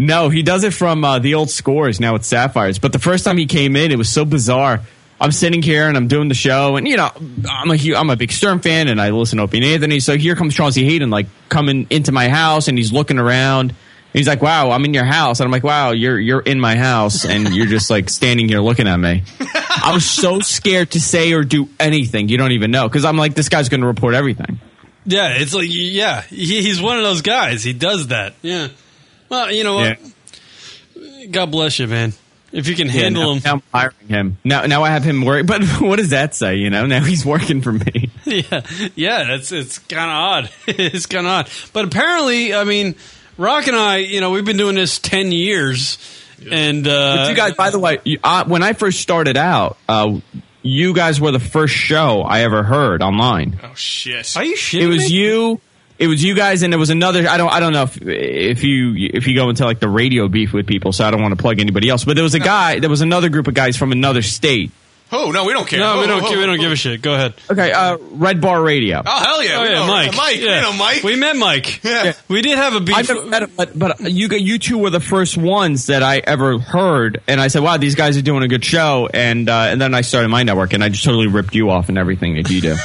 S17: No, he does it from uh, the old scores now it's Sapphires. But the first time he came in, it was so bizarre. I'm sitting here and I'm doing the show, and you know, I'm a hu- I'm a big Stern fan, and I listen to Opie and Anthony. So here comes Chauncey Hayden, like coming into my house, and he's looking around. And he's like, "Wow, I'm in your house," and I'm like, "Wow, you're you're in my house, and you're just like standing here looking at me." I was so scared to say or do anything. You don't even know because I'm like, this guy's going to report everything.
S6: Yeah, it's like yeah, he, he's one of those guys. He does that. Yeah. Well, you know what? God bless you, man. If you can
S17: Yeah,
S6: handle
S17: now-
S6: him.
S17: now I'm hiring him. Now, now I have him work. But what does that say? You know, now he's working for me.
S6: yeah, yeah, that's it's kind of odd. it's kind of odd, but apparently, I mean, Rock and I, you know, we've been doing this ten years, and uh,
S17: But you guys, by the way, you, uh, when I first started out, uh, you guys were the first show I ever heard online.
S7: Oh shit!
S6: Are you shitting
S17: it was
S6: me?
S17: you. It was you guys, and there was another. I don't. I don't know if if you if you go into like the radio beef with people. So I don't want to plug anybody else. But there was a guy. There was another group of guys from another state.
S7: oh no, we don't care.
S6: No, we
S7: Oh,
S6: don't.
S7: oh,
S6: we
S7: oh,
S6: don't give a shit. Go ahead.
S17: Okay, uh, Red Bar Radio.
S7: Oh hell yeah!
S6: Oh,
S7: we
S6: yeah,
S7: know
S6: Mike.
S7: Mike.
S6: Yeah.
S7: We know Mike.
S6: We met Mike. Yeah. We did have a beef.
S17: I never met him, but, but you got- you two were the first ones that I ever heard, and I said, "Wow, these guys are doing a good show." And uh, and then I started my network, and I just totally ripped you off and everything that you do.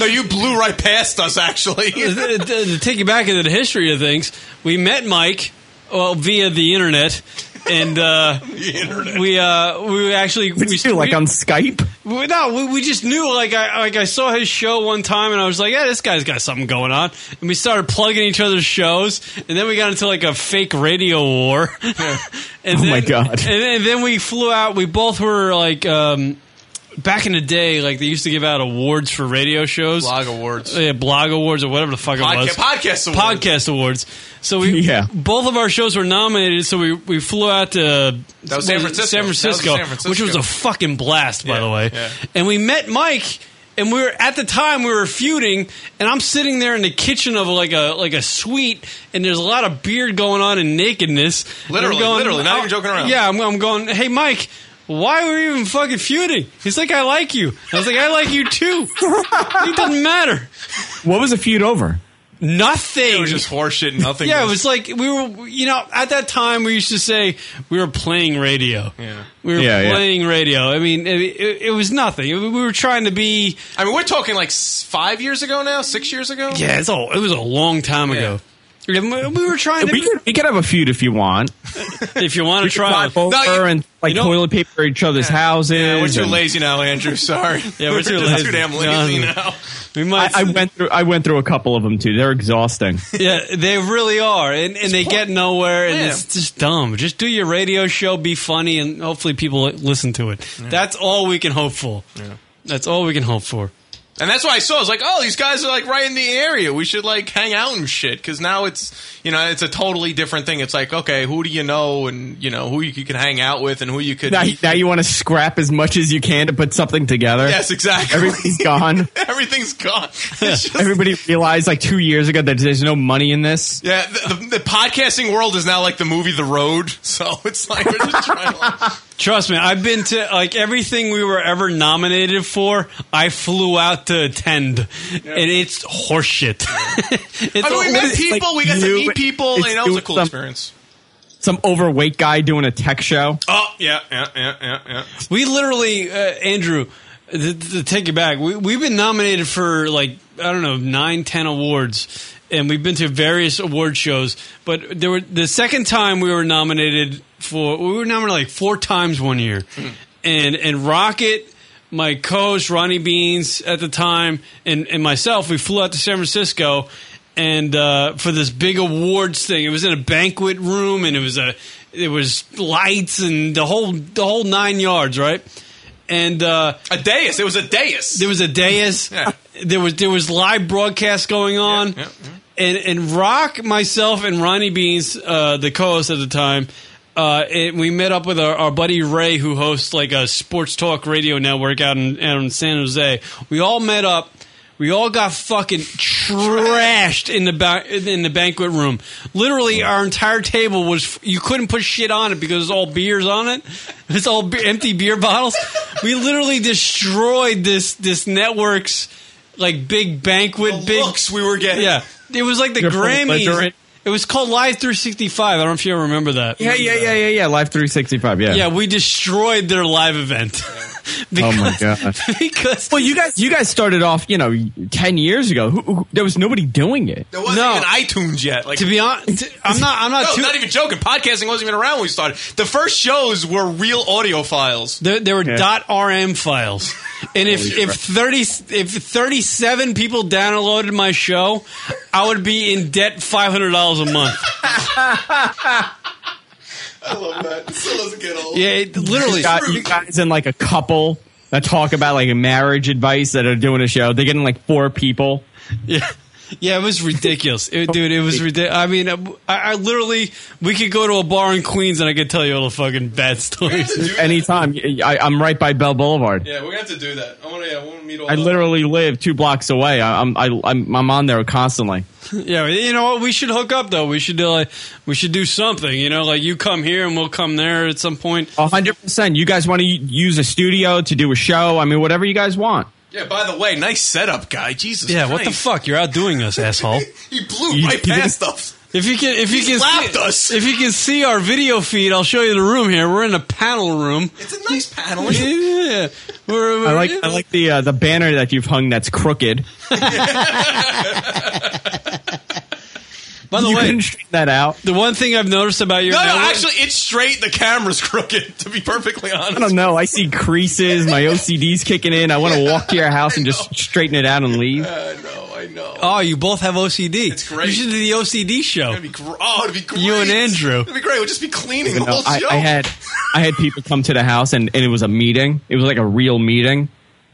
S7: No, you blew right past us. Actually,
S6: to, to take you back into the history of things, we met Mike well via the internet, and uh, we uh, we actually we
S17: you do, like on Skype.
S6: We, no, we, we just knew. Like I like I saw his show one time, and I was like, "Yeah, this guy's got something going on." And we started plugging each other's shows, and then we got into like a fake radio war. and
S17: Oh,
S6: then,
S17: my God.
S6: And, then- and then we flew out. We both were like um, back in the day, like they used to give out awards for radio shows, blog
S7: awards,
S6: yeah, blog awards or whatever the fuck
S7: Podca-
S6: it was,
S7: podcast awards.
S6: podcast awards. So we, yeah. both of our shows were nominated. So we we flew out to
S7: That was San Francisco.
S6: San
S7: That was
S6: Francisco,
S7: San Francisco.
S6: which was a fucking blast, by
S7: Yeah,
S6: the way.
S7: yeah.
S6: And we met Mike. And we were at the time we were feuding, and I'm sitting there in the kitchen of like a like a suite, and there's a lot of beard going on and nakedness. And I'm "Oh,
S7: Literally, literally, not even joking around.
S6: Yeah, I'm, I'm going, hey, Mike, why were we even fucking feuding? He's like, I like you. I was like, I like you too. it doesn't matter.
S17: What was the feud over?
S6: Nothing. It
S7: was just horseshit. and Nothing.
S6: Yeah, it was like we were, you know, at that time we used to say we were playing radio. Yeah. We were
S7: Yeah, yeah.
S6: playing radio. I mean, it, it, it was nothing. We were trying to be.
S7: I mean, we're talking like s- five years ago now, six years ago.
S6: Yeah, it's all. It was a long time ago. Yeah, We were trying to.
S17: We could, we could have a feud if you want.
S6: if you want to try,
S17: Drive over and like toilet paper each other's houses.
S7: Yeah, we're too
S17: and-
S7: lazy now, Andrew. Sorry.
S6: Yeah, we're too
S7: just
S6: lazy.
S7: Too damn lazy
S6: No.
S7: now.
S6: We might.
S17: I, I went through. I went through a couple of them too. They're exhausting.
S6: yeah, they really are, and, and they get nowhere, and
S17: Yeah.
S6: it's just dumb. Just do your radio show, be funny, and hopefully people listen to it. That's all we can hope for. That's all we can hope for.
S7: And that's why I saw. I was like, oh, these guys are like right in the area. We should like hang out and shit. Because now it's you know it's a totally different thing. It's like okay, who do you know and you know who you, can hang out with and who you could.
S17: Now, now you want to scrap as much as you can to put something together.
S7: Yes, exactly.
S17: Everything's gone.
S7: Everything's gone. It's just-
S17: Everybody realized like two years ago that there's no money in this.
S7: yeah, the, the, the podcasting world is now like the movie The Road. So it's like we're just trying to.
S6: Trust me, I've been to like everything we were ever nominated for. I flew out to attend, and it's horseshit. It's
S7: I mean, we
S6: all-
S7: met
S6: it's
S7: people. we got to
S17: you-
S7: meet people,
S17: it's
S7: and that was a
S17: doing
S7: cool
S17: some-
S7: experience.
S17: Some overweight guy doing a tech show.
S7: Oh yeah, yeah, yeah, yeah, yeah.
S6: We literally, uh, Andrew, th- th- to take you back, we, we've been nominated for like, I don't know, nine, ten awards. And we've been to various award shows. But there were the second time we were nominated for, we were nominated like four times one year.
S7: Hmm.
S6: And, and Rocket, my co host, Ronnie Beans at the time, and, and myself, we flew out to San Francisco and uh, for this big awards thing. It was in a banquet room, and it was a it was lights and the whole the whole nine yards, right? And uh,
S7: a dais. It was a dais.
S6: There was a dais. There was there was live broadcast going on, and and Rock, myself, and Ronnie Beans, uh, the co-host at the time. Uh, and we met up with our, our buddy Ray, who hosts like a sports talk radio network out in, out in San Jose. We all met up. We all got fucking trashed in the ba- in the banquet room. Literally, our entire table was you couldn't put shit on it because it was all beers on it. It's all be- empty beer bottles. We literally destroyed this this network's like big banquet. big looks
S7: we were getting.
S6: Yeah, it was like the
S17: You're full of
S6: Grammys.
S17: belligerent.
S6: It was called Live 365. I don't know if you remember that.
S17: Yeah, yeah, yeah, yeah, yeah. Live 365. Yeah.
S6: Yeah, we destroyed their live event.
S17: oh my god.
S6: because
S17: well, you guys, you guys started off, you know, ten years ago. Who, who, there was nobody doing it.
S7: There wasn't even iTunes yet. Like
S6: To be honest, I'm not. I'm not.
S7: No,
S6: too-
S7: not even joking. Podcasting wasn't even around when we started. The first shows were real audio files.
S6: There, there were dot .rm files, and if
S7: Holy
S6: if thirty if thirty seven people downloaded my show, I would be in debt five hundred dollars a month.
S7: I love that. It still doesn't get old.
S6: Yeah, it, literally.
S17: you, got, you guys and like a couple that talk about like marriage advice that are doing a show. They're getting like four people.
S6: Yeah. Yeah, it was ridiculous, It- dude. It was ridiculous. I mean, I, I literally we could go to a bar in Queens and I could tell you all the fucking bad stories.
S17: Anytime, I, I'm right by Bell Boulevard.
S7: Yeah, we're gonna have to do that. I want to. Yeah, I want to meet all.
S17: I literally live two blocks away. I, I'm I, I'm I'm on there constantly.
S6: yeah, you know what? We should hook up though. We should do like we should do something. You know, like you come here and we'll come there at some point.
S17: A hundred percent. You guys want to use a studio to do a show? I mean, whatever you guys want.
S7: Yeah. By the way, nice setup, guy. Jesus.
S6: Yeah, what the fuck? You're outdoing us, asshole.
S7: He blew right past us.
S6: If you can, if you
S7: He
S6: can,
S7: slapped
S6: see,
S7: us.
S6: if you can see our video feed, I'll show you the room here. We're in a panel room.
S7: It's a nice panel.
S6: yeah, we're,
S17: I like I like the uh, the banner that you've hung that's crooked.
S6: By the
S17: You
S6: way,
S17: couldn't straighten that out.
S6: The one thing I've noticed about your
S7: No, no,
S6: network-
S7: actually, it's straight. The camera's crooked, to be perfectly honest.
S17: I don't know. I see creases. My OCD's kicking in. I want to walk to your house and just straighten it out and leave.
S6: Oh, you both have OCD. It's
S7: great.
S6: You should do the OCD show.
S7: It'd be gr- oh, it'd be great.
S6: You and Andrew.
S7: It'd be great. We'd just be cleaning the
S17: Even though
S7: whole
S17: I,
S7: show.
S17: I had I had people come to the house and, and it was a meeting. It was like a real meeting.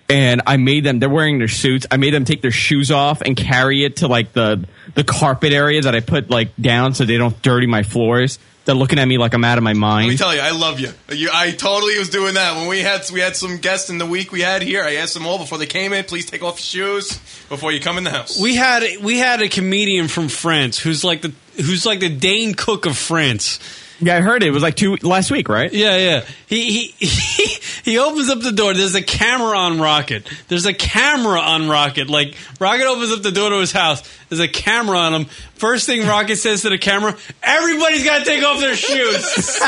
S17: And I made them they're wearing their suits. I made them take their shoes off and carry it to like the the carpet area that I put like down so they don't dirty my floors. They're looking at me like I'm out of my mind.
S7: Let me tell you, I love you. you. I totally was doing that when we had we had some guests in the week we had here. I asked them all before they came in, please take off your shoes before you come in the house.
S6: We had we had a comedian from France who's like the who's like the Dane Cook of France.
S17: Yeah, I heard it. It was like two last week, right?
S6: Yeah, yeah. He he he, he opens up the door. There's a camera on Rocket. There's a camera on Rocket. Like Rocket opens up the door to his house. There's a camera on him. First thing Rocket says to the camera, "Everybody's got to take off their shoes."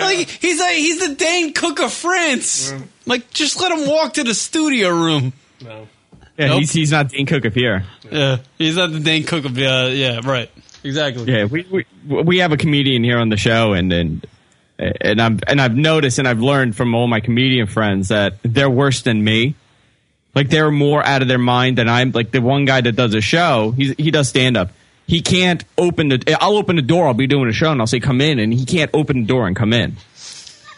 S6: Like he's like he's the Dane Cook of France. Like just let him walk to the studio room.
S17: Yeah,
S6: Nope.
S17: he's he's not Dane Cook of here.
S6: Yeah, he's not the Dane Cook of uh, yeah, right, exactly.
S17: Yeah, we, we we have a comedian here on the show, and and and I'm and I've noticed and I've learned from all my comedian friends that they're worse than me. Like they're more out of their mind than I'm. Like the one guy that does a show, he he does stand up. He can't open the. I'll open the door. I'll be doing a show, and I'll say come in, and he can't open the door and come in.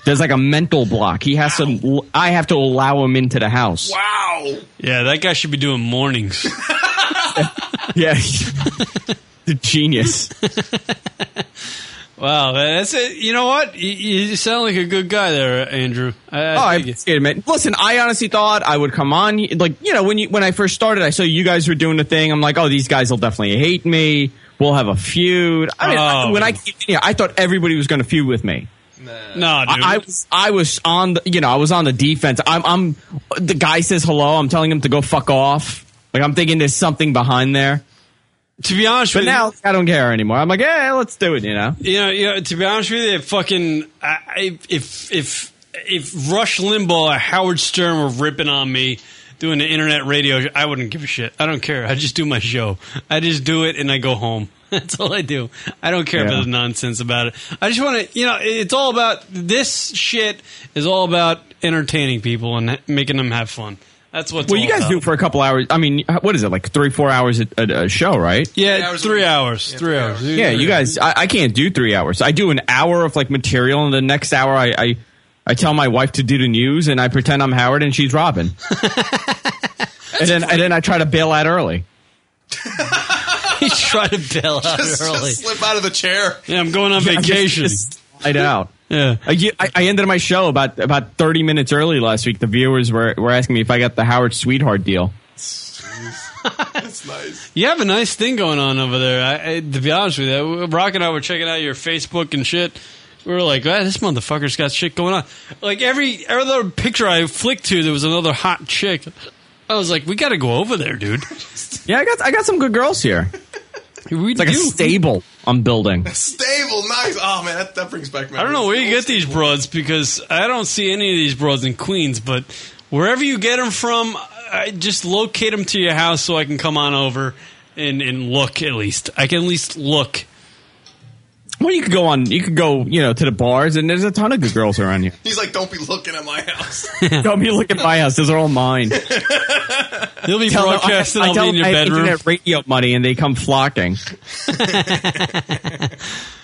S17: There's like a mental block. He has to. I have to allow him into the house.
S7: Wow.
S6: Yeah, that guy should be doing mornings.
S17: Yeah. the genius.
S6: Wow, that's it. You know what? You, you sound like a good guy there, Andrew. I,
S17: oh, I appreciate it, man. Listen, I honestly thought I would come on. Like, you know, when you when I first started, I saw you guys were doing the thing. I'm like, oh, these guys will definitely hate me. We'll have a feud. I mean, I-
S6: Oh.
S17: when I came in here, I thought everybody was going to feud with me.
S6: No, dude.
S17: I, I was I was on the you know I was on the defense. I'm I'm the guy says hello. I'm telling him to go fuck off. Like I'm thinking there's something behind there.
S6: To be honest,
S17: but
S6: with you-
S17: now I don't care anymore. I'm like, yeah, let's do it. You know.
S6: You know, you know, to be honest with you, if fucking I, I- if if if Rush Limbaugh or Howard Stern were ripping on me doing the internet radio, I wouldn't give a shit. I don't care. I just do my show. I just do it and I go home. That's all I do. I don't care
S3: Yeah.
S6: about the nonsense about it. I just want to, you know, it's all about this shit is all about entertaining people and making them have fun. That's what.
S17: well, you guys do it for a couple hours. I mean, what is it like three four hours a, a, a show, right?
S6: Yeah, three hours. Three hours.
S17: Yeah, you guys, I, I can't do three hours. I do an hour of like material, and the next hour I, I, I tell my wife to do the news, and I pretend I'm Howard and she's Robin. and then and then I try to bail out early.
S6: You try to bail out
S7: Just- just
S6: early.
S7: slip out of the chair.
S6: Yeah, I'm going on
S17: Yeah, just-
S6: vacation.
S17: just slide out.
S6: Yeah,
S17: I, you- I- I ended my show about about thirty minutes early last week. The viewers were were asking me if I got the Howard sweetheart deal.
S6: You have a nice thing going on over there. I, I, to be honest with you, Rock and I were checking out your Facebook and shit. We were like, "Ah, this motherfucker's got shit going on. Like every other picture I flicked to, there was another hot chick. I was like, we got to go over there, dude.
S17: Yeah, I got I got some good girls here.
S6: We
S17: it's like a
S6: do.
S17: stable I'm building.
S7: Stable, nice. Oh man, that, that brings back.
S6: I don't know where you get these broads because I don't see any of these broads in Queens, but wherever you get them from, I just locate them to your house so I can come on over and, and look at least. I can at least look.
S17: Well, you could go on. You could go, you know, to the bars, and there's a ton of good girls around here.
S7: He's like, don't be looking at my house.
S17: Don't be looking at my house. Those are all mine.
S6: You'll be
S17: Tell them-
S6: broadcasting.
S17: I- I
S6: I'll
S17: tell
S6: be in
S17: them
S6: your
S17: I have
S6: bedroom.
S17: internet radio money, and they come flocking.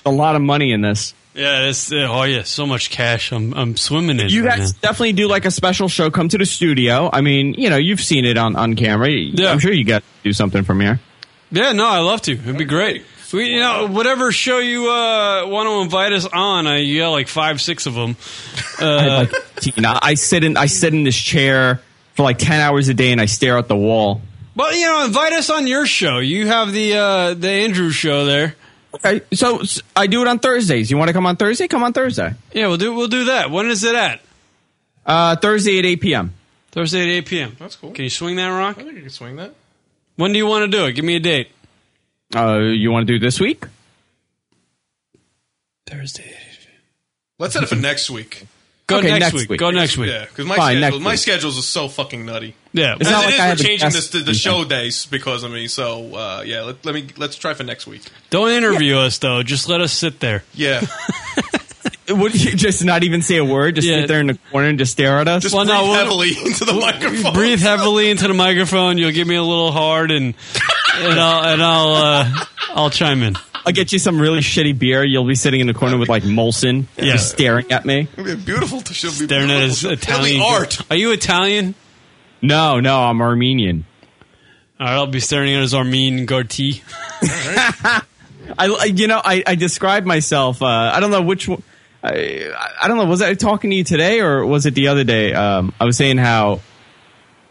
S17: a lot of money in this.
S6: Yeah, that's uh, oh yeah, so much cash. I'm I'm swimming in.
S17: You
S6: right
S17: guys definitely do like a special show. Come to the studio. I mean, you know, you've seen it on on camera. Yeah. I'm sure you got to do something from here.
S6: now. Yeah, no, I love to. It'd be great. We, you know, whatever show you uh, want to invite us on, I you got like five, six of them.
S17: I,
S6: Uh,
S17: had, like, you know, I sit in I sit in this chair for like ten hours a day, and I stare at the wall.
S6: but you know, invite us on your show. You have the uh, the Andrew show there.
S17: Okay, so s- I do it on Thursdays. You want to come on Thursday? Come on Thursday.
S6: Yeah, we'll do we'll do that. When is it at?
S17: Uh, Thursday at eight p.m.
S6: Thursday at eight p.m. That's cool. Can you swing that rock?
S7: I think you can swing that.
S6: When do you want to do it? Give me a date.
S17: Uh, you want to do this week?
S6: Thursday.
S7: Let's set it for next week.
S6: Go
S17: okay,
S6: next,
S17: next
S6: week.
S17: week.
S6: Go next week.
S7: Yeah, because my
S17: Fine,
S7: schedule,
S17: next
S7: my
S17: week.
S7: schedules are so fucking nutty.
S6: Yeah.
S7: it's
S17: It's
S7: not
S17: not like I
S7: we're
S17: have a
S7: changing
S17: guest
S7: this to the show days because of me. So uh, yeah, let, let me let's try for next week.
S6: Don't interview us though. Just let us sit there.
S7: Yeah,
S17: Would you just not even say a word? Just sit there in the corner and just stare at us?
S6: Well, no, we'll-
S7: into the microphone.
S6: Breathe heavily into the microphone. You'll give me a little hard, and and I'll and I'll uh, I'll chime in.
S17: I'll get you some really shitty beer. You'll be sitting in the corner with like Molson,
S6: Yeah.
S17: just staring at me.
S7: It'll be a beautiful. to- She'll be
S6: Staring at his
S7: beautiful. It'll be
S6: Italian
S7: art.
S6: Are you Italian?
S17: No, no, I'm Armenian.
S6: All right, I'll be staring at his Armenian goatee.
S17: I, I- you know, I, I described myself. Uh, I don't know which one. I, I don't know. Was I talking to you today or was it the other day? Um, I was saying how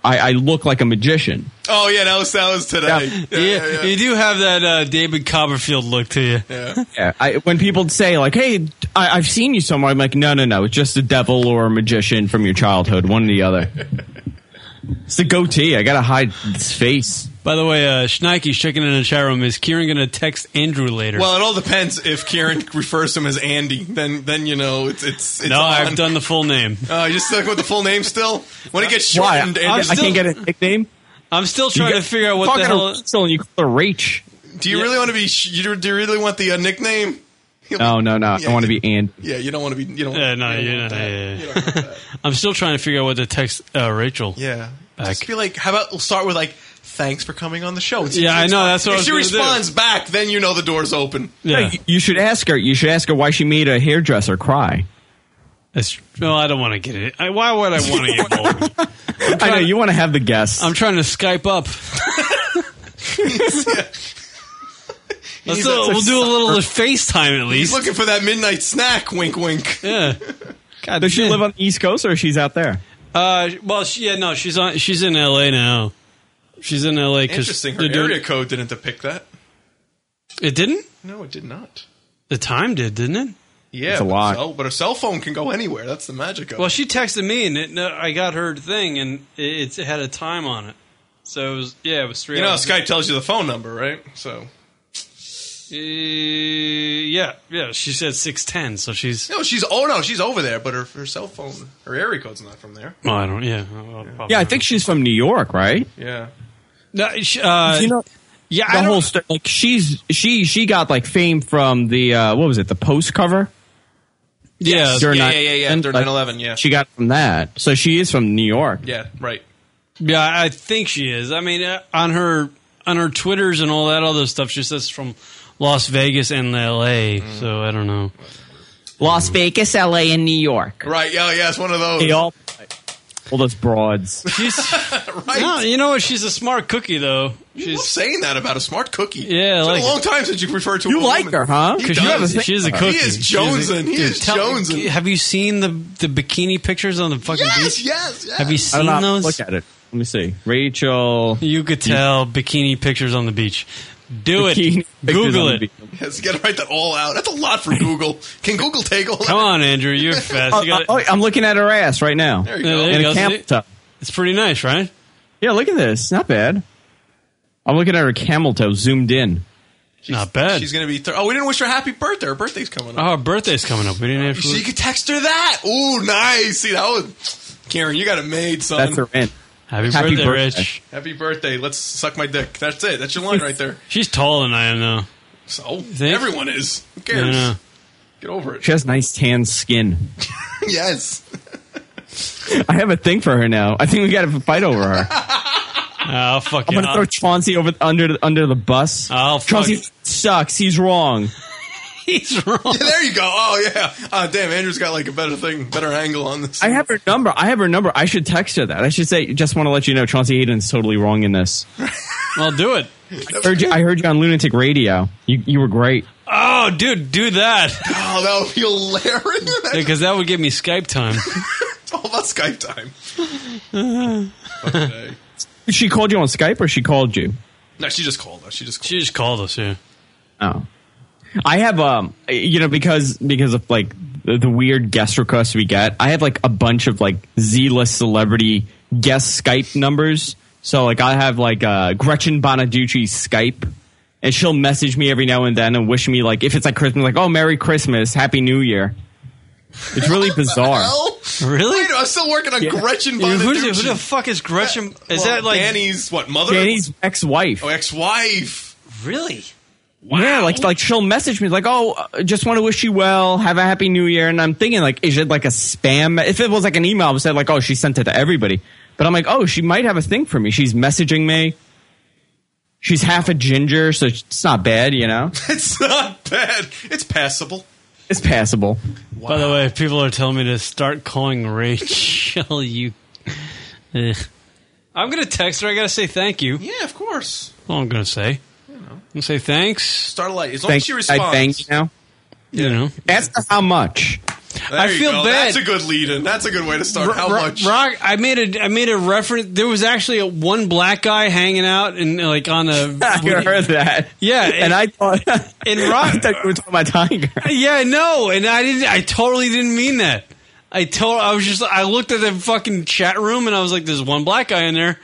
S17: I, I look like a magician.
S7: Oh yeah, that was that was today. Yeah, yeah, yeah.
S6: You do have that uh, David Copperfield look to you.
S7: Yeah.
S17: Yeah, I, when people say like, "Hey, I, I've seen you somewhere," I'm like, "No, no, no! It's just a devil or a magician from your childhood, one or the other." it's the goatee. I gotta hide this face.
S6: By the way, uh, Schneike's checking in the chat room. Is Kieran going to text Andrew later?
S7: Well, it all depends if Kieran refers to him as Andy. Then then you know it's it's. it's
S6: no,
S7: on.
S6: I've done the full name.
S7: Uh, you're stuck with the full name still. When it gets shortened, Andy-
S17: a nickname.
S6: I'm still trying to figure out what
S7: talking
S6: the hell.
S7: to
S17: So you call her Rach.
S7: Do you really want to be? sh- You, do you really want the uh, nickname?
S17: No, no, no. I want to be and.
S7: Yeah, you don't want to be. You don't.
S6: Yeah, no,
S7: you don't
S6: you
S7: want
S6: know,
S7: that.
S6: yeah, yeah,
S7: You
S6: yeah.
S7: don't want
S6: I'm still trying to figure out what to text uh, Rachel.
S7: Yeah.
S6: back.
S7: Just be like, how about we'll start with like, thanks for coming on the show. And see
S6: Yeah,
S7: if she
S6: I know,
S7: responds.
S6: that's what I
S7: If
S6: was
S7: she
S6: gonna do.
S7: responds back, then you know the door's open.
S17: No, you- you should ask her. You should ask her why she made a hairdresser cry.
S6: No, I don't want to get it. I, why would I want to get involved?
S17: I know you want to have the guests.
S6: I'm trying to Skype up. Let's do- we'll do a little FaceTime at
S7: He's
S6: least.
S7: looking for that midnight snack. Wink, wink.
S6: Yeah.
S17: Does she live on the East Coast or she's out there?
S6: Uh, well, she, yeah, no, she's on. She's in L.A. now. She's in L.A. because
S7: Interesting. Her area code didn't depict that.
S6: It didn't.
S7: No, it did not.
S6: The time did, didn't it?
S7: Yeah, but so- but a cell phone can go anywhere. That's the magic of
S6: Well,
S7: it.
S6: she texted me, and it, no, I got her thing, and it, it had a time on it. So it was, yeah, it was three.
S7: You know, how
S6: hours.
S7: Skype tells you the phone number, right? So
S6: Uh, yeah, yeah. She said six ten, so she's.
S7: no, she's oh no, she's over there, but her, her cell phone, her area code's not from there.
S6: Well, Oh, I don't. Yeah. I'll- I'll probably-
S17: Yeah, I think she's from New York, right?
S7: Yeah.
S6: No, she, uh,
S17: You know,
S6: yeah,
S17: the whole st- like she's she she got like fame from the uh, what was it the post cover?
S7: Yes.
S17: During
S7: Yeah,
S17: 9/11,
S7: yeah, yeah, yeah, during 9/11, yeah.
S17: she got from that. So she is from New York.
S7: Yeah, right.
S6: Yeah, I think she is. I mean, uh, on her on her twitters and all that other stuff, she says from Las Vegas and L.A.
S7: Mm-hmm.
S6: So I don't know.
S17: Las Vegas, L.A., and New York.
S7: Right. Yeah. Yeah. Oh, It's one of those.
S17: They all all those broads.
S6: She's
S7: right.
S6: No, you know what? She's a smart cookie, though.
S7: She's saying that about a smart cookie.
S6: Yeah, I
S7: it's
S6: like
S7: been a long time since you referred to.
S6: You
S7: a
S6: like
S7: woman.
S6: her, huh?
S7: He
S6: 'Cause you
S7: does.
S6: have a- She is a
S7: He
S6: cookie.
S7: is
S6: She's a-
S7: jonesing. He
S6: dude,
S7: is
S6: tell-
S7: jonesing.
S6: Have you seen the the bikini pictures on the fucking
S7: Yes,
S6: beach?
S7: yes, yes.
S6: Have you
S17: I
S6: seen
S17: don't know.
S6: those?
S17: Look at it. Let me see. Rachel.
S6: You could tell bikini pictures on the beach. Do
S17: Bikini
S6: it.
S17: pictures
S6: Google
S17: on the
S6: it.
S17: beach.
S7: Yes, you got to write that all out. That's a lot for Google. Can Google take all that? Uh,
S6: Come on, Andrew. You're fast.
S17: Oh,
S6: You got
S17: oh, I'm looking at her ass right now.
S6: There you go. There you
S17: In
S6: go.
S17: a camel
S6: See?
S17: toe.
S6: It's pretty nice, right?
S17: Yeah, look at this. Not bad. I'm looking at her camel toe zoomed in.
S6: Not bad.
S7: She's gonna be. Th- oh, we didn't wish her happy birthday. Her birthday's coming
S6: Oh,
S7: up.
S6: her birthday's coming up. We didn't
S7: so you
S6: actually.
S7: could text her that. Ooh, nice. See that was Karen. You got it made, son.
S17: That's her in.
S6: Happy,
S17: Happy
S6: birthday,
S17: birthday.
S6: Rich.
S7: Happy birthday. Let's suck my dick. That's it. That's your line right there.
S6: She's taller than I am now.
S7: So
S6: think?
S7: everyone is. Who cares?
S6: Yeah.
S7: Get over it.
S17: She has nice tan skin.
S7: yes.
S17: I have a thing for her now. I think we got to fight over her.
S6: I'll fuck
S17: I'm
S6: you.
S17: gonna throw Chauncey over under the- under the bus.
S6: Oh, fuck.
S17: Chauncey sucks. He's wrong.
S6: He's wrong.
S7: Yeah, there you go. Oh yeah. Uh, damn, Andrew's got like a better thing, better angle on this.
S17: I have her number. I have her number. I should text her that. I should say, just want to let you know, Chauncey Hayden's totally wrong in this.
S6: I'll do it.
S17: I heard you, I heard you on Lunatic Radio. You you were great.
S6: Oh, dude, do that.
S7: Oh, that would be hilarious.
S6: Because that would give me Skype time.
S7: It's all about Skype time.
S17: She called you on Skype or she called you?
S7: No, she just called us. She just called.
S6: She just called us. Yeah.
S17: Oh, I have um, you know, because because of like the, the weird guest requests we get, I have like a bunch of like Z-list celebrity guest Skype numbers. So like I have like uh, Gretchen Bonaducci Skype, and she'll message me every now and then and wish me like if it's like Christmas, like oh Merry Christmas, Happy New Year. It's really bizarre.
S6: Really?
S7: Wait, I'm still working on
S6: Yeah.
S7: Gretchen
S6: Yeah, who's it-
S7: Bonaducci.
S6: who the fuck is Gretchen? Is that like
S7: Danny's what mother?
S17: Danny's ex-wife.
S7: Oh, ex-wife.
S6: Really?
S17: Yeah, like like she'll message me like, "Oh, uh, just want to wish you well, have a happy new year." And I'm thinking like, is it like a spam? If it was like an email, I would say like, "Oh, she sent it to everybody." But I'm like, "Oh, she might have a thing for me. She's messaging me. She's half a ginger, so it's not bad, you know.
S7: It's not bad. It's passable.
S17: It's passable."
S6: By the way, people are telling me to start calling Rachel. You, Eh. I'm gonna text her. I gotta say thank you.
S7: Yeah, of course.
S6: That's all I'm gonna say. I'm gonna say thanks.
S7: Starlight. As long
S17: Thank
S7: as she
S17: you. I
S7: responds.
S17: thank you now.
S6: You know,
S17: that's not how much.
S7: There
S6: I
S7: you
S6: feel
S7: go.
S6: bad.
S7: That's a good lead-in. That's a good way to start. How
S6: Ro-
S7: much?
S6: Rock, I made a I made a reference. There was actually a, one black guy hanging out and like on a.
S17: I heard that.
S6: Yeah,
S17: and I thought
S6: and Rock.
S17: I thought you were talking about Tiger.
S6: Yeah, no, and I didn't. I totally didn't mean that. I told. I was just. I looked at the fucking chat room and I was like, "There's one black guy in there,"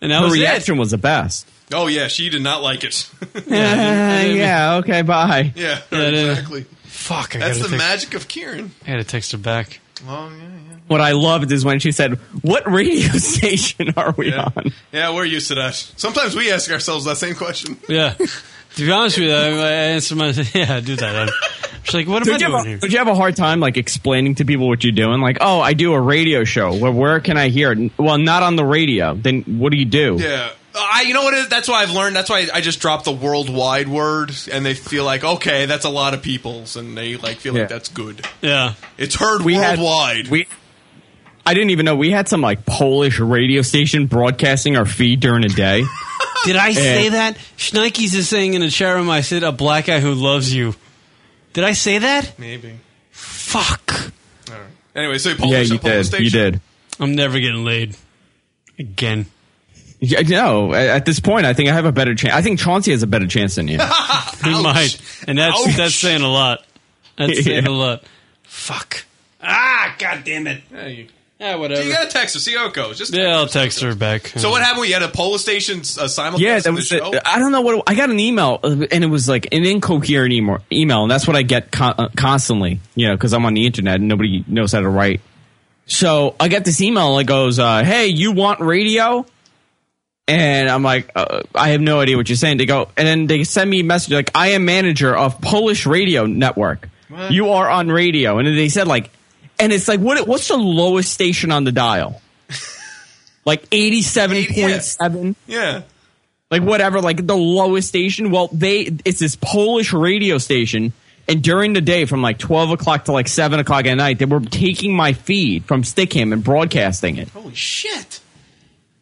S6: and that
S17: Her
S6: was it.
S17: reaction was the best.
S7: Oh yeah, she did not like it.
S17: Uh, yeah. Okay. Bye.
S7: Yeah,
S6: Yeah, it is.
S7: exactly.
S6: Fuck, I
S7: that's
S6: gotta
S7: the
S6: take-
S7: magic of Kieran.
S6: I had to text her back.
S7: Oh yeah.
S17: What I loved is when she said, "What radio station are we on?"
S7: Yeah, we're used to that. Sometimes we ask ourselves that same question.
S6: Yeah. To be honest with you, I, I answered my. Yeah, I do that. I'm, she's like, "What am
S17: Did
S6: I
S17: you,
S6: doing
S17: have a,
S6: here?"
S17: did you have a hard time like explaining to people what you're doing? Like, oh, I do a radio show. Where where can I hear? it? Well, not on the radio. Then what do you do?
S7: Yeah. I, you know what? It is? That's why I've learned. That's why I just dropped the worldwide word, and they feel like okay, that's a lot of people's, and they like feel
S17: Yeah.
S7: like that's good.
S6: Yeah,
S7: it's heard
S17: We had-
S7: worldwide.
S17: we I didn't even know we had some like Polish radio station broadcasting our feed during the day.
S6: Did I say
S7: Eh.
S17: And-
S6: that? Schneikes is saying in a chat room, I said, a black guy who loves you. Did I say that?
S7: Maybe.
S6: Fuck.
S7: All right. Anyway, so Polish
S17: yeah, you did.
S7: Polish Station.
S17: You did.
S6: I'm never getting laid. Again.
S17: Yeah, no, at at this point, I think I have a better chance. I think Chauncey has a better chance than you.
S6: He might. And that's that's saying a lot. That's saying
S17: Yeah.
S6: a lot. Ah, god damn it.
S7: Yeah, you,
S6: yeah whatever.
S7: You gotta text her. See how it goes. Just
S6: Yeah, I'll text her back.
S7: So what happened? We had a Polish station uh, simulcast
S17: Yeah,
S7: of
S17: that was.
S7: the show.
S17: it. I don't know what I got an email, uh, and it was like an incoherent emo- email, and that's what I get con- uh, constantly. You know, because I'm on the internet and nobody knows how to write. So I get this email that goes, uh, "Hey, you want radio?" And I'm like, uh, I have no idea what you're saying. They go, and then they send me a message like, "I am manager of Polish radio network. You are on radio." And then they said like, and it's like, what? What's the lowest station on the dial? like eighty-seven point seven.
S7: Yeah.
S17: like whatever, like the lowest station. Well, they it's this Polish radio station, and during the day from like twelve o'clock to like seven o'clock at night, they were taking my feed from Stickham and broadcasting it.
S7: Holy shit!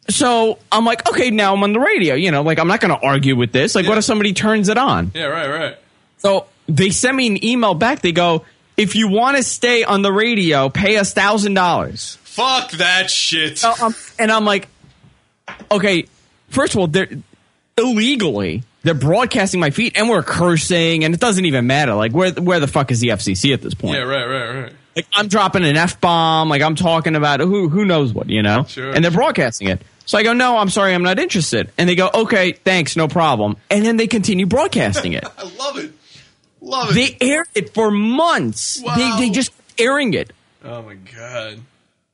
S17: So I'm like, okay, now I'm on the radio. You know, like I'm not going to argue with this. Like, what if somebody turns it on?
S7: Yeah, right, right.
S17: So they sent me an email back. They go, if you want to stay on the radio, pay us thousand dollars.
S7: Fuck that shit.
S17: So, um, and I'm like, okay, first of all, they're illegally they're broadcasting my feet, and we're cursing, and it doesn't even matter. Like, where where the fuck is the FCC at this point?
S7: Yeah, right, right, right.
S17: Like, I'm dropping an f bomb. Like, I'm talking about who who knows what, you know?
S7: Sure.
S17: And they're broadcasting it. So I go, no, I'm sorry, I'm not interested. And they go, okay, thanks, no problem. And then they continue broadcasting it.
S7: I love it. Love it.
S17: they aired it for months. They they just kept airing it
S7: oh my god.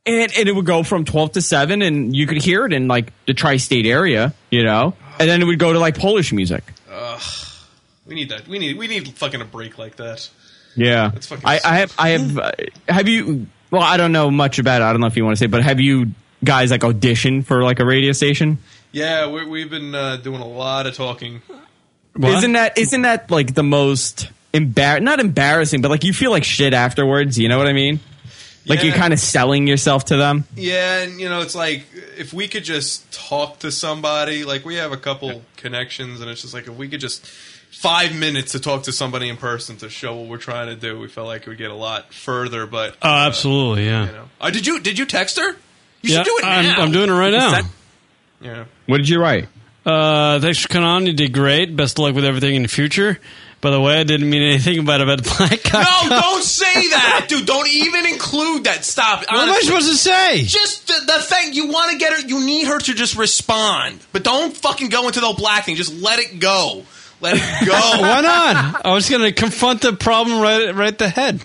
S17: and, and it would go from 12 to 7 and you could hear it in like the tri-state area you know and then it would go to like polish music
S7: Ugh. We need that. We need. We need fucking a break like that.
S17: yeah I, I have i have uh, have you well i don't know much about it i don't know if you want to say but have you guys like auditioned for like a radio station
S7: Yeah, we're, we've been uh, doing a lot of talking.
S17: is isn't that isn't that like the most embar not embarrassing but like you feel like shit afterwards you know what i mean like you're
S7: Yeah.
S17: kind of selling yourself to them
S7: Yeah, and you know, it's like if we could just talk to somebody, like we have a couple connections, and it's just like if we could just five minutes to talk to somebody in person to show what we're trying to do, we felt like we'd get a lot further. But
S6: Oh, absolutely, yeah.
S7: uh, did you did you text her? You
S6: Yeah,
S7: should do it
S6: I'm-
S7: now.
S6: I'm doing it right now. Send-
S7: Yeah.
S17: What did you write?
S6: Uh, thanks for coming on. You did great. Best of luck with everything in the future. By the way, I didn't mean anything about about the black guy.
S7: No, don't say that, dude. Don't even include that. Stop.
S6: What am I supposed to say?
S7: Just the, the thing you want to get her. You need her to just respond, but don't fucking go into the black thing. Just let it go. Let it go.
S6: Why not? I was going to confront the problem right right at the head.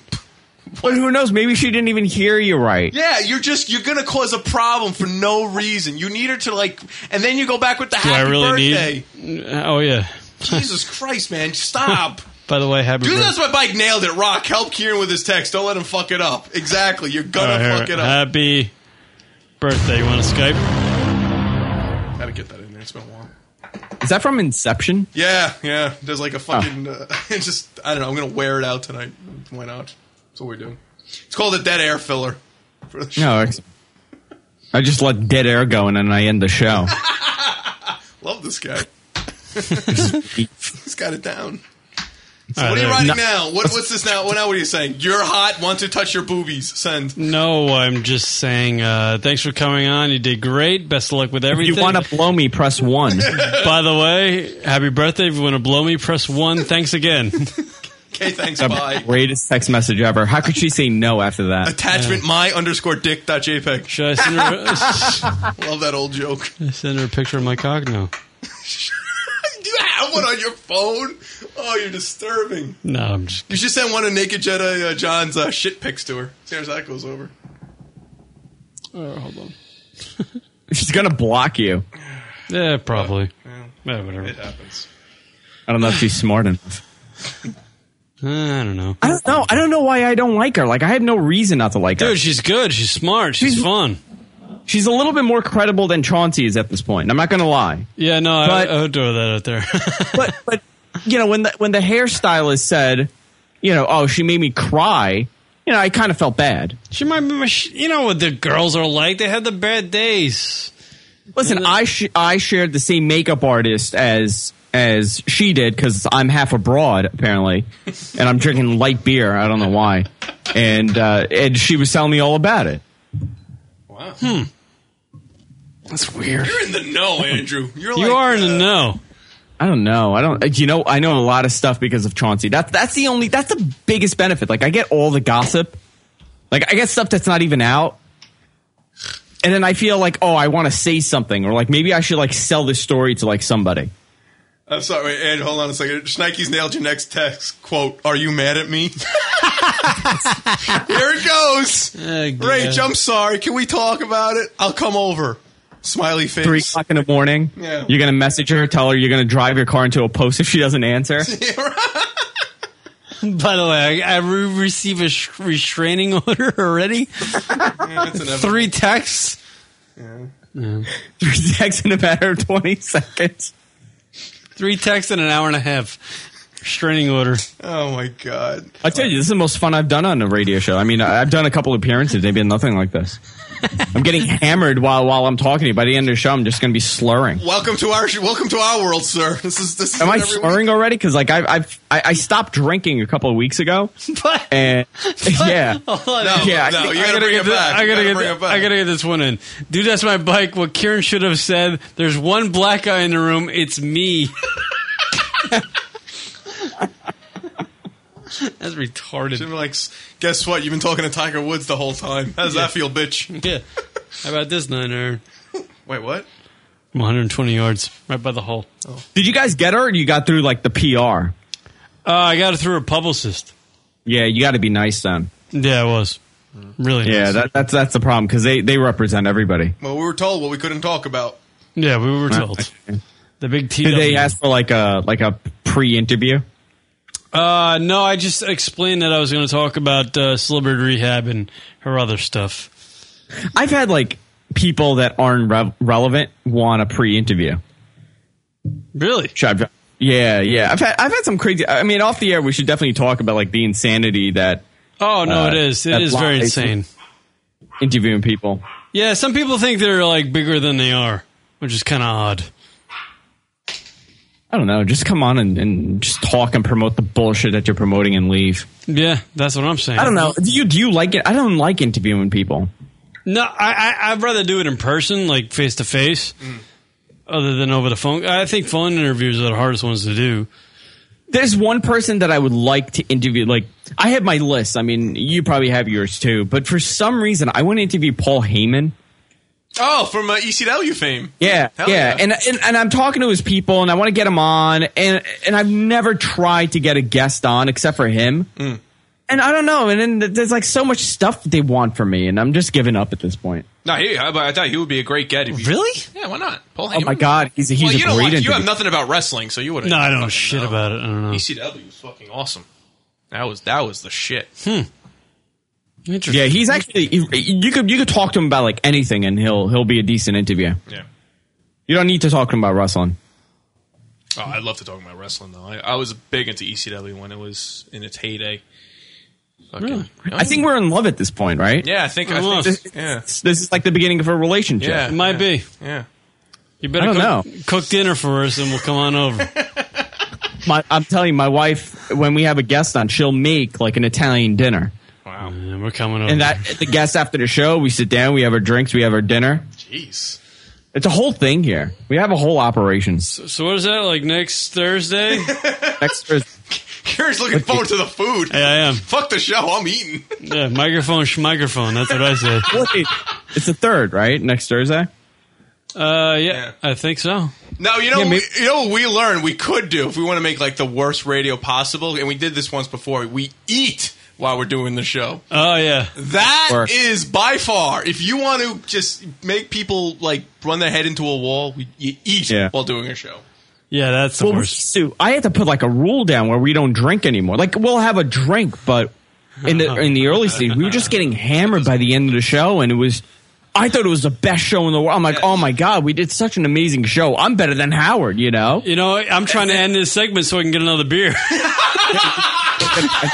S17: But who knows? Maybe she didn't even hear you right.
S7: Yeah, you're just you're gonna cause a problem for no reason. You need her to like, and then you go back with the
S6: Do
S7: happy
S6: I really
S7: birthday.
S6: need? Oh yeah.
S7: Jesus Christ, man, stop.
S6: By the way, happy
S7: Dude,
S6: birthday.
S7: that's my bike nailed it. Rock, help Kieran with his text. Don't let him fuck it up. Exactly, you're
S6: All
S7: gonna
S6: right, here.
S7: fuck it up.
S6: Happy birthday. You want to Skype?
S7: Gotta get that in there. It's been a while.
S17: Is that from Inception?
S7: Yeah, yeah. There's like a fucking. Uh, it's just I don't know. I'm gonna wear it out tonight. Why not? That's what we're doing. It's called a dead air filler. For the
S17: No, it's- I just let dead air go and then I end the show.
S7: Love this guy. He's got it down. So
S6: All
S7: what are
S6: right,
S7: you
S17: Uh,
S6: there.
S7: writing
S6: No-
S7: now? What, what's this now? What now? What are you saying? You're hot. Want to touch your boobies? Send.
S6: No, I'm just saying. Uh, thanks for coming on. You did great. Best of luck with everything.
S17: you want to blow me, press one.
S6: By the way, happy birthday. If you want to blow me, press one. Thanks again.
S7: Okay, thanks.
S17: the
S7: bye.
S17: greatest text message ever. How could she say no after that?
S7: Attachment my underscore dick dot jpeg.
S6: Should I send her?
S7: Love that old joke.
S6: I send her a picture of my cock now.
S7: Do you have one on your phone? Oh, you're disturbing.
S6: No, I'm just.
S7: You should send one of Naked Jedi uh, John's uh, shit pics to her. See how that goes over.
S6: Oh, hold on.
S17: She's gonna block you.
S6: Yeah, probably.
S7: Yeah.
S6: Yeah, whatever.
S7: It happens.
S17: I don't know if she's smart enough.
S6: I don't know.
S17: I don't know. I don't know why I don't like her. Like I have no reason not to like her.
S6: Dude, she's good. She's smart. She's, fun.
S17: She's a little bit more credible than Chauncey is at this point. I'm not gonna lie.
S6: Yeah, no,
S17: But-
S6: I, I would throw that out there.
S17: You know, when the when the hairstylist said, you know, oh, she made me cry. You know, I kind of felt bad.
S6: She might be, mach- you know what the girls are like. They have the bad days.
S17: Listen, I sh- I shared the same makeup artist as as she did because I'm half abroad apparently, and I'm drinking light beer. I don't know why, and uh, and she was telling me all about it.
S7: Wow.
S17: Hmm. That's weird.
S7: You're in the know, Andrew. You're
S6: You
S7: like, uh,
S6: are in the know.
S17: I don't know. I don't. You know, I know a lot of stuff because of Chauncey. That's that's the only. That's the biggest benefit. Like I get all the gossip. Like I get stuff that's not even out. And then I feel like, oh, I want to say something, or like maybe I should like sell this story to like somebody.
S7: I'm sorry, wait, Andrew. Hold on a second. Schneike's nailed your next text. Quote: Are you mad at me? Here it goes. Rach, I'm sorry. Can we talk about it? I'll come over. Smiley face.
S17: Three o'clock in the morning.
S7: Yeah.
S17: You're gonna message her, tell her you're gonna drive your car into a post if she doesn't answer.
S6: By the way, I, I re- receive a sh- restraining order already. Three texts.
S17: Three texts in a matter of twenty seconds.
S6: Three texts in an hour and a half. Restraining order.
S7: Oh my god.
S17: I tell you, this is the most fun I've done on a radio show. I mean, I- I've done a couple appearances. They've been nothing like this. I'm getting hammered while while I'm talking to you. By the end of the show, I'm just going to be slurring.
S7: Welcome to our welcome to our world, sir. This is this is
S17: Am I
S7: what everyone-
S17: slurring already? Because like I've, I've I, I stopped drinking a couple of weeks ago, and yeah, yeah,
S6: No,
S17: I
S6: no,
S17: think-
S6: you gotta bring it back. I gotta, get, I gotta get this one in. Dude, that's my bike. What Kieran should have said. There's one black guy in the room. It's me. That's retarded.
S7: Should be like, guess what? You've been talking to Tiger Woods the whole time. How does
S6: Yeah.
S7: that feel, bitch?
S6: Yeah. How about this niner?
S7: Wait, what?
S6: 120 yards, right by the hole.
S17: Did you guys get her? or You got through like the PR.
S6: Uh, I got it through a publicist.
S17: Yeah, you got to be nice then.
S6: Yeah, it was really.
S17: Yeah,
S6: nice.
S17: that, that's that's the problem because they they represent everybody.
S7: Well, we were told what we couldn't talk about.
S6: Yeah, we were told. The big T.
S17: Did they ask for like a like a pre-interview?
S6: Uh, no, I just explained that I was going to talk about uh, celebrity rehab and her other stuff.
S17: I've had like people that aren't rev relevant want a pre-interview.
S6: Really?
S17: Yeah, yeah. I've had I've had some crazy. I mean, off the air, we should definitely talk about like the insanity that. uh,
S6: Oh no, it is. It
S17: that
S6: is very
S17: lies
S6: insane.
S17: Interviewing people.
S6: Yeah, some people think they're like bigger than they are, which is kind of odd.
S17: I don't know. Just come on and, and just talk and promote the bullshit that you're promoting and leave.
S6: Yeah, that's what I'm saying.
S17: I don't know. Do you do you like it? I don't like interviewing people.
S6: No, I, I I'd rather do it in person, like face to face, other than over the phone. I think phone interviews are the hardest ones to do.
S17: There's one person that I would like to interview. Like I have my list. I mean, you probably have yours too. But for some reason, I want to interview Paul Heyman.
S7: Oh, from uh, ECW fame.
S17: Yeah,
S7: Hell
S17: yeah, And, and and I'm talking to his people, and I want to get him on, and and I've never tried to get a guest on except for him, and I don't know. And then th- there's like so much stuff that they want from me, and I'm just giving up at this point.
S7: No, he, I, I thought he would be a great get. If you,
S17: really?
S7: Yeah, why not? Paul
S17: Oh my god, he's a, he's
S7: well, you
S17: a
S7: don't
S17: great.
S7: like, you
S17: individual.
S7: have nothing about wrestling, so you E wouldn't.
S6: No, I don't know
S7: fucking
S6: shit about it. I don't know.
S7: ECW was fucking awesome. That was that was the shit.
S17: Yeah, he's actually you- you could you could talk to him about like anything, and he'll he'll be a decent interview.
S7: Yeah.
S17: You don't need to talk to him about wrestling.
S7: Oh, I love to talk about wrestling though. I, I was big into ECW when it was in its heyday. Fucking- Oh,
S17: I think we're in love at this point, right?
S7: Yeah, I think I think
S17: This,
S7: yeah.
S17: this is like the beginning of a relationship.
S7: Yeah,
S6: it might be.
S7: Yeah.
S6: You better
S17: I don't
S6: cook, cook dinner for us, and we'll come on over.
S17: My, I'm telling you, my wife, when we have a guest on, she'll make like an Italian dinner.
S7: Wow.
S6: we're coming over.
S17: And that the guest after the show, we sit down, we have our drinks, we have our dinner.
S7: Jeez.
S17: It's a whole thing here. We have a whole operation.
S6: So what is that like next Thursday?
S17: next Thursday.
S7: Kira's looking forward to the food.
S6: Yeah, I am.
S7: Fuck the show. I'm eating.
S6: Yeah, microphone, sh- microphone. That's what I said.
S17: It's the third, right? Next Thursday.
S6: Uh, yeah, I think so.
S7: No, you know,
S6: Yeah, maybe-
S7: you know what we learned we could do if we want to make like the worst radio possible, and we did this once before. We eat while we're doing the show.
S6: Oh yeah,
S7: That is
S6: Work.
S7: by far. If you want to just make people like run their head into a wall, we, you eat
S17: Yeah.
S7: while doing a show.
S6: Yeah, that's
S17: the worst. Sue, I had to put like a rule down where we don't drink anymore. Like we'll have a drink, but in the in the early stage, we were just getting hammered by the end of the show, and it was. I thought it was the best show in the world. I'm like, oh my god, we did such an amazing show. I'm better than Howard, you know.
S6: You know, I'm trying to end this segment so I can get another beer.
S17: I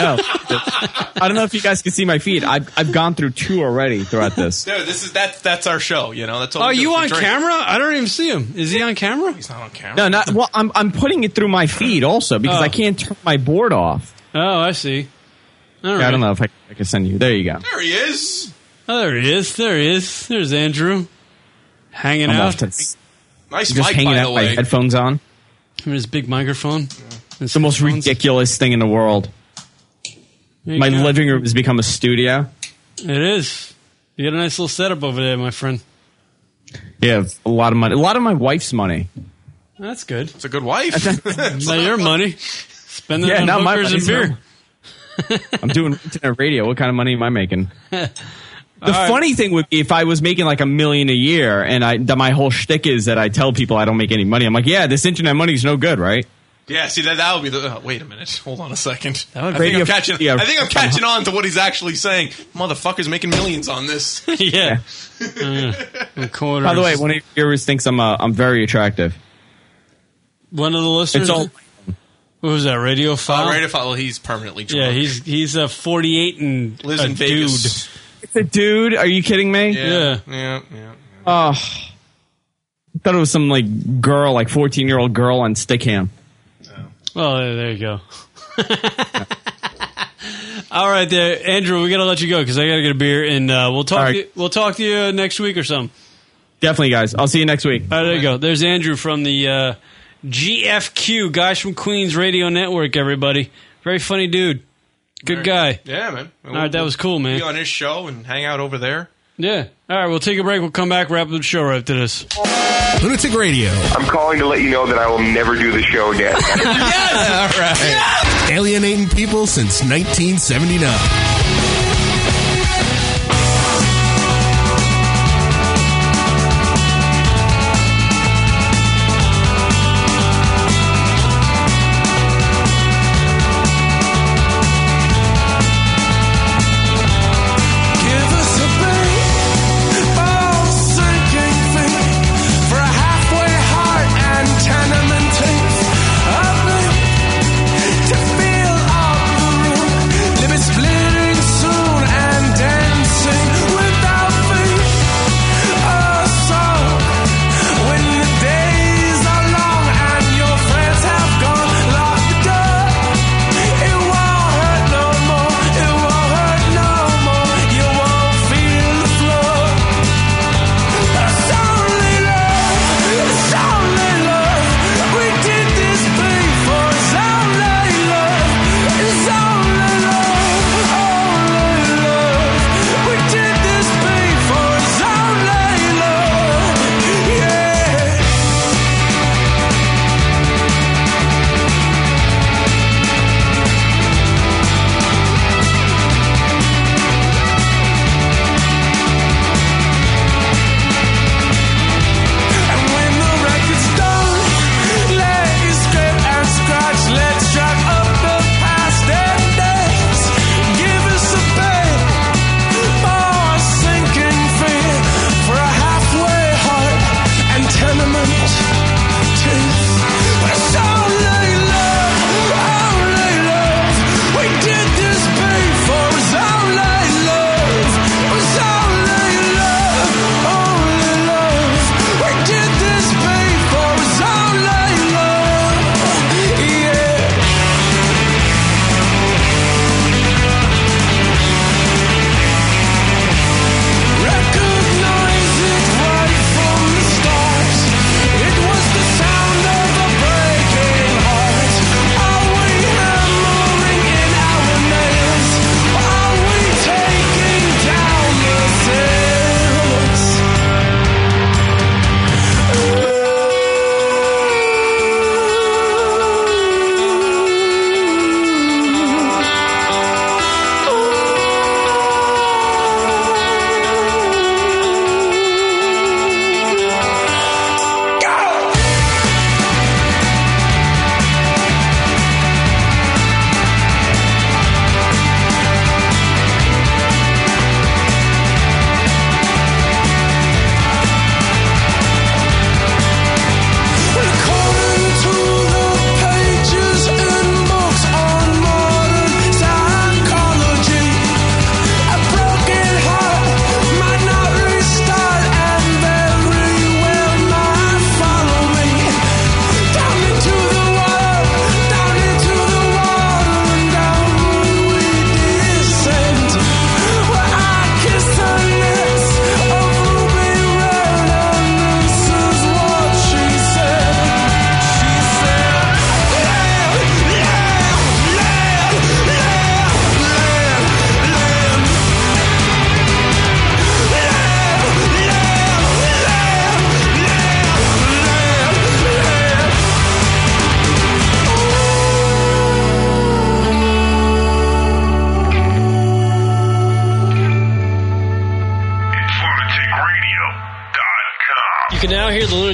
S17: know. I don't know if you guys can see my feed. I've I've gone through two already throughout this.
S7: Dude, this is that's that's our show. You know, that's all.
S6: Are
S7: we do.
S6: you
S7: We
S6: on
S7: drink.
S6: camera? I don't even see him. Is he on camera? He's
S7: not on camera.
S17: No, not well. I'm I'm putting it through my feed also because
S6: Oh.
S17: I can't turn my board off.
S6: Oh, I see. All
S17: Yeah, I don't know if I, I can send you. There you go.
S7: There he is.
S6: Oh, there he is. There he is. There's Andrew hanging
S17: I'm off
S6: out.
S17: to-
S7: nice
S17: just hanging out with my headphones on.
S6: With his big microphone.
S17: It's the most ridiculous thing in the world.
S6: There you
S17: My
S6: go.
S17: living room has become a studio.
S6: It is. You got a nice little setup over there, my friend.
S17: Yeah, it's a lot of money. A lot of my wife's money.
S6: That's good. It's
S7: a good wife.
S6: not your money. Spend it
S17: Yeah,
S6: on
S17: not my
S6: hookers and
S17: money,
S6: beer.
S17: I'm doing internet radio. What kind of money am I making? The
S6: All right.
S17: funny thing would be if I was making like a million a year, and I that my whole shtick is that I tell people I don't make any money. I'm like, yeah, this internet money's no good, right?
S7: Yeah, see that that would be the. Oh, wait a minute, hold on a second.
S17: would
S7: I think
S17: radio-
S7: I'm catching.
S17: yeah.
S7: I think I'm catching on to what he's actually saying. Motherfuckers making millions on this.
S6: yeah. Mm,
S17: By the way, one of your viewers thinks I'm uh, I'm very attractive.
S6: One of the listeners.
S17: It's all-
S6: what was that? Radio file.
S7: Uh, Radio file. He's permanently drunk.
S6: Yeah, he's he's a forty-eight and
S7: Lives
S6: a
S7: in Vegas.
S6: dude.
S17: It's a dude. Are you kidding me?
S6: Yeah.
S7: Yeah, yeah.
S17: Oh, thought it was some like girl, like 14 year old girl on Stickham.
S6: Well, there, there you go. All right, there, Andrew. We gotta let you go because I gotta get a beer, and uh, we'll talk.
S17: All right.
S6: To you, we'll talk to you uh, next week or something.
S17: Definitely, guys. I'll see you next week.
S6: All right, there you go. There's Andrew from the uh, GFQ, guys from Queens Radio Network. Everybody, very funny dude, good guy.
S7: Yeah, man.
S6: All right, that was cool, man.
S7: Be on his show and hang out over there.
S6: Yeah. All right, we'll take a break. We'll come back. Wrap up the show right after this.
S20: Lunatic Radio. I'm calling to let you know that I will never do the show again.
S13: All right. Alienating people since 1979.
S5: Give us a break, oh sinking feet, for a halfway heart and tenement teeth. A blink to feel all the room, live its blue Oh,
S9: oh
S8: now hear the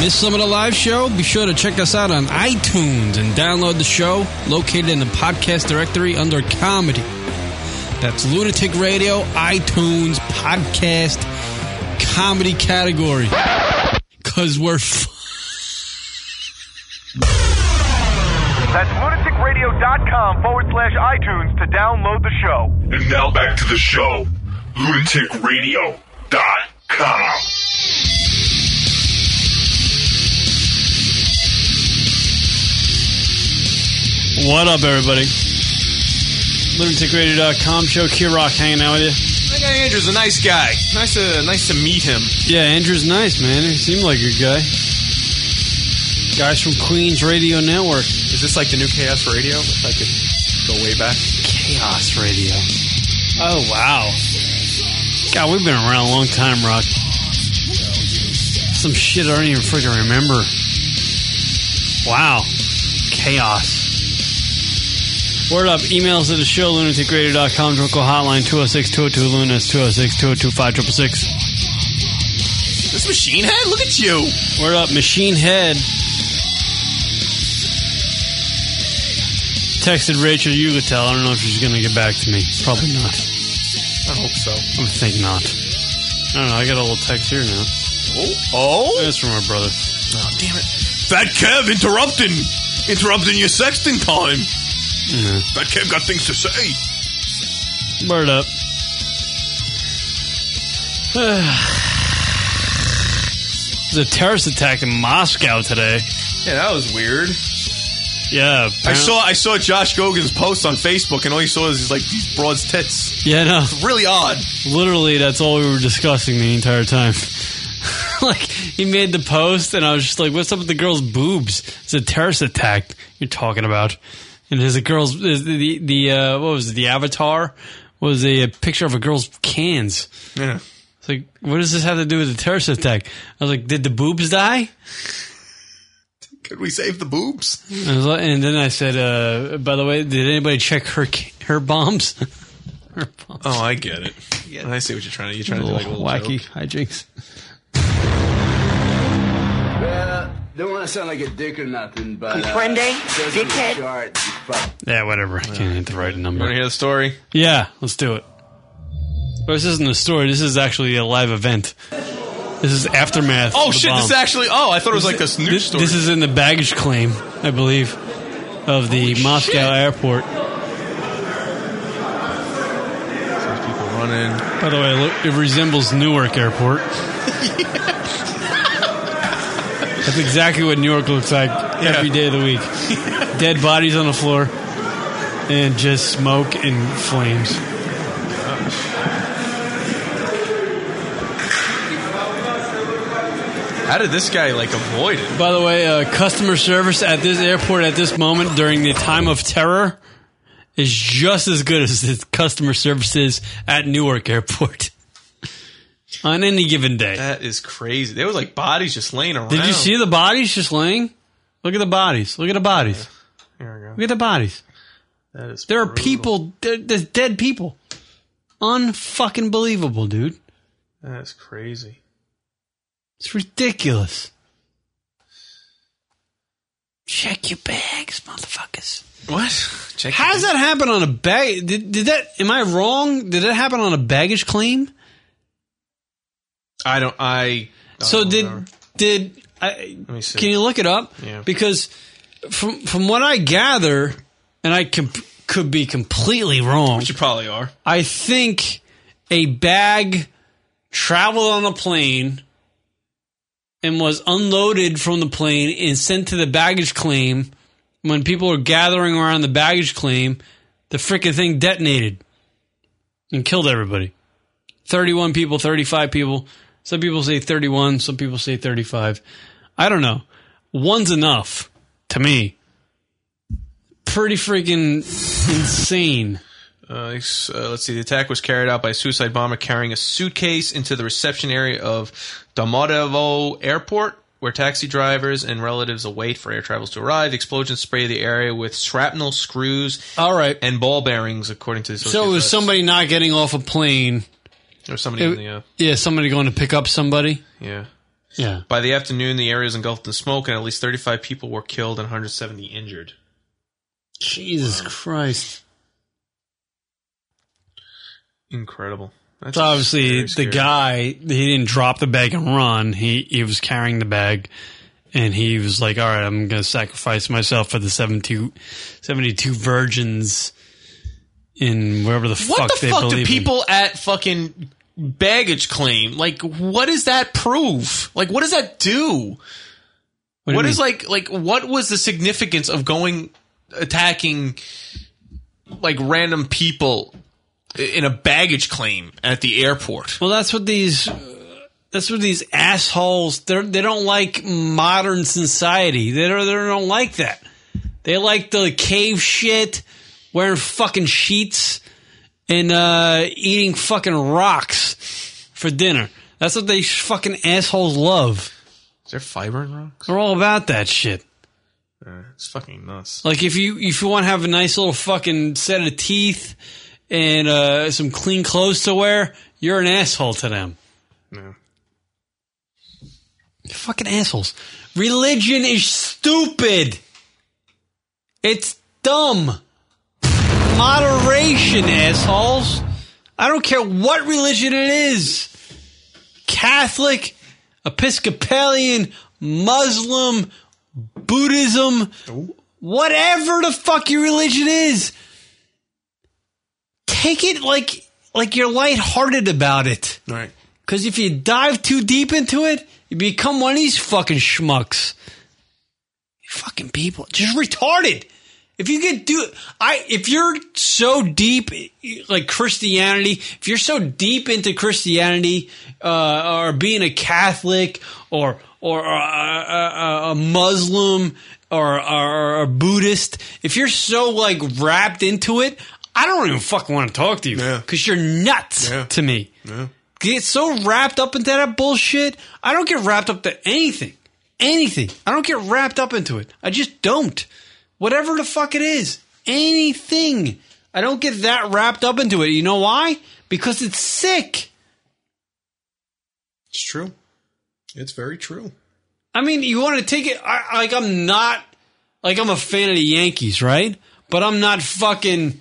S12: Miss some of the live show? Be sure to check us out on iTunes and download the show located in the podcast directory under comedy. That's Lunatic Radio, iTunes, podcast, comedy category. Because we're f-
S20: That's lunaticradio.com forward slash iTunes to download the show.
S9: And now back to the show. LunaticRadio.com.
S6: What up, everybody? LunaticRadio.com show. Key Rock hanging out with you.
S7: That guy Andrew's a nice guy. Nice to nice to meet him.
S6: Yeah, Andrew's nice, man. He seemed like a good guy. Guys from Queens Radio Network.
S7: Is this like the new Chaos Radio? If I could go way back.
S6: Chaos Radio. Oh wow. God, we've been around a long time, Rock. Some shit I don't even freaking remember. Wow. Chaos. Word up, emails to the show, lunaticradio.com, Drunk call hotline 206-202-LUNA, 206-202-5666.
S7: This machine head, look at you.
S6: Word up, Machine Head. Texted Rachel Yugatel. I don't know if she's going to get back to me. Probably not.
S7: I hope so.
S6: I would think not. I don't know. I got a little text here now.
S7: Oh, oh.
S6: That's from her brother.
S7: Oh, damn it. Fat Kev interrupting. Interrupting your sexting time.
S6: Mm-hmm.
S7: Fat Kev got things to say.
S6: Word up. There's a terrorist attack in Moscow today.
S7: Yeah, that was weird.
S6: Yeah,
S7: I saw I saw Josh Gogan's post on Facebook, and all he saw is he's like these broads tits.
S6: Yeah, no.
S7: It's really odd.
S6: Literally, that's all we were discussing the entire time. like, he made the post, and I was just like, what's up with the girl's boobs? It's a terrorist attack you're talking about. And there's a girl's, there's the, the, the uh, what was it, the avatar was a, picture of a girl's cans.
S7: Yeah.
S6: It's like, what does this have to do with the terrorist attack? I was like, did the boobs die?
S7: Could we save the boobs?
S6: I was like- and then I said, uh, by the way, did anybody check her, ca- her bombs?
S7: Oh, I get it. I see what you're trying to. You're trying to do like a little
S6: wacky
S7: joke.
S6: hijinks.
S2: Well, don't want to sound like a dick or nothing, but. uh,
S5: Comprende? Dickhead?
S6: Yeah, whatever. I can't hit the right number.
S7: You want to hear the story?
S6: Yeah, let's do it. But this isn't a story. This is actually a live event. This is aftermath.
S7: Oh
S6: of the
S7: shit! This
S6: bomb.
S7: is actually. Oh, I thought it was like this news
S6: this,
S7: story.
S6: This is in the baggage claim, I believe, of the Moscow airport.
S7: people running.
S6: By the way, look, it resembles Newark Airport. That's exactly what Newark looks like every day of the week. Dead bodies on the floor, and just smoke and flames.
S12: Uh,
S7: How did this guy like avoid it?
S6: By the way, uh, customer service at this airport at this moment during the time of terror is just as good as the customer service is at Newark Airport on any given day.
S7: That is crazy. There was like bodies just laying around.
S6: Did you see the bodies just laying? Look at the bodies. Look at the bodies.
S7: There we go.
S6: Look at the bodies.
S7: That is.
S6: There are people. There, there's dead people. Unfucking believable, dude.
S7: That is crazy.
S6: It's ridiculous. Check your bags, motherfuckers.
S7: What? Check
S6: How does that happen on a bag? Did, did that? Am I wrong? Did that happen on a baggage claim?
S7: I don't. I.
S6: so did did I,
S7: Let me see.
S6: can you look it up?
S7: Yeah.
S6: Because from from what I gather, and I com- could be completely wrong.
S7: Which you probably are.
S6: I think a bag traveled on a plane and was unloaded from the plane and sent to the baggage claim. When people were gathering around the baggage claim, the freaking thing detonated and killed everybody. 31 people, 35 people. Some people say 31, some people say 35. I don't know. One's enough. to me. Pretty freaking insane.
S7: Uh, it's, uh, let's see. The attack was carried out by a suicide bomber carrying a suitcase into the reception area of Domodedovo Airport, where taxi drivers and relatives await for air travels to arrive. The explosion sprayed the area with shrapnel, screws,
S6: all right,
S7: and ball bearings, according to the
S6: So it
S7: Associated
S6: was
S7: Press.
S6: somebody not getting off a plane.
S7: Or somebody in the, uh,
S6: yeah, somebody going to pick up somebody.
S7: yeah.
S6: Yeah.
S7: By the afternoon, the area was engulfed in smoke, and at least 35 people were killed and 170 injured.
S6: Jesus Christ.
S7: Incredible.
S6: so obviously the
S7: scary.
S6: guy he didn't drop the bag and run. He he was carrying the bag and he was like, "All right, I'm going to sacrifice myself for the 72, 72 virgins in wherever the
S7: What
S6: fuck
S7: the
S6: they
S7: fuck do
S6: believe." in."
S7: people at fucking baggage claim? Like, what does that prove? Like, what does that do?
S6: What do you
S7: what is
S6: mean?
S7: like, like, what was the significance of going attacking like random people i- in a baggage claim at the airport?
S6: Well, that's what these uh, that's what these assholes they they don't like modern society. They don't they don't like that. They like the cave shit, wearing fucking sheets and uh eating fucking rocks for dinner. That's what they sh- fucking assholes love.
S7: Is there fiber in rocks?
S6: They're all about that shit.
S7: Uh, it's fucking nuts.
S6: Like if you if you want to have a nice little fucking set of teeth and uh, some clean clothes to wear, you're an asshole to them.
S7: No.
S6: You're fucking assholes. Religion is stupid. It's dumb. Moderation, assholes. I don't care what religion it is. Catholic, Episcopalian, Muslim, Buddhism, whatever the fuck your religion is, take it like like you're lighthearted about it.
S7: Right.
S6: Because if you dive too deep into it, you become one of these fucking schmucks. You fucking people, just retarded. If you get do I if you're so deep like Christianity, if you're so deep into Christianity uh, or being a Catholic or or uh, uh, uh, a Muslim or, or a Buddhist, if you're so like wrapped into it, I don't even fucking want to talk to you because you're nuts to me. Get so wrapped up into that bullshit. I don't get wrapped up to anything, anything. I don't get wrapped up into it. I just don't whatever the fuck it is, anything. I don't get that wrapped up into it. You know why? Because it's sick.
S7: It's true. It's very true.
S6: I mean, you want to take it I, like I'm not like I'm a fan of the Yankees, right? But I'm not fucking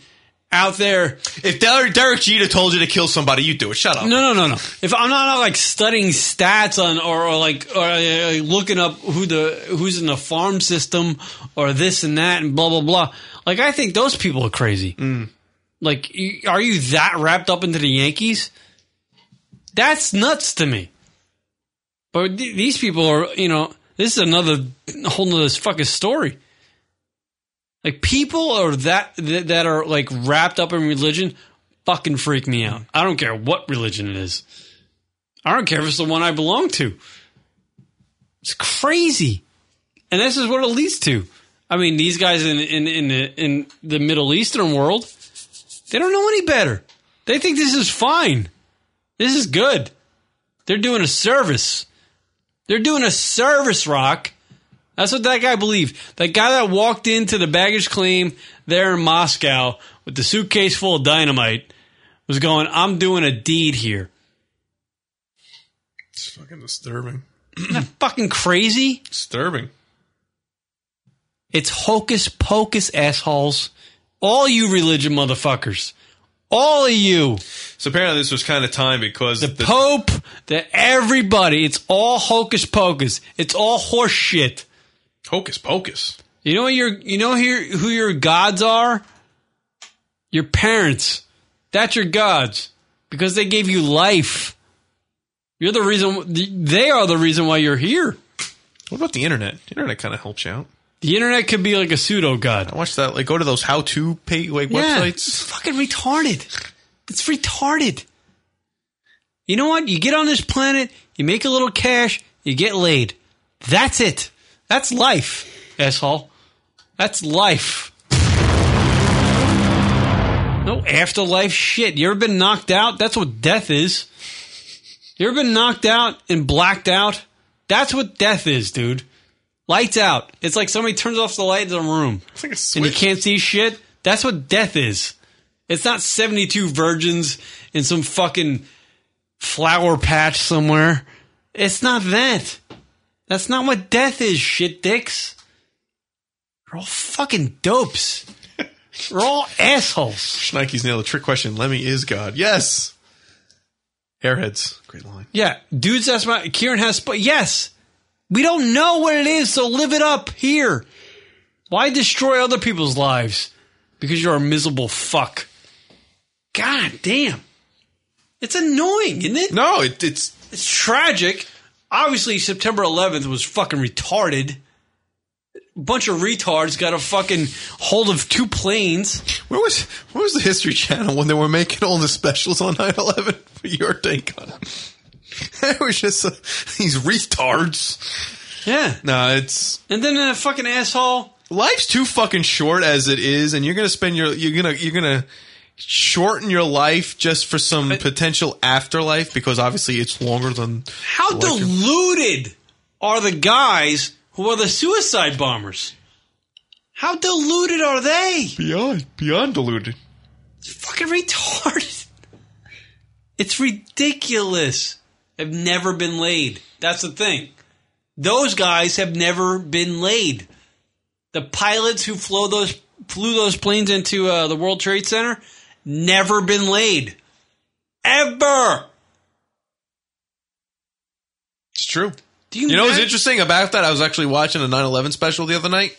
S6: out there.
S7: If Derek, Derek Jeter told you to kill somebody, you do it. Shut up.
S6: No, no, no, no. If I'm not out, like studying stats on or, or like or uh, looking up who the who's in the farm system or this and that and blah blah blah, like I think those people are crazy.
S7: Mm.
S6: Like, y- are you that wrapped up into the Yankees? That's nuts to me. But th- these people are, you know, this is another whole nother fucking story. Like people are that th- that are like wrapped up in religion, fucking freak me out. I don't care what religion it is. I don't care if it's the one I belong to. It's crazy, and this is what it leads to. I mean, these guys in in in the, in the Middle Eastern world, they don't know any better. They think this is fine. This is good. They're doing a service. They're doing a service, Rock. That's what that guy believed. That guy that walked into the baggage claim there in Moscow with the suitcase full of dynamite was going, I'm doing a deed here.
S7: It's fucking disturbing.
S6: Isn't that fucking crazy?
S7: Disturbing.
S6: It's hocus pocus, assholes. All you religion motherfuckers. All of you.
S7: So apparently, this was kind of time because the,
S6: Pope, the everybody. It's all hocus pocus. It's all horse shit.
S7: Hocus pocus.
S6: You know what your you know here who your gods are? Your parents. That's your gods because they gave you life. You're the reason they are the reason why you're here.
S7: What about the internet? The internet kind of helps you out.
S6: The internet could be like a pseudo god.
S7: I watched that. Like, go to those how-to pay like
S6: Yeah,
S7: websites.
S6: It's fucking retarded. It's retarded. You know what? You get on this planet, you make a little cash, you get laid. That's it. That's life, asshole. That's life. No afterlife shit. You ever been knocked out? That's what death is. You ever been knocked out and blacked out? That's what death is, dude. Lights out. It's like somebody turns off the lights in a room. It's like a And you can't see shit. That's what death is. It's not 72 virgins in some fucking flower patch somewhere. It's not that. That's not what death is, shit dicks. You're all fucking dopes. We're all assholes.
S7: Schneike's nailed a trick question. Lemmy is God. Yes. Airheads. Great line.
S6: Yeah, dudes. That's my Kieran has. But yes, we don't know what it is, so live it up here. Why destroy other people's lives? Because you're a miserable fuck. God damn, it's annoying, isn't it?
S7: No, it, it's
S6: it's tragic. Obviously, September 11th was fucking retarded. Bunch of retards got a fucking hold of two planes.
S7: Where was where was the History Channel when they were making all the specials on 9-11 for your take on it? It was just uh, these retards.
S6: Yeah.
S7: No, it's
S6: and then a fucking asshole.
S7: Life's too fucking short as it is, and you're gonna spend your you're gonna you're gonna shorten your life just for some potential afterlife because obviously it's longer than
S6: How deluded are the guys who are the suicide bombers? How deluded are they?
S7: Beyond, beyond deluded.
S6: fucking retarded. It's ridiculous. I've never been laid. That's the thing. Those guys have never been laid. The pilots who flew those flew those planes into uh, the World Trade Center never been laid. Ever.
S7: It's true.
S6: Do
S7: you,
S6: you
S7: know what's
S6: imagine-
S7: interesting about that? I was actually watching a 9/11 special the other night,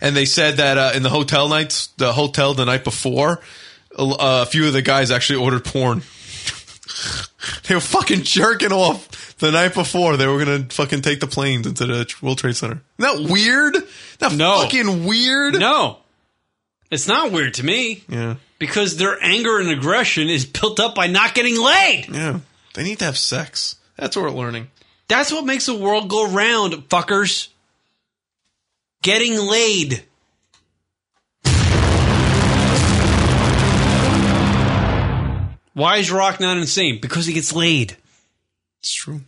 S7: and they said that uh, in the hotel nights, the hotel the night before, a, l- uh, a few of the guys actually ordered porn. they were fucking jerking off the night before. They were gonna fucking take the planes into the World Trade Center. Isn't that weird? That
S6: No.
S7: fucking weird.
S6: No. It's not weird to me.
S7: Yeah.
S6: Because their anger and aggression is built up by not getting laid.
S7: Yeah. They need to have sex. That's what we're learning.
S6: That's what makes the world go round, fuckers. Getting laid. Why is Rock not insane? Because he gets laid.
S7: It's true.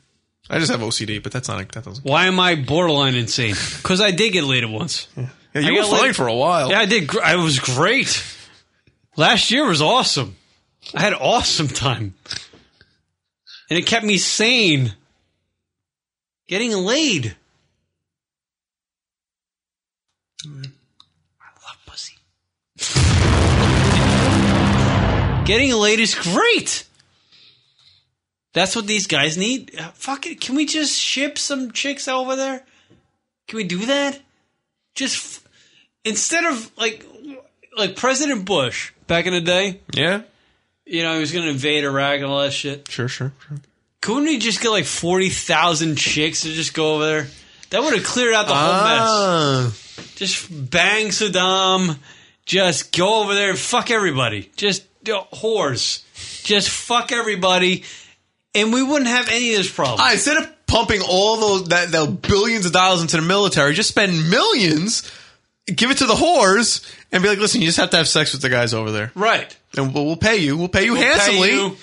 S7: I just have OCD, but that's not that doesn't.
S6: Why am I borderline insane? Because I did get laid at once. Yeah,
S7: Yeah, you were fine for a while.
S6: Yeah, I did. gr- I was great. Last year was awesome. I had an awesome time, and it kept me sane. Getting laid. I love pussy. Getting laid is great. That's what these guys need. Uh, Fuck it. Can we just ship some chicks over there? Can we do that? Just f- instead of like like President Bush back in the day.
S7: Yeah.
S6: You know, he was going to invade Iraq and all that shit.
S7: Sure, sure, sure.
S6: Couldn't we just get like 40,000 chicks to just go over there? That would have cleared out the whole
S7: Ah.
S6: mess. Just bang Saddam. Just go over there and fuck everybody. Just you know, whores. Just fuck everybody. And we wouldn't have any of this problem.
S7: Ah, instead of pumping all those that, the billions of dollars into the military, just spend millions, give it to the whores, and be like, listen, you just have to have sex with the guys over there,
S6: right?
S7: And we'll, we'll pay you, we'll pay you
S6: We'll pay
S7: handsomely,
S6: you.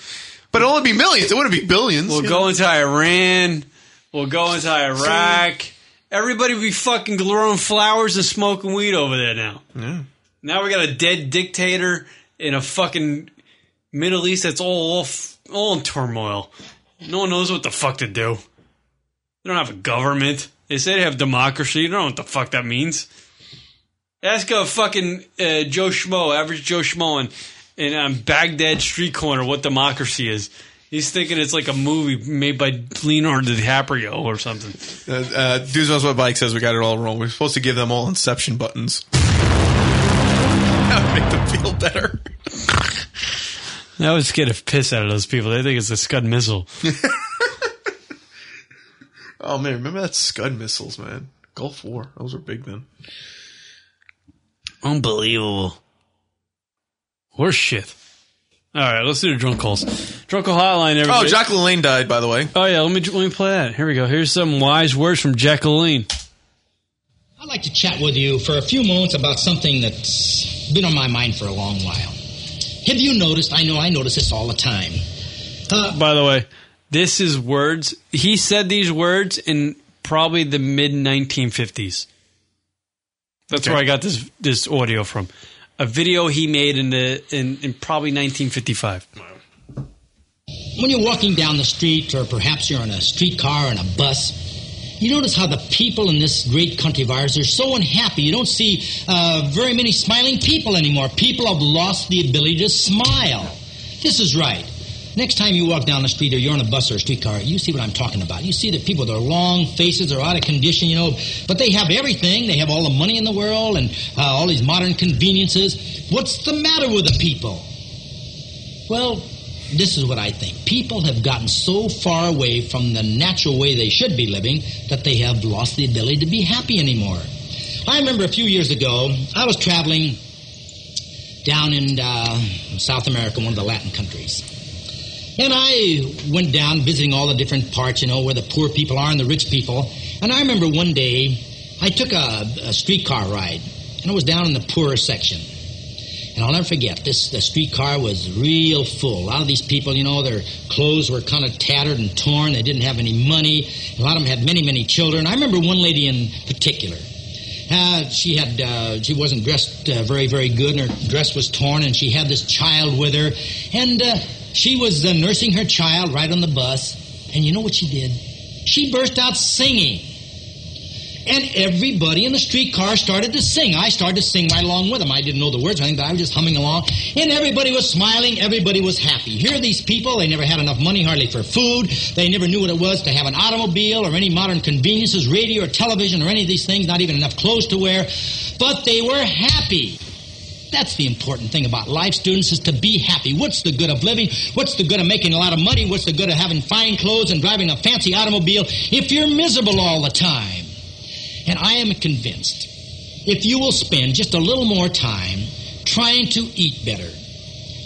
S7: but it'll only be millions. It wouldn't be billions.
S6: We'll
S7: you
S6: go
S7: know?
S6: into Iran. We'll go into Iraq. Everybody be fucking growing flowers and smoking weed over there now.
S7: Yeah.
S6: Now we got a dead dictator in a fucking Middle East that's all off, all in turmoil. No one knows what the fuck to do. They don't have a government. They say they have democracy. You don't know what the fuck that means. Ask a fucking uh, Joe Schmo, average Joe Schmo, in, in um, Baghdad street corner what democracy is. He's thinking it's like a movie made by Leonardo DiCaprio or something.
S7: Uh, uh, Dudes on what bike says we got it all wrong. We're supposed to give them all Inception buttons. that would make them feel better.
S6: I would scared a piss out of those people. They think it's a Scud missile.
S7: Oh man, remember that Scud missiles, man? Gulf War, those were big then.
S6: Unbelievable. Horse shit. All right, let's do the drunk calls. Drunk call hotline, everybody.
S7: Oh, Jacqueline Lane died, by the way.
S6: Oh yeah, let me let me play that. Here we go. Here's some wise words from Jacqueline.
S18: I'd like to chat with you for a few moments about something that's been on my mind for a long while. Have you noticed? I know I notice this all the time.
S6: By the way, this is words. He said these words in probably the mid 1950s. That's where I got this this audio from. A video he made in the in, in probably 1955.
S18: When you're walking down the street, or perhaps you're on a streetcar or on a bus, you notice how the people in this great country of ours are so unhappy. You don't see uh, very many smiling people anymore. People have lost the ability to smile. This is right. Next time you walk down the street or you're on a bus or a streetcar, you see what I'm talking about. You see the people, their long faces are out of condition, you know, but they have everything. They have all the money in the world and uh, all these modern conveniences. What's the matter with the people? Well, this is what I think. People have gotten so far away from the natural way they should be living that they have lost the ability to be happy anymore. I remember a few years ago, I was traveling down in uh, South America, one of the Latin countries. And I went down visiting all the different parts, you know, where the poor people are and the rich people. And I remember one day I took a, a streetcar ride, and I was down in the poorer section. And I'll never forget this. The streetcar was real full. A lot of these people, you know, their clothes were kind of tattered and torn. They didn't have any money. A lot of them had many, many children. I remember one lady in particular. Uh, she had uh, she wasn't dressed uh, very, very good, and her dress was torn, and she had this child with her, and uh, she was uh, nursing her child right on the bus. And you know what she did? She burst out singing. And everybody in the streetcar started to sing. I started to sing right along with them. I didn't know the words or anything, but I was just humming along. And everybody was smiling. Everybody was happy. Here are these people. They never had enough money hardly for food. They never knew what it was to have an automobile or any modern conveniences, radio or television or any of these things, not even enough clothes to wear. But they were happy. That's the important thing about life, students, is to be happy. What's the good of living? What's the good of making a lot of money? What's the good of having fine clothes and driving a fancy automobile if you're miserable all the time? And I am convinced if you will spend just a little more time trying to eat better,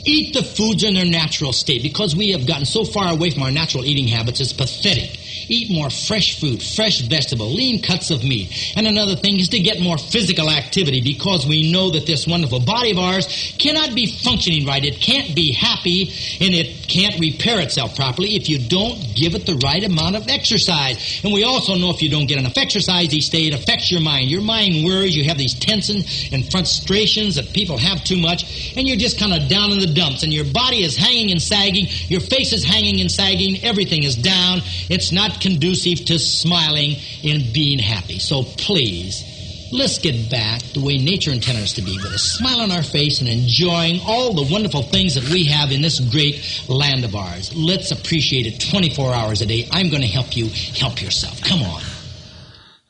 S18: eat the foods in their natural state because we have gotten so far away from our natural eating habits, it's pathetic. Eat more fresh fruit, fresh vegetable, lean cuts of meat. And another thing is to get more physical activity because we know that this wonderful body of ours cannot be functioning right. It can't be happy and it can't repair itself properly if you don't give it the right amount of exercise. And we also know if you don't get enough exercise each day, it affects your mind. Your mind worries, you have these tensions and frustrations that people have too much, and you're just kind of down in the dumps, and your body is hanging and sagging, your face is hanging and sagging, everything is down. It's not conducive to smiling and being happy. So please, Let's get back the way nature intended us to be, with a smile on our face and enjoying all the wonderful things that we have in this great land of ours. Let's appreciate it 24 hours a day. I'm going to help you help yourself. Come on.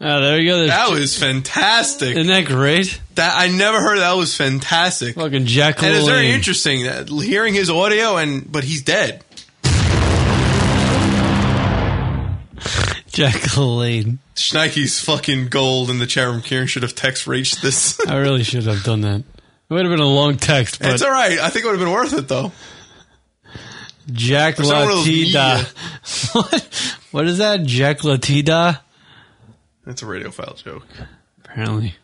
S6: Oh, there you go. There's
S7: That was fantastic. Isn't
S6: that great?
S7: That I never heard. That was fantastic.
S6: Fucking Jack.
S7: And it's very
S6: Lane.
S7: interesting that hearing his audio and but he's dead.
S6: Jack Lane.
S7: Schneike's fucking gold in the chat room. Kieran should have text raged this.
S6: I really should have done that. It would have been a long text, but
S7: it's all right. I think it would have been worth it though.
S6: Jack
S7: For some reason,
S6: Latida.
S7: media.
S6: what? What is that? Jack Latida?
S7: That's a radio file joke.
S6: Apparently.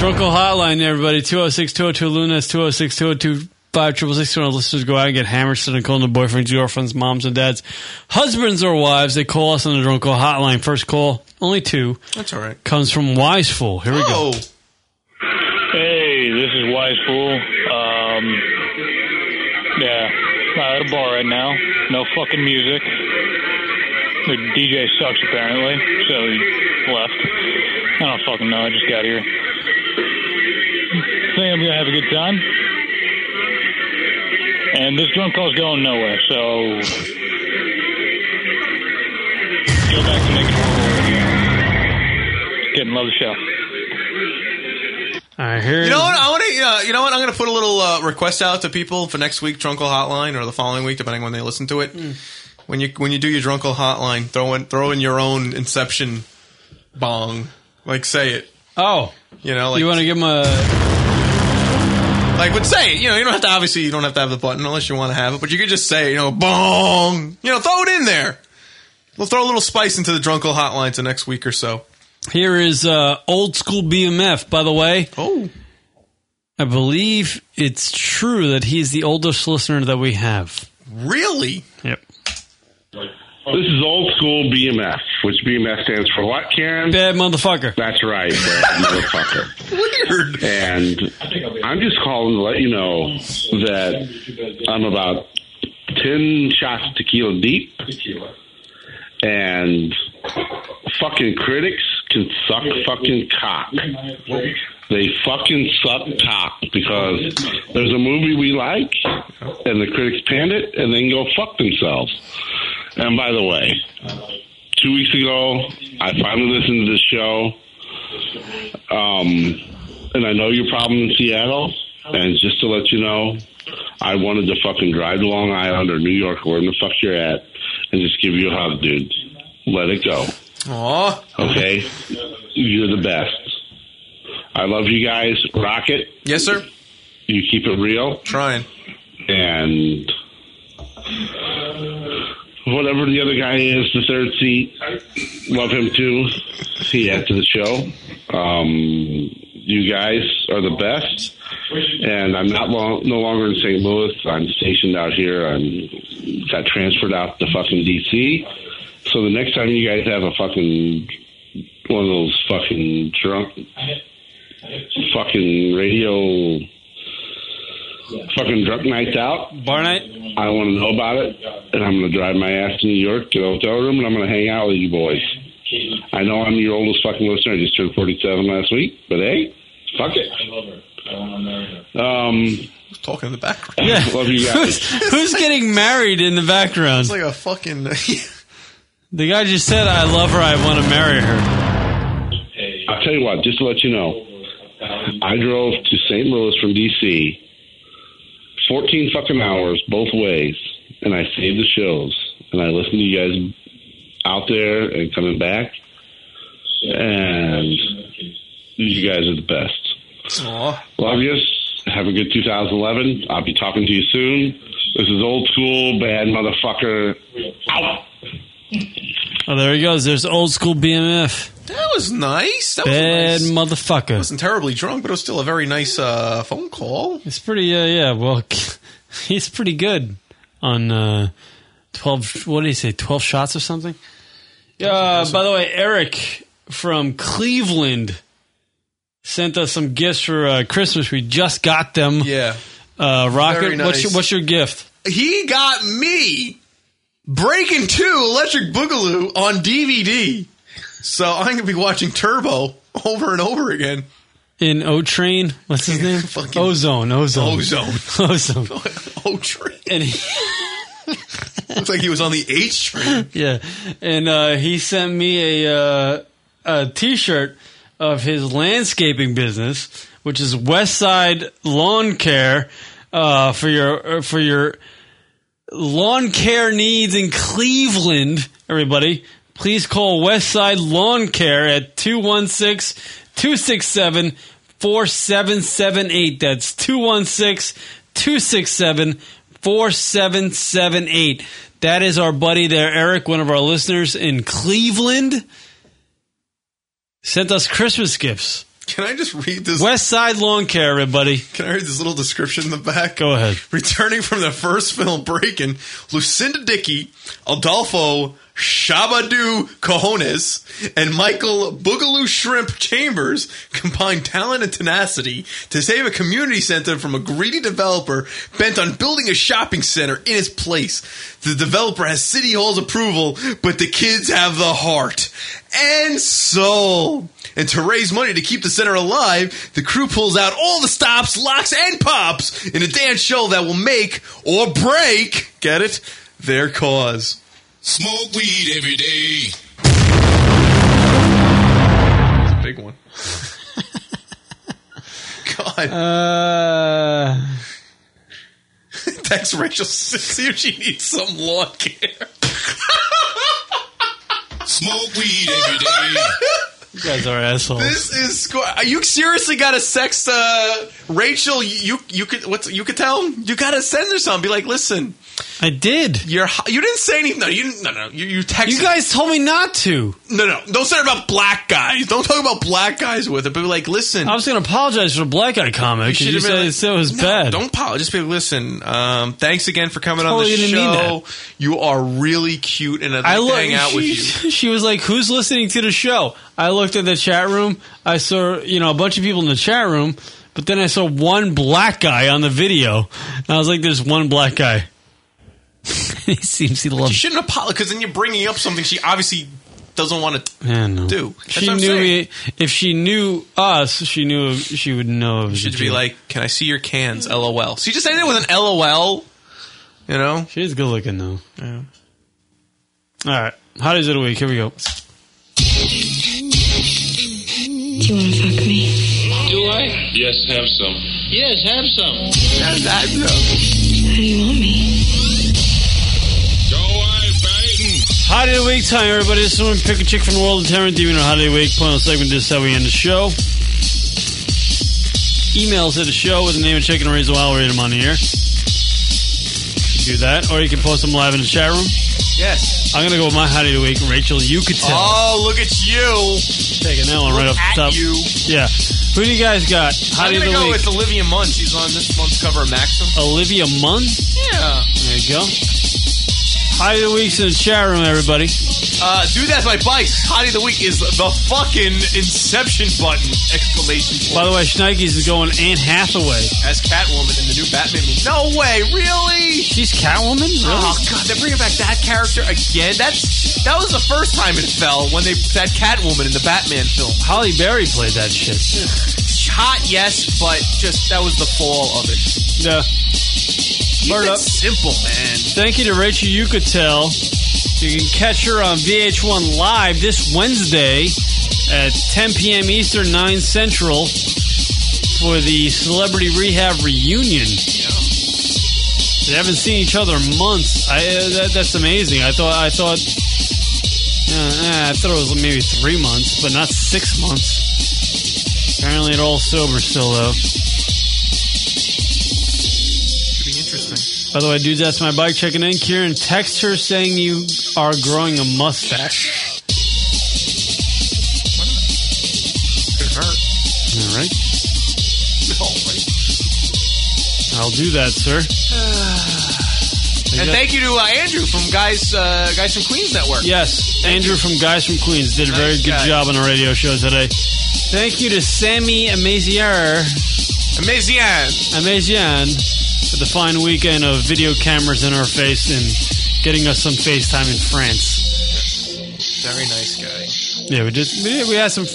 S6: Drunko Hotline, everybody. 206 202 Lunas, 206 202 5666. When our oh listeners go out and get hammered, sit and call the boyfriends, girlfriends, moms, and dads, husbands, or wives, they call us on the Drunko Hotline. First call, only two.
S7: That's all right. Oh.
S6: Comes from Wiseful. Here we go.
S19: Hey, this is Wise Fool. Um, yeah, I'm at a bar right now. No fucking music. The DJ sucks apparently, so he left. I don't fucking know. I just got here. Think I'm gonna have a good time. And this drunk call's going nowhere, so go back to making Getting love the show.
S6: All right, here
S7: You know what? I want to. Uh, you know what? I'm going to put a little uh, request out to people for next week, Drunkle Hotline, or the following week, depending when they listen to it.
S6: Hmm.
S7: When you when you do your Drunkle Hotline, throw in throw in your own Inception bong. Like say it.
S6: Oh,
S7: you know, like
S6: you want to give him a.
S7: like would say it. You know, you don't have to obviously you don't have to have the button unless you want to have it, but you could just say you know bong. You know, throw it in there. We'll throw a little spice into the Drunkle Hotline to next week or so.
S6: Here is uh, old school BMF, by the way. Oh. I believe it's true that he's the oldest listener that we have.
S7: Really?
S6: Yep.
S16: This is old school BMF, which BMF stands for what, Karen?
S6: Bad motherfucker.
S16: That's right, bad motherfucker. Weird. And I'm just calling to let you know that I'm about 10 shots of tequila deep, and fucking critics can suck fucking cock. They fucking suck cock because there's a movie we like, and the critics panned it, and then go fuck themselves. And by the way, two weeks ago, I finally listened to the show, um, and I know your problem in Seattle. And just to let you know, I wanted to fucking drive to Long Island or New York, or where the fuck you're at, and just give you a hug, dude. Let it go.
S7: Aw.
S16: Okay? You're the best. I love you guys. Rock it.
S7: Yes, sir.
S16: You keep it real.
S7: Trying.
S16: And whatever the other guy is, the third seat, love him too. He after the show. Um, you guys are the best. And I'm not long, no longer in St. Louis. I'm stationed out here. I'm got transferred out to fucking DC. So the next time you guys have a fucking one of those fucking drunk fucking radio fucking drunk nights out.
S6: Bar night?
S16: I want to know about it, and I'm going to drive my ass to New York, get a hotel room, and I'm going to hang out with you boys. I know I'm your oldest fucking listener. I just turned 47 last week, but hey, fuck it. Um,
S7: talking in the background.
S6: Yeah.
S16: Love you guys.
S6: Who's, who's getting married in the background?
S7: It's like a fucking.
S6: The guy just said, I love her, I want to marry her.
S16: I'll tell you what, just to let you know, I drove to St. Louis from D.C. 14 fucking hours both ways, and I saved the shows, and I listened to you guys out there and coming back, and you guys are the best.
S7: Aw.
S16: Love you. Have a good 2011. I'll be talking to you soon. This is old school, bad motherfucker. Out.
S6: Oh, there he goes. There's old school BMF.
S7: That was nice. That
S6: Bad
S7: was nice.
S6: motherfucker.
S7: wasn't terribly drunk, but it was still a very nice uh, phone call.
S6: It's pretty, uh, yeah. Well, he's pretty good on uh, twelve. What did he say? Twelve shots or something. Uh, by the way, Eric from Cleveland sent us some gifts for uh, Christmas. We just got them.
S7: Yeah.
S6: Uh, Rocket,
S7: Very
S6: what's
S7: nice.
S6: your, what's your gift?
S7: He got me Breaking Two Electric Boogaloo on DVD, so I'm gonna be watching Turbo over and over again.
S6: In O Train, what's his name? Ozone, Ozone,
S7: Ozone.
S6: Ozone.
S7: O Train.
S6: And
S7: Looks like he was on the H Train.
S6: yeah, and uh, he sent me a uh, a T-shirt of his landscaping business, which is West Side Lawn Care uh, for your uh, for your lawn care needs in Cleveland. Everybody, please call West Side Lawn Care at 216-267-4778. That's 216-267-4778. That is our buddy there, Eric, one of our listeners in Cleveland. Sent us Christmas gifts.
S7: Can I just read this?
S6: West Side Lawn Care, everybody.
S7: Can I read this little description in the back?
S6: Go ahead.
S7: Returning from the first film Breaking, Lucinda Dickey, Adolfo Shabadoo Cojones, and Michael Boogaloo Shrimp Chambers combined talent and tenacity to save a community center from a greedy developer bent on building a shopping center in its place. The developer has City Hall's approval, but the kids have the heart and soul. And to raise money to keep the center alive, the crew pulls out all the stops, locks, and pops in a dance show that will make or break, get it, their cause.
S9: Smoke weed every day.
S7: It's a big one. God.
S6: Uh,
S7: Text Rachel, see if she needs some lawn care.
S9: Smoke weed every day.
S6: You guys are assholes.
S7: This is. squ- You seriously got a sex uh, Rachel, you you could what's you could tell him you gotta send her something. Be like, listen,
S6: I did.
S7: You're hi- you didn't say anything. No, you didn't- no no you you texted.
S6: You guys told me not to.
S7: no no don't say about black guys. Don't talk about black guys with it. But be like, listen,
S6: I was going to apologize for the black guy comment because you,
S7: should've been
S6: said it said
S7: like-
S6: it was
S7: No,
S6: bad.
S7: Don't apologize. Just be like, listen. Um, thanks again for coming
S6: Totally
S7: on the
S6: didn't mean that.
S7: show. You are really cute, and I'd like to
S6: look-
S7: hang out with
S6: she,
S7: you.
S6: She was like, "Who's listening to the show?" I looked at the chat room. I saw you know a bunch of people in the chat room, but then I saw one black guy on the video. And I was like, "There's one black guy." he seems to love.
S7: You shouldn't apologize because then you're bringing up something she obviously doesn't want to
S6: Yeah, no.
S7: do. That's
S6: She
S7: what I'm
S6: knew
S7: saying.
S6: me. If she knew us, she knew she would know. It was
S7: Should be like, "Can I see your cans?" LOL. So you just ended it with an LOL. You know,
S6: she's good looking though. All right, hot is it a week? Here we go.
S5: Do you want to fuck me?
S22: Do I? Yes, have some.
S5: Yes, have some. Yes, have some. How do you want me?
S6: Hot of the week time, everybody. This is when we pick a chick from the world of terror and demon on Hot of the week. Final segment. This is how we end the show. Emails at the show with the name of chick and raise a while. We'll read them on the air. Do that, or you can post them live in the chat room.
S7: Yes.
S6: I'm gonna go with my hot of the week, Rachel. You could tell.
S7: Oh, look at you
S6: taking that one right off the top.
S7: You.
S6: Yeah. Who do you guys got? Hot of
S7: I'm gonna
S6: the
S7: go
S6: week.
S7: with Olivia Munn. She's on this month's cover of Maxim.
S6: Olivia Munn.
S7: Yeah.
S6: There you go. Hot of the weeks in the chat room, everybody.
S7: Uh, dude, that's my bike. Hottie of the week is the fucking inception button! Exclamation point.
S6: By the way, Schneikes is going Anne Hathaway.
S7: As Catwoman in the new Batman movie. No way, really?
S6: She's Catwoman? Really?
S7: Oh god, they're bringing back that character again. That's that was the first time it fell when they that Catwoman in the Batman film.
S6: Holly Berry played that shit.
S7: Hot, yes, but just that was the fall of it.
S6: Yeah.
S7: Keep
S6: Word
S7: it
S6: up.
S7: simple, man.
S6: Thank you to Rachel Yucatel. You can catch her on VH1 Live this Wednesday at 10 p.m. Eastern, 9 Central for the Celebrity Rehab Reunion. They haven't seen each other in months. I, uh, that, that's amazing. I thought I thought uh, uh, I thought it was maybe three months, but not six months. Apparently, they're all sober still though.
S7: Should be interesting.
S6: By the way, dudes, that's my bike checking in. Kieran, text her saying you are growing a mustache.
S7: Could hurt.
S6: All right,
S7: No, right?
S6: I'll do that, sir.
S7: And
S6: Yeah.
S7: thank you to uh, Andrew from guys uh, guys from Queens Network.
S6: Yes, Andrew from Guys from Queens did a very
S7: Nice
S6: good
S7: guy.
S6: job on the radio show today. Thank you to Sammy Amazier.
S7: Amazian.
S6: Amazian for the fine weekend of video cameras in our face and getting us some FaceTime in France.
S7: Very nice guy.
S6: Yeah, we just we, we had some.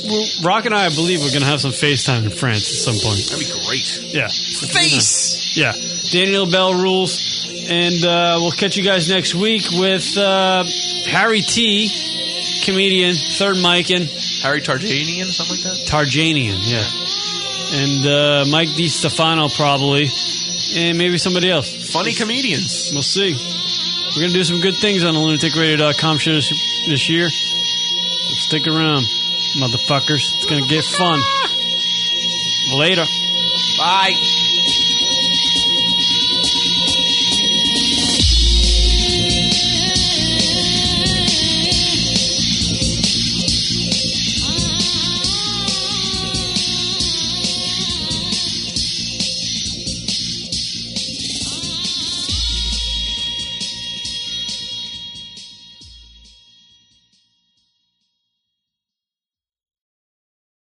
S6: Rock and I, I believe, we're gonna have some FaceTime in France at some point.
S7: That'd be great.
S6: Yeah.
S7: Face.
S6: Yeah. Daniel Bell rules. And uh, we'll catch you guys next week with uh, Harry T, comedian, third Mikan,
S7: Harry Tarjanian, something like that.
S6: Tarjanian, yeah. And uh, Mike D. Stefano, probably. And maybe somebody else.
S7: Funny comedians.
S6: We'll see. We're going to do some good things on the lunaticradio.com show this, this year. So stick around, motherfuckers. It's going to get fun. Later.
S7: Bye.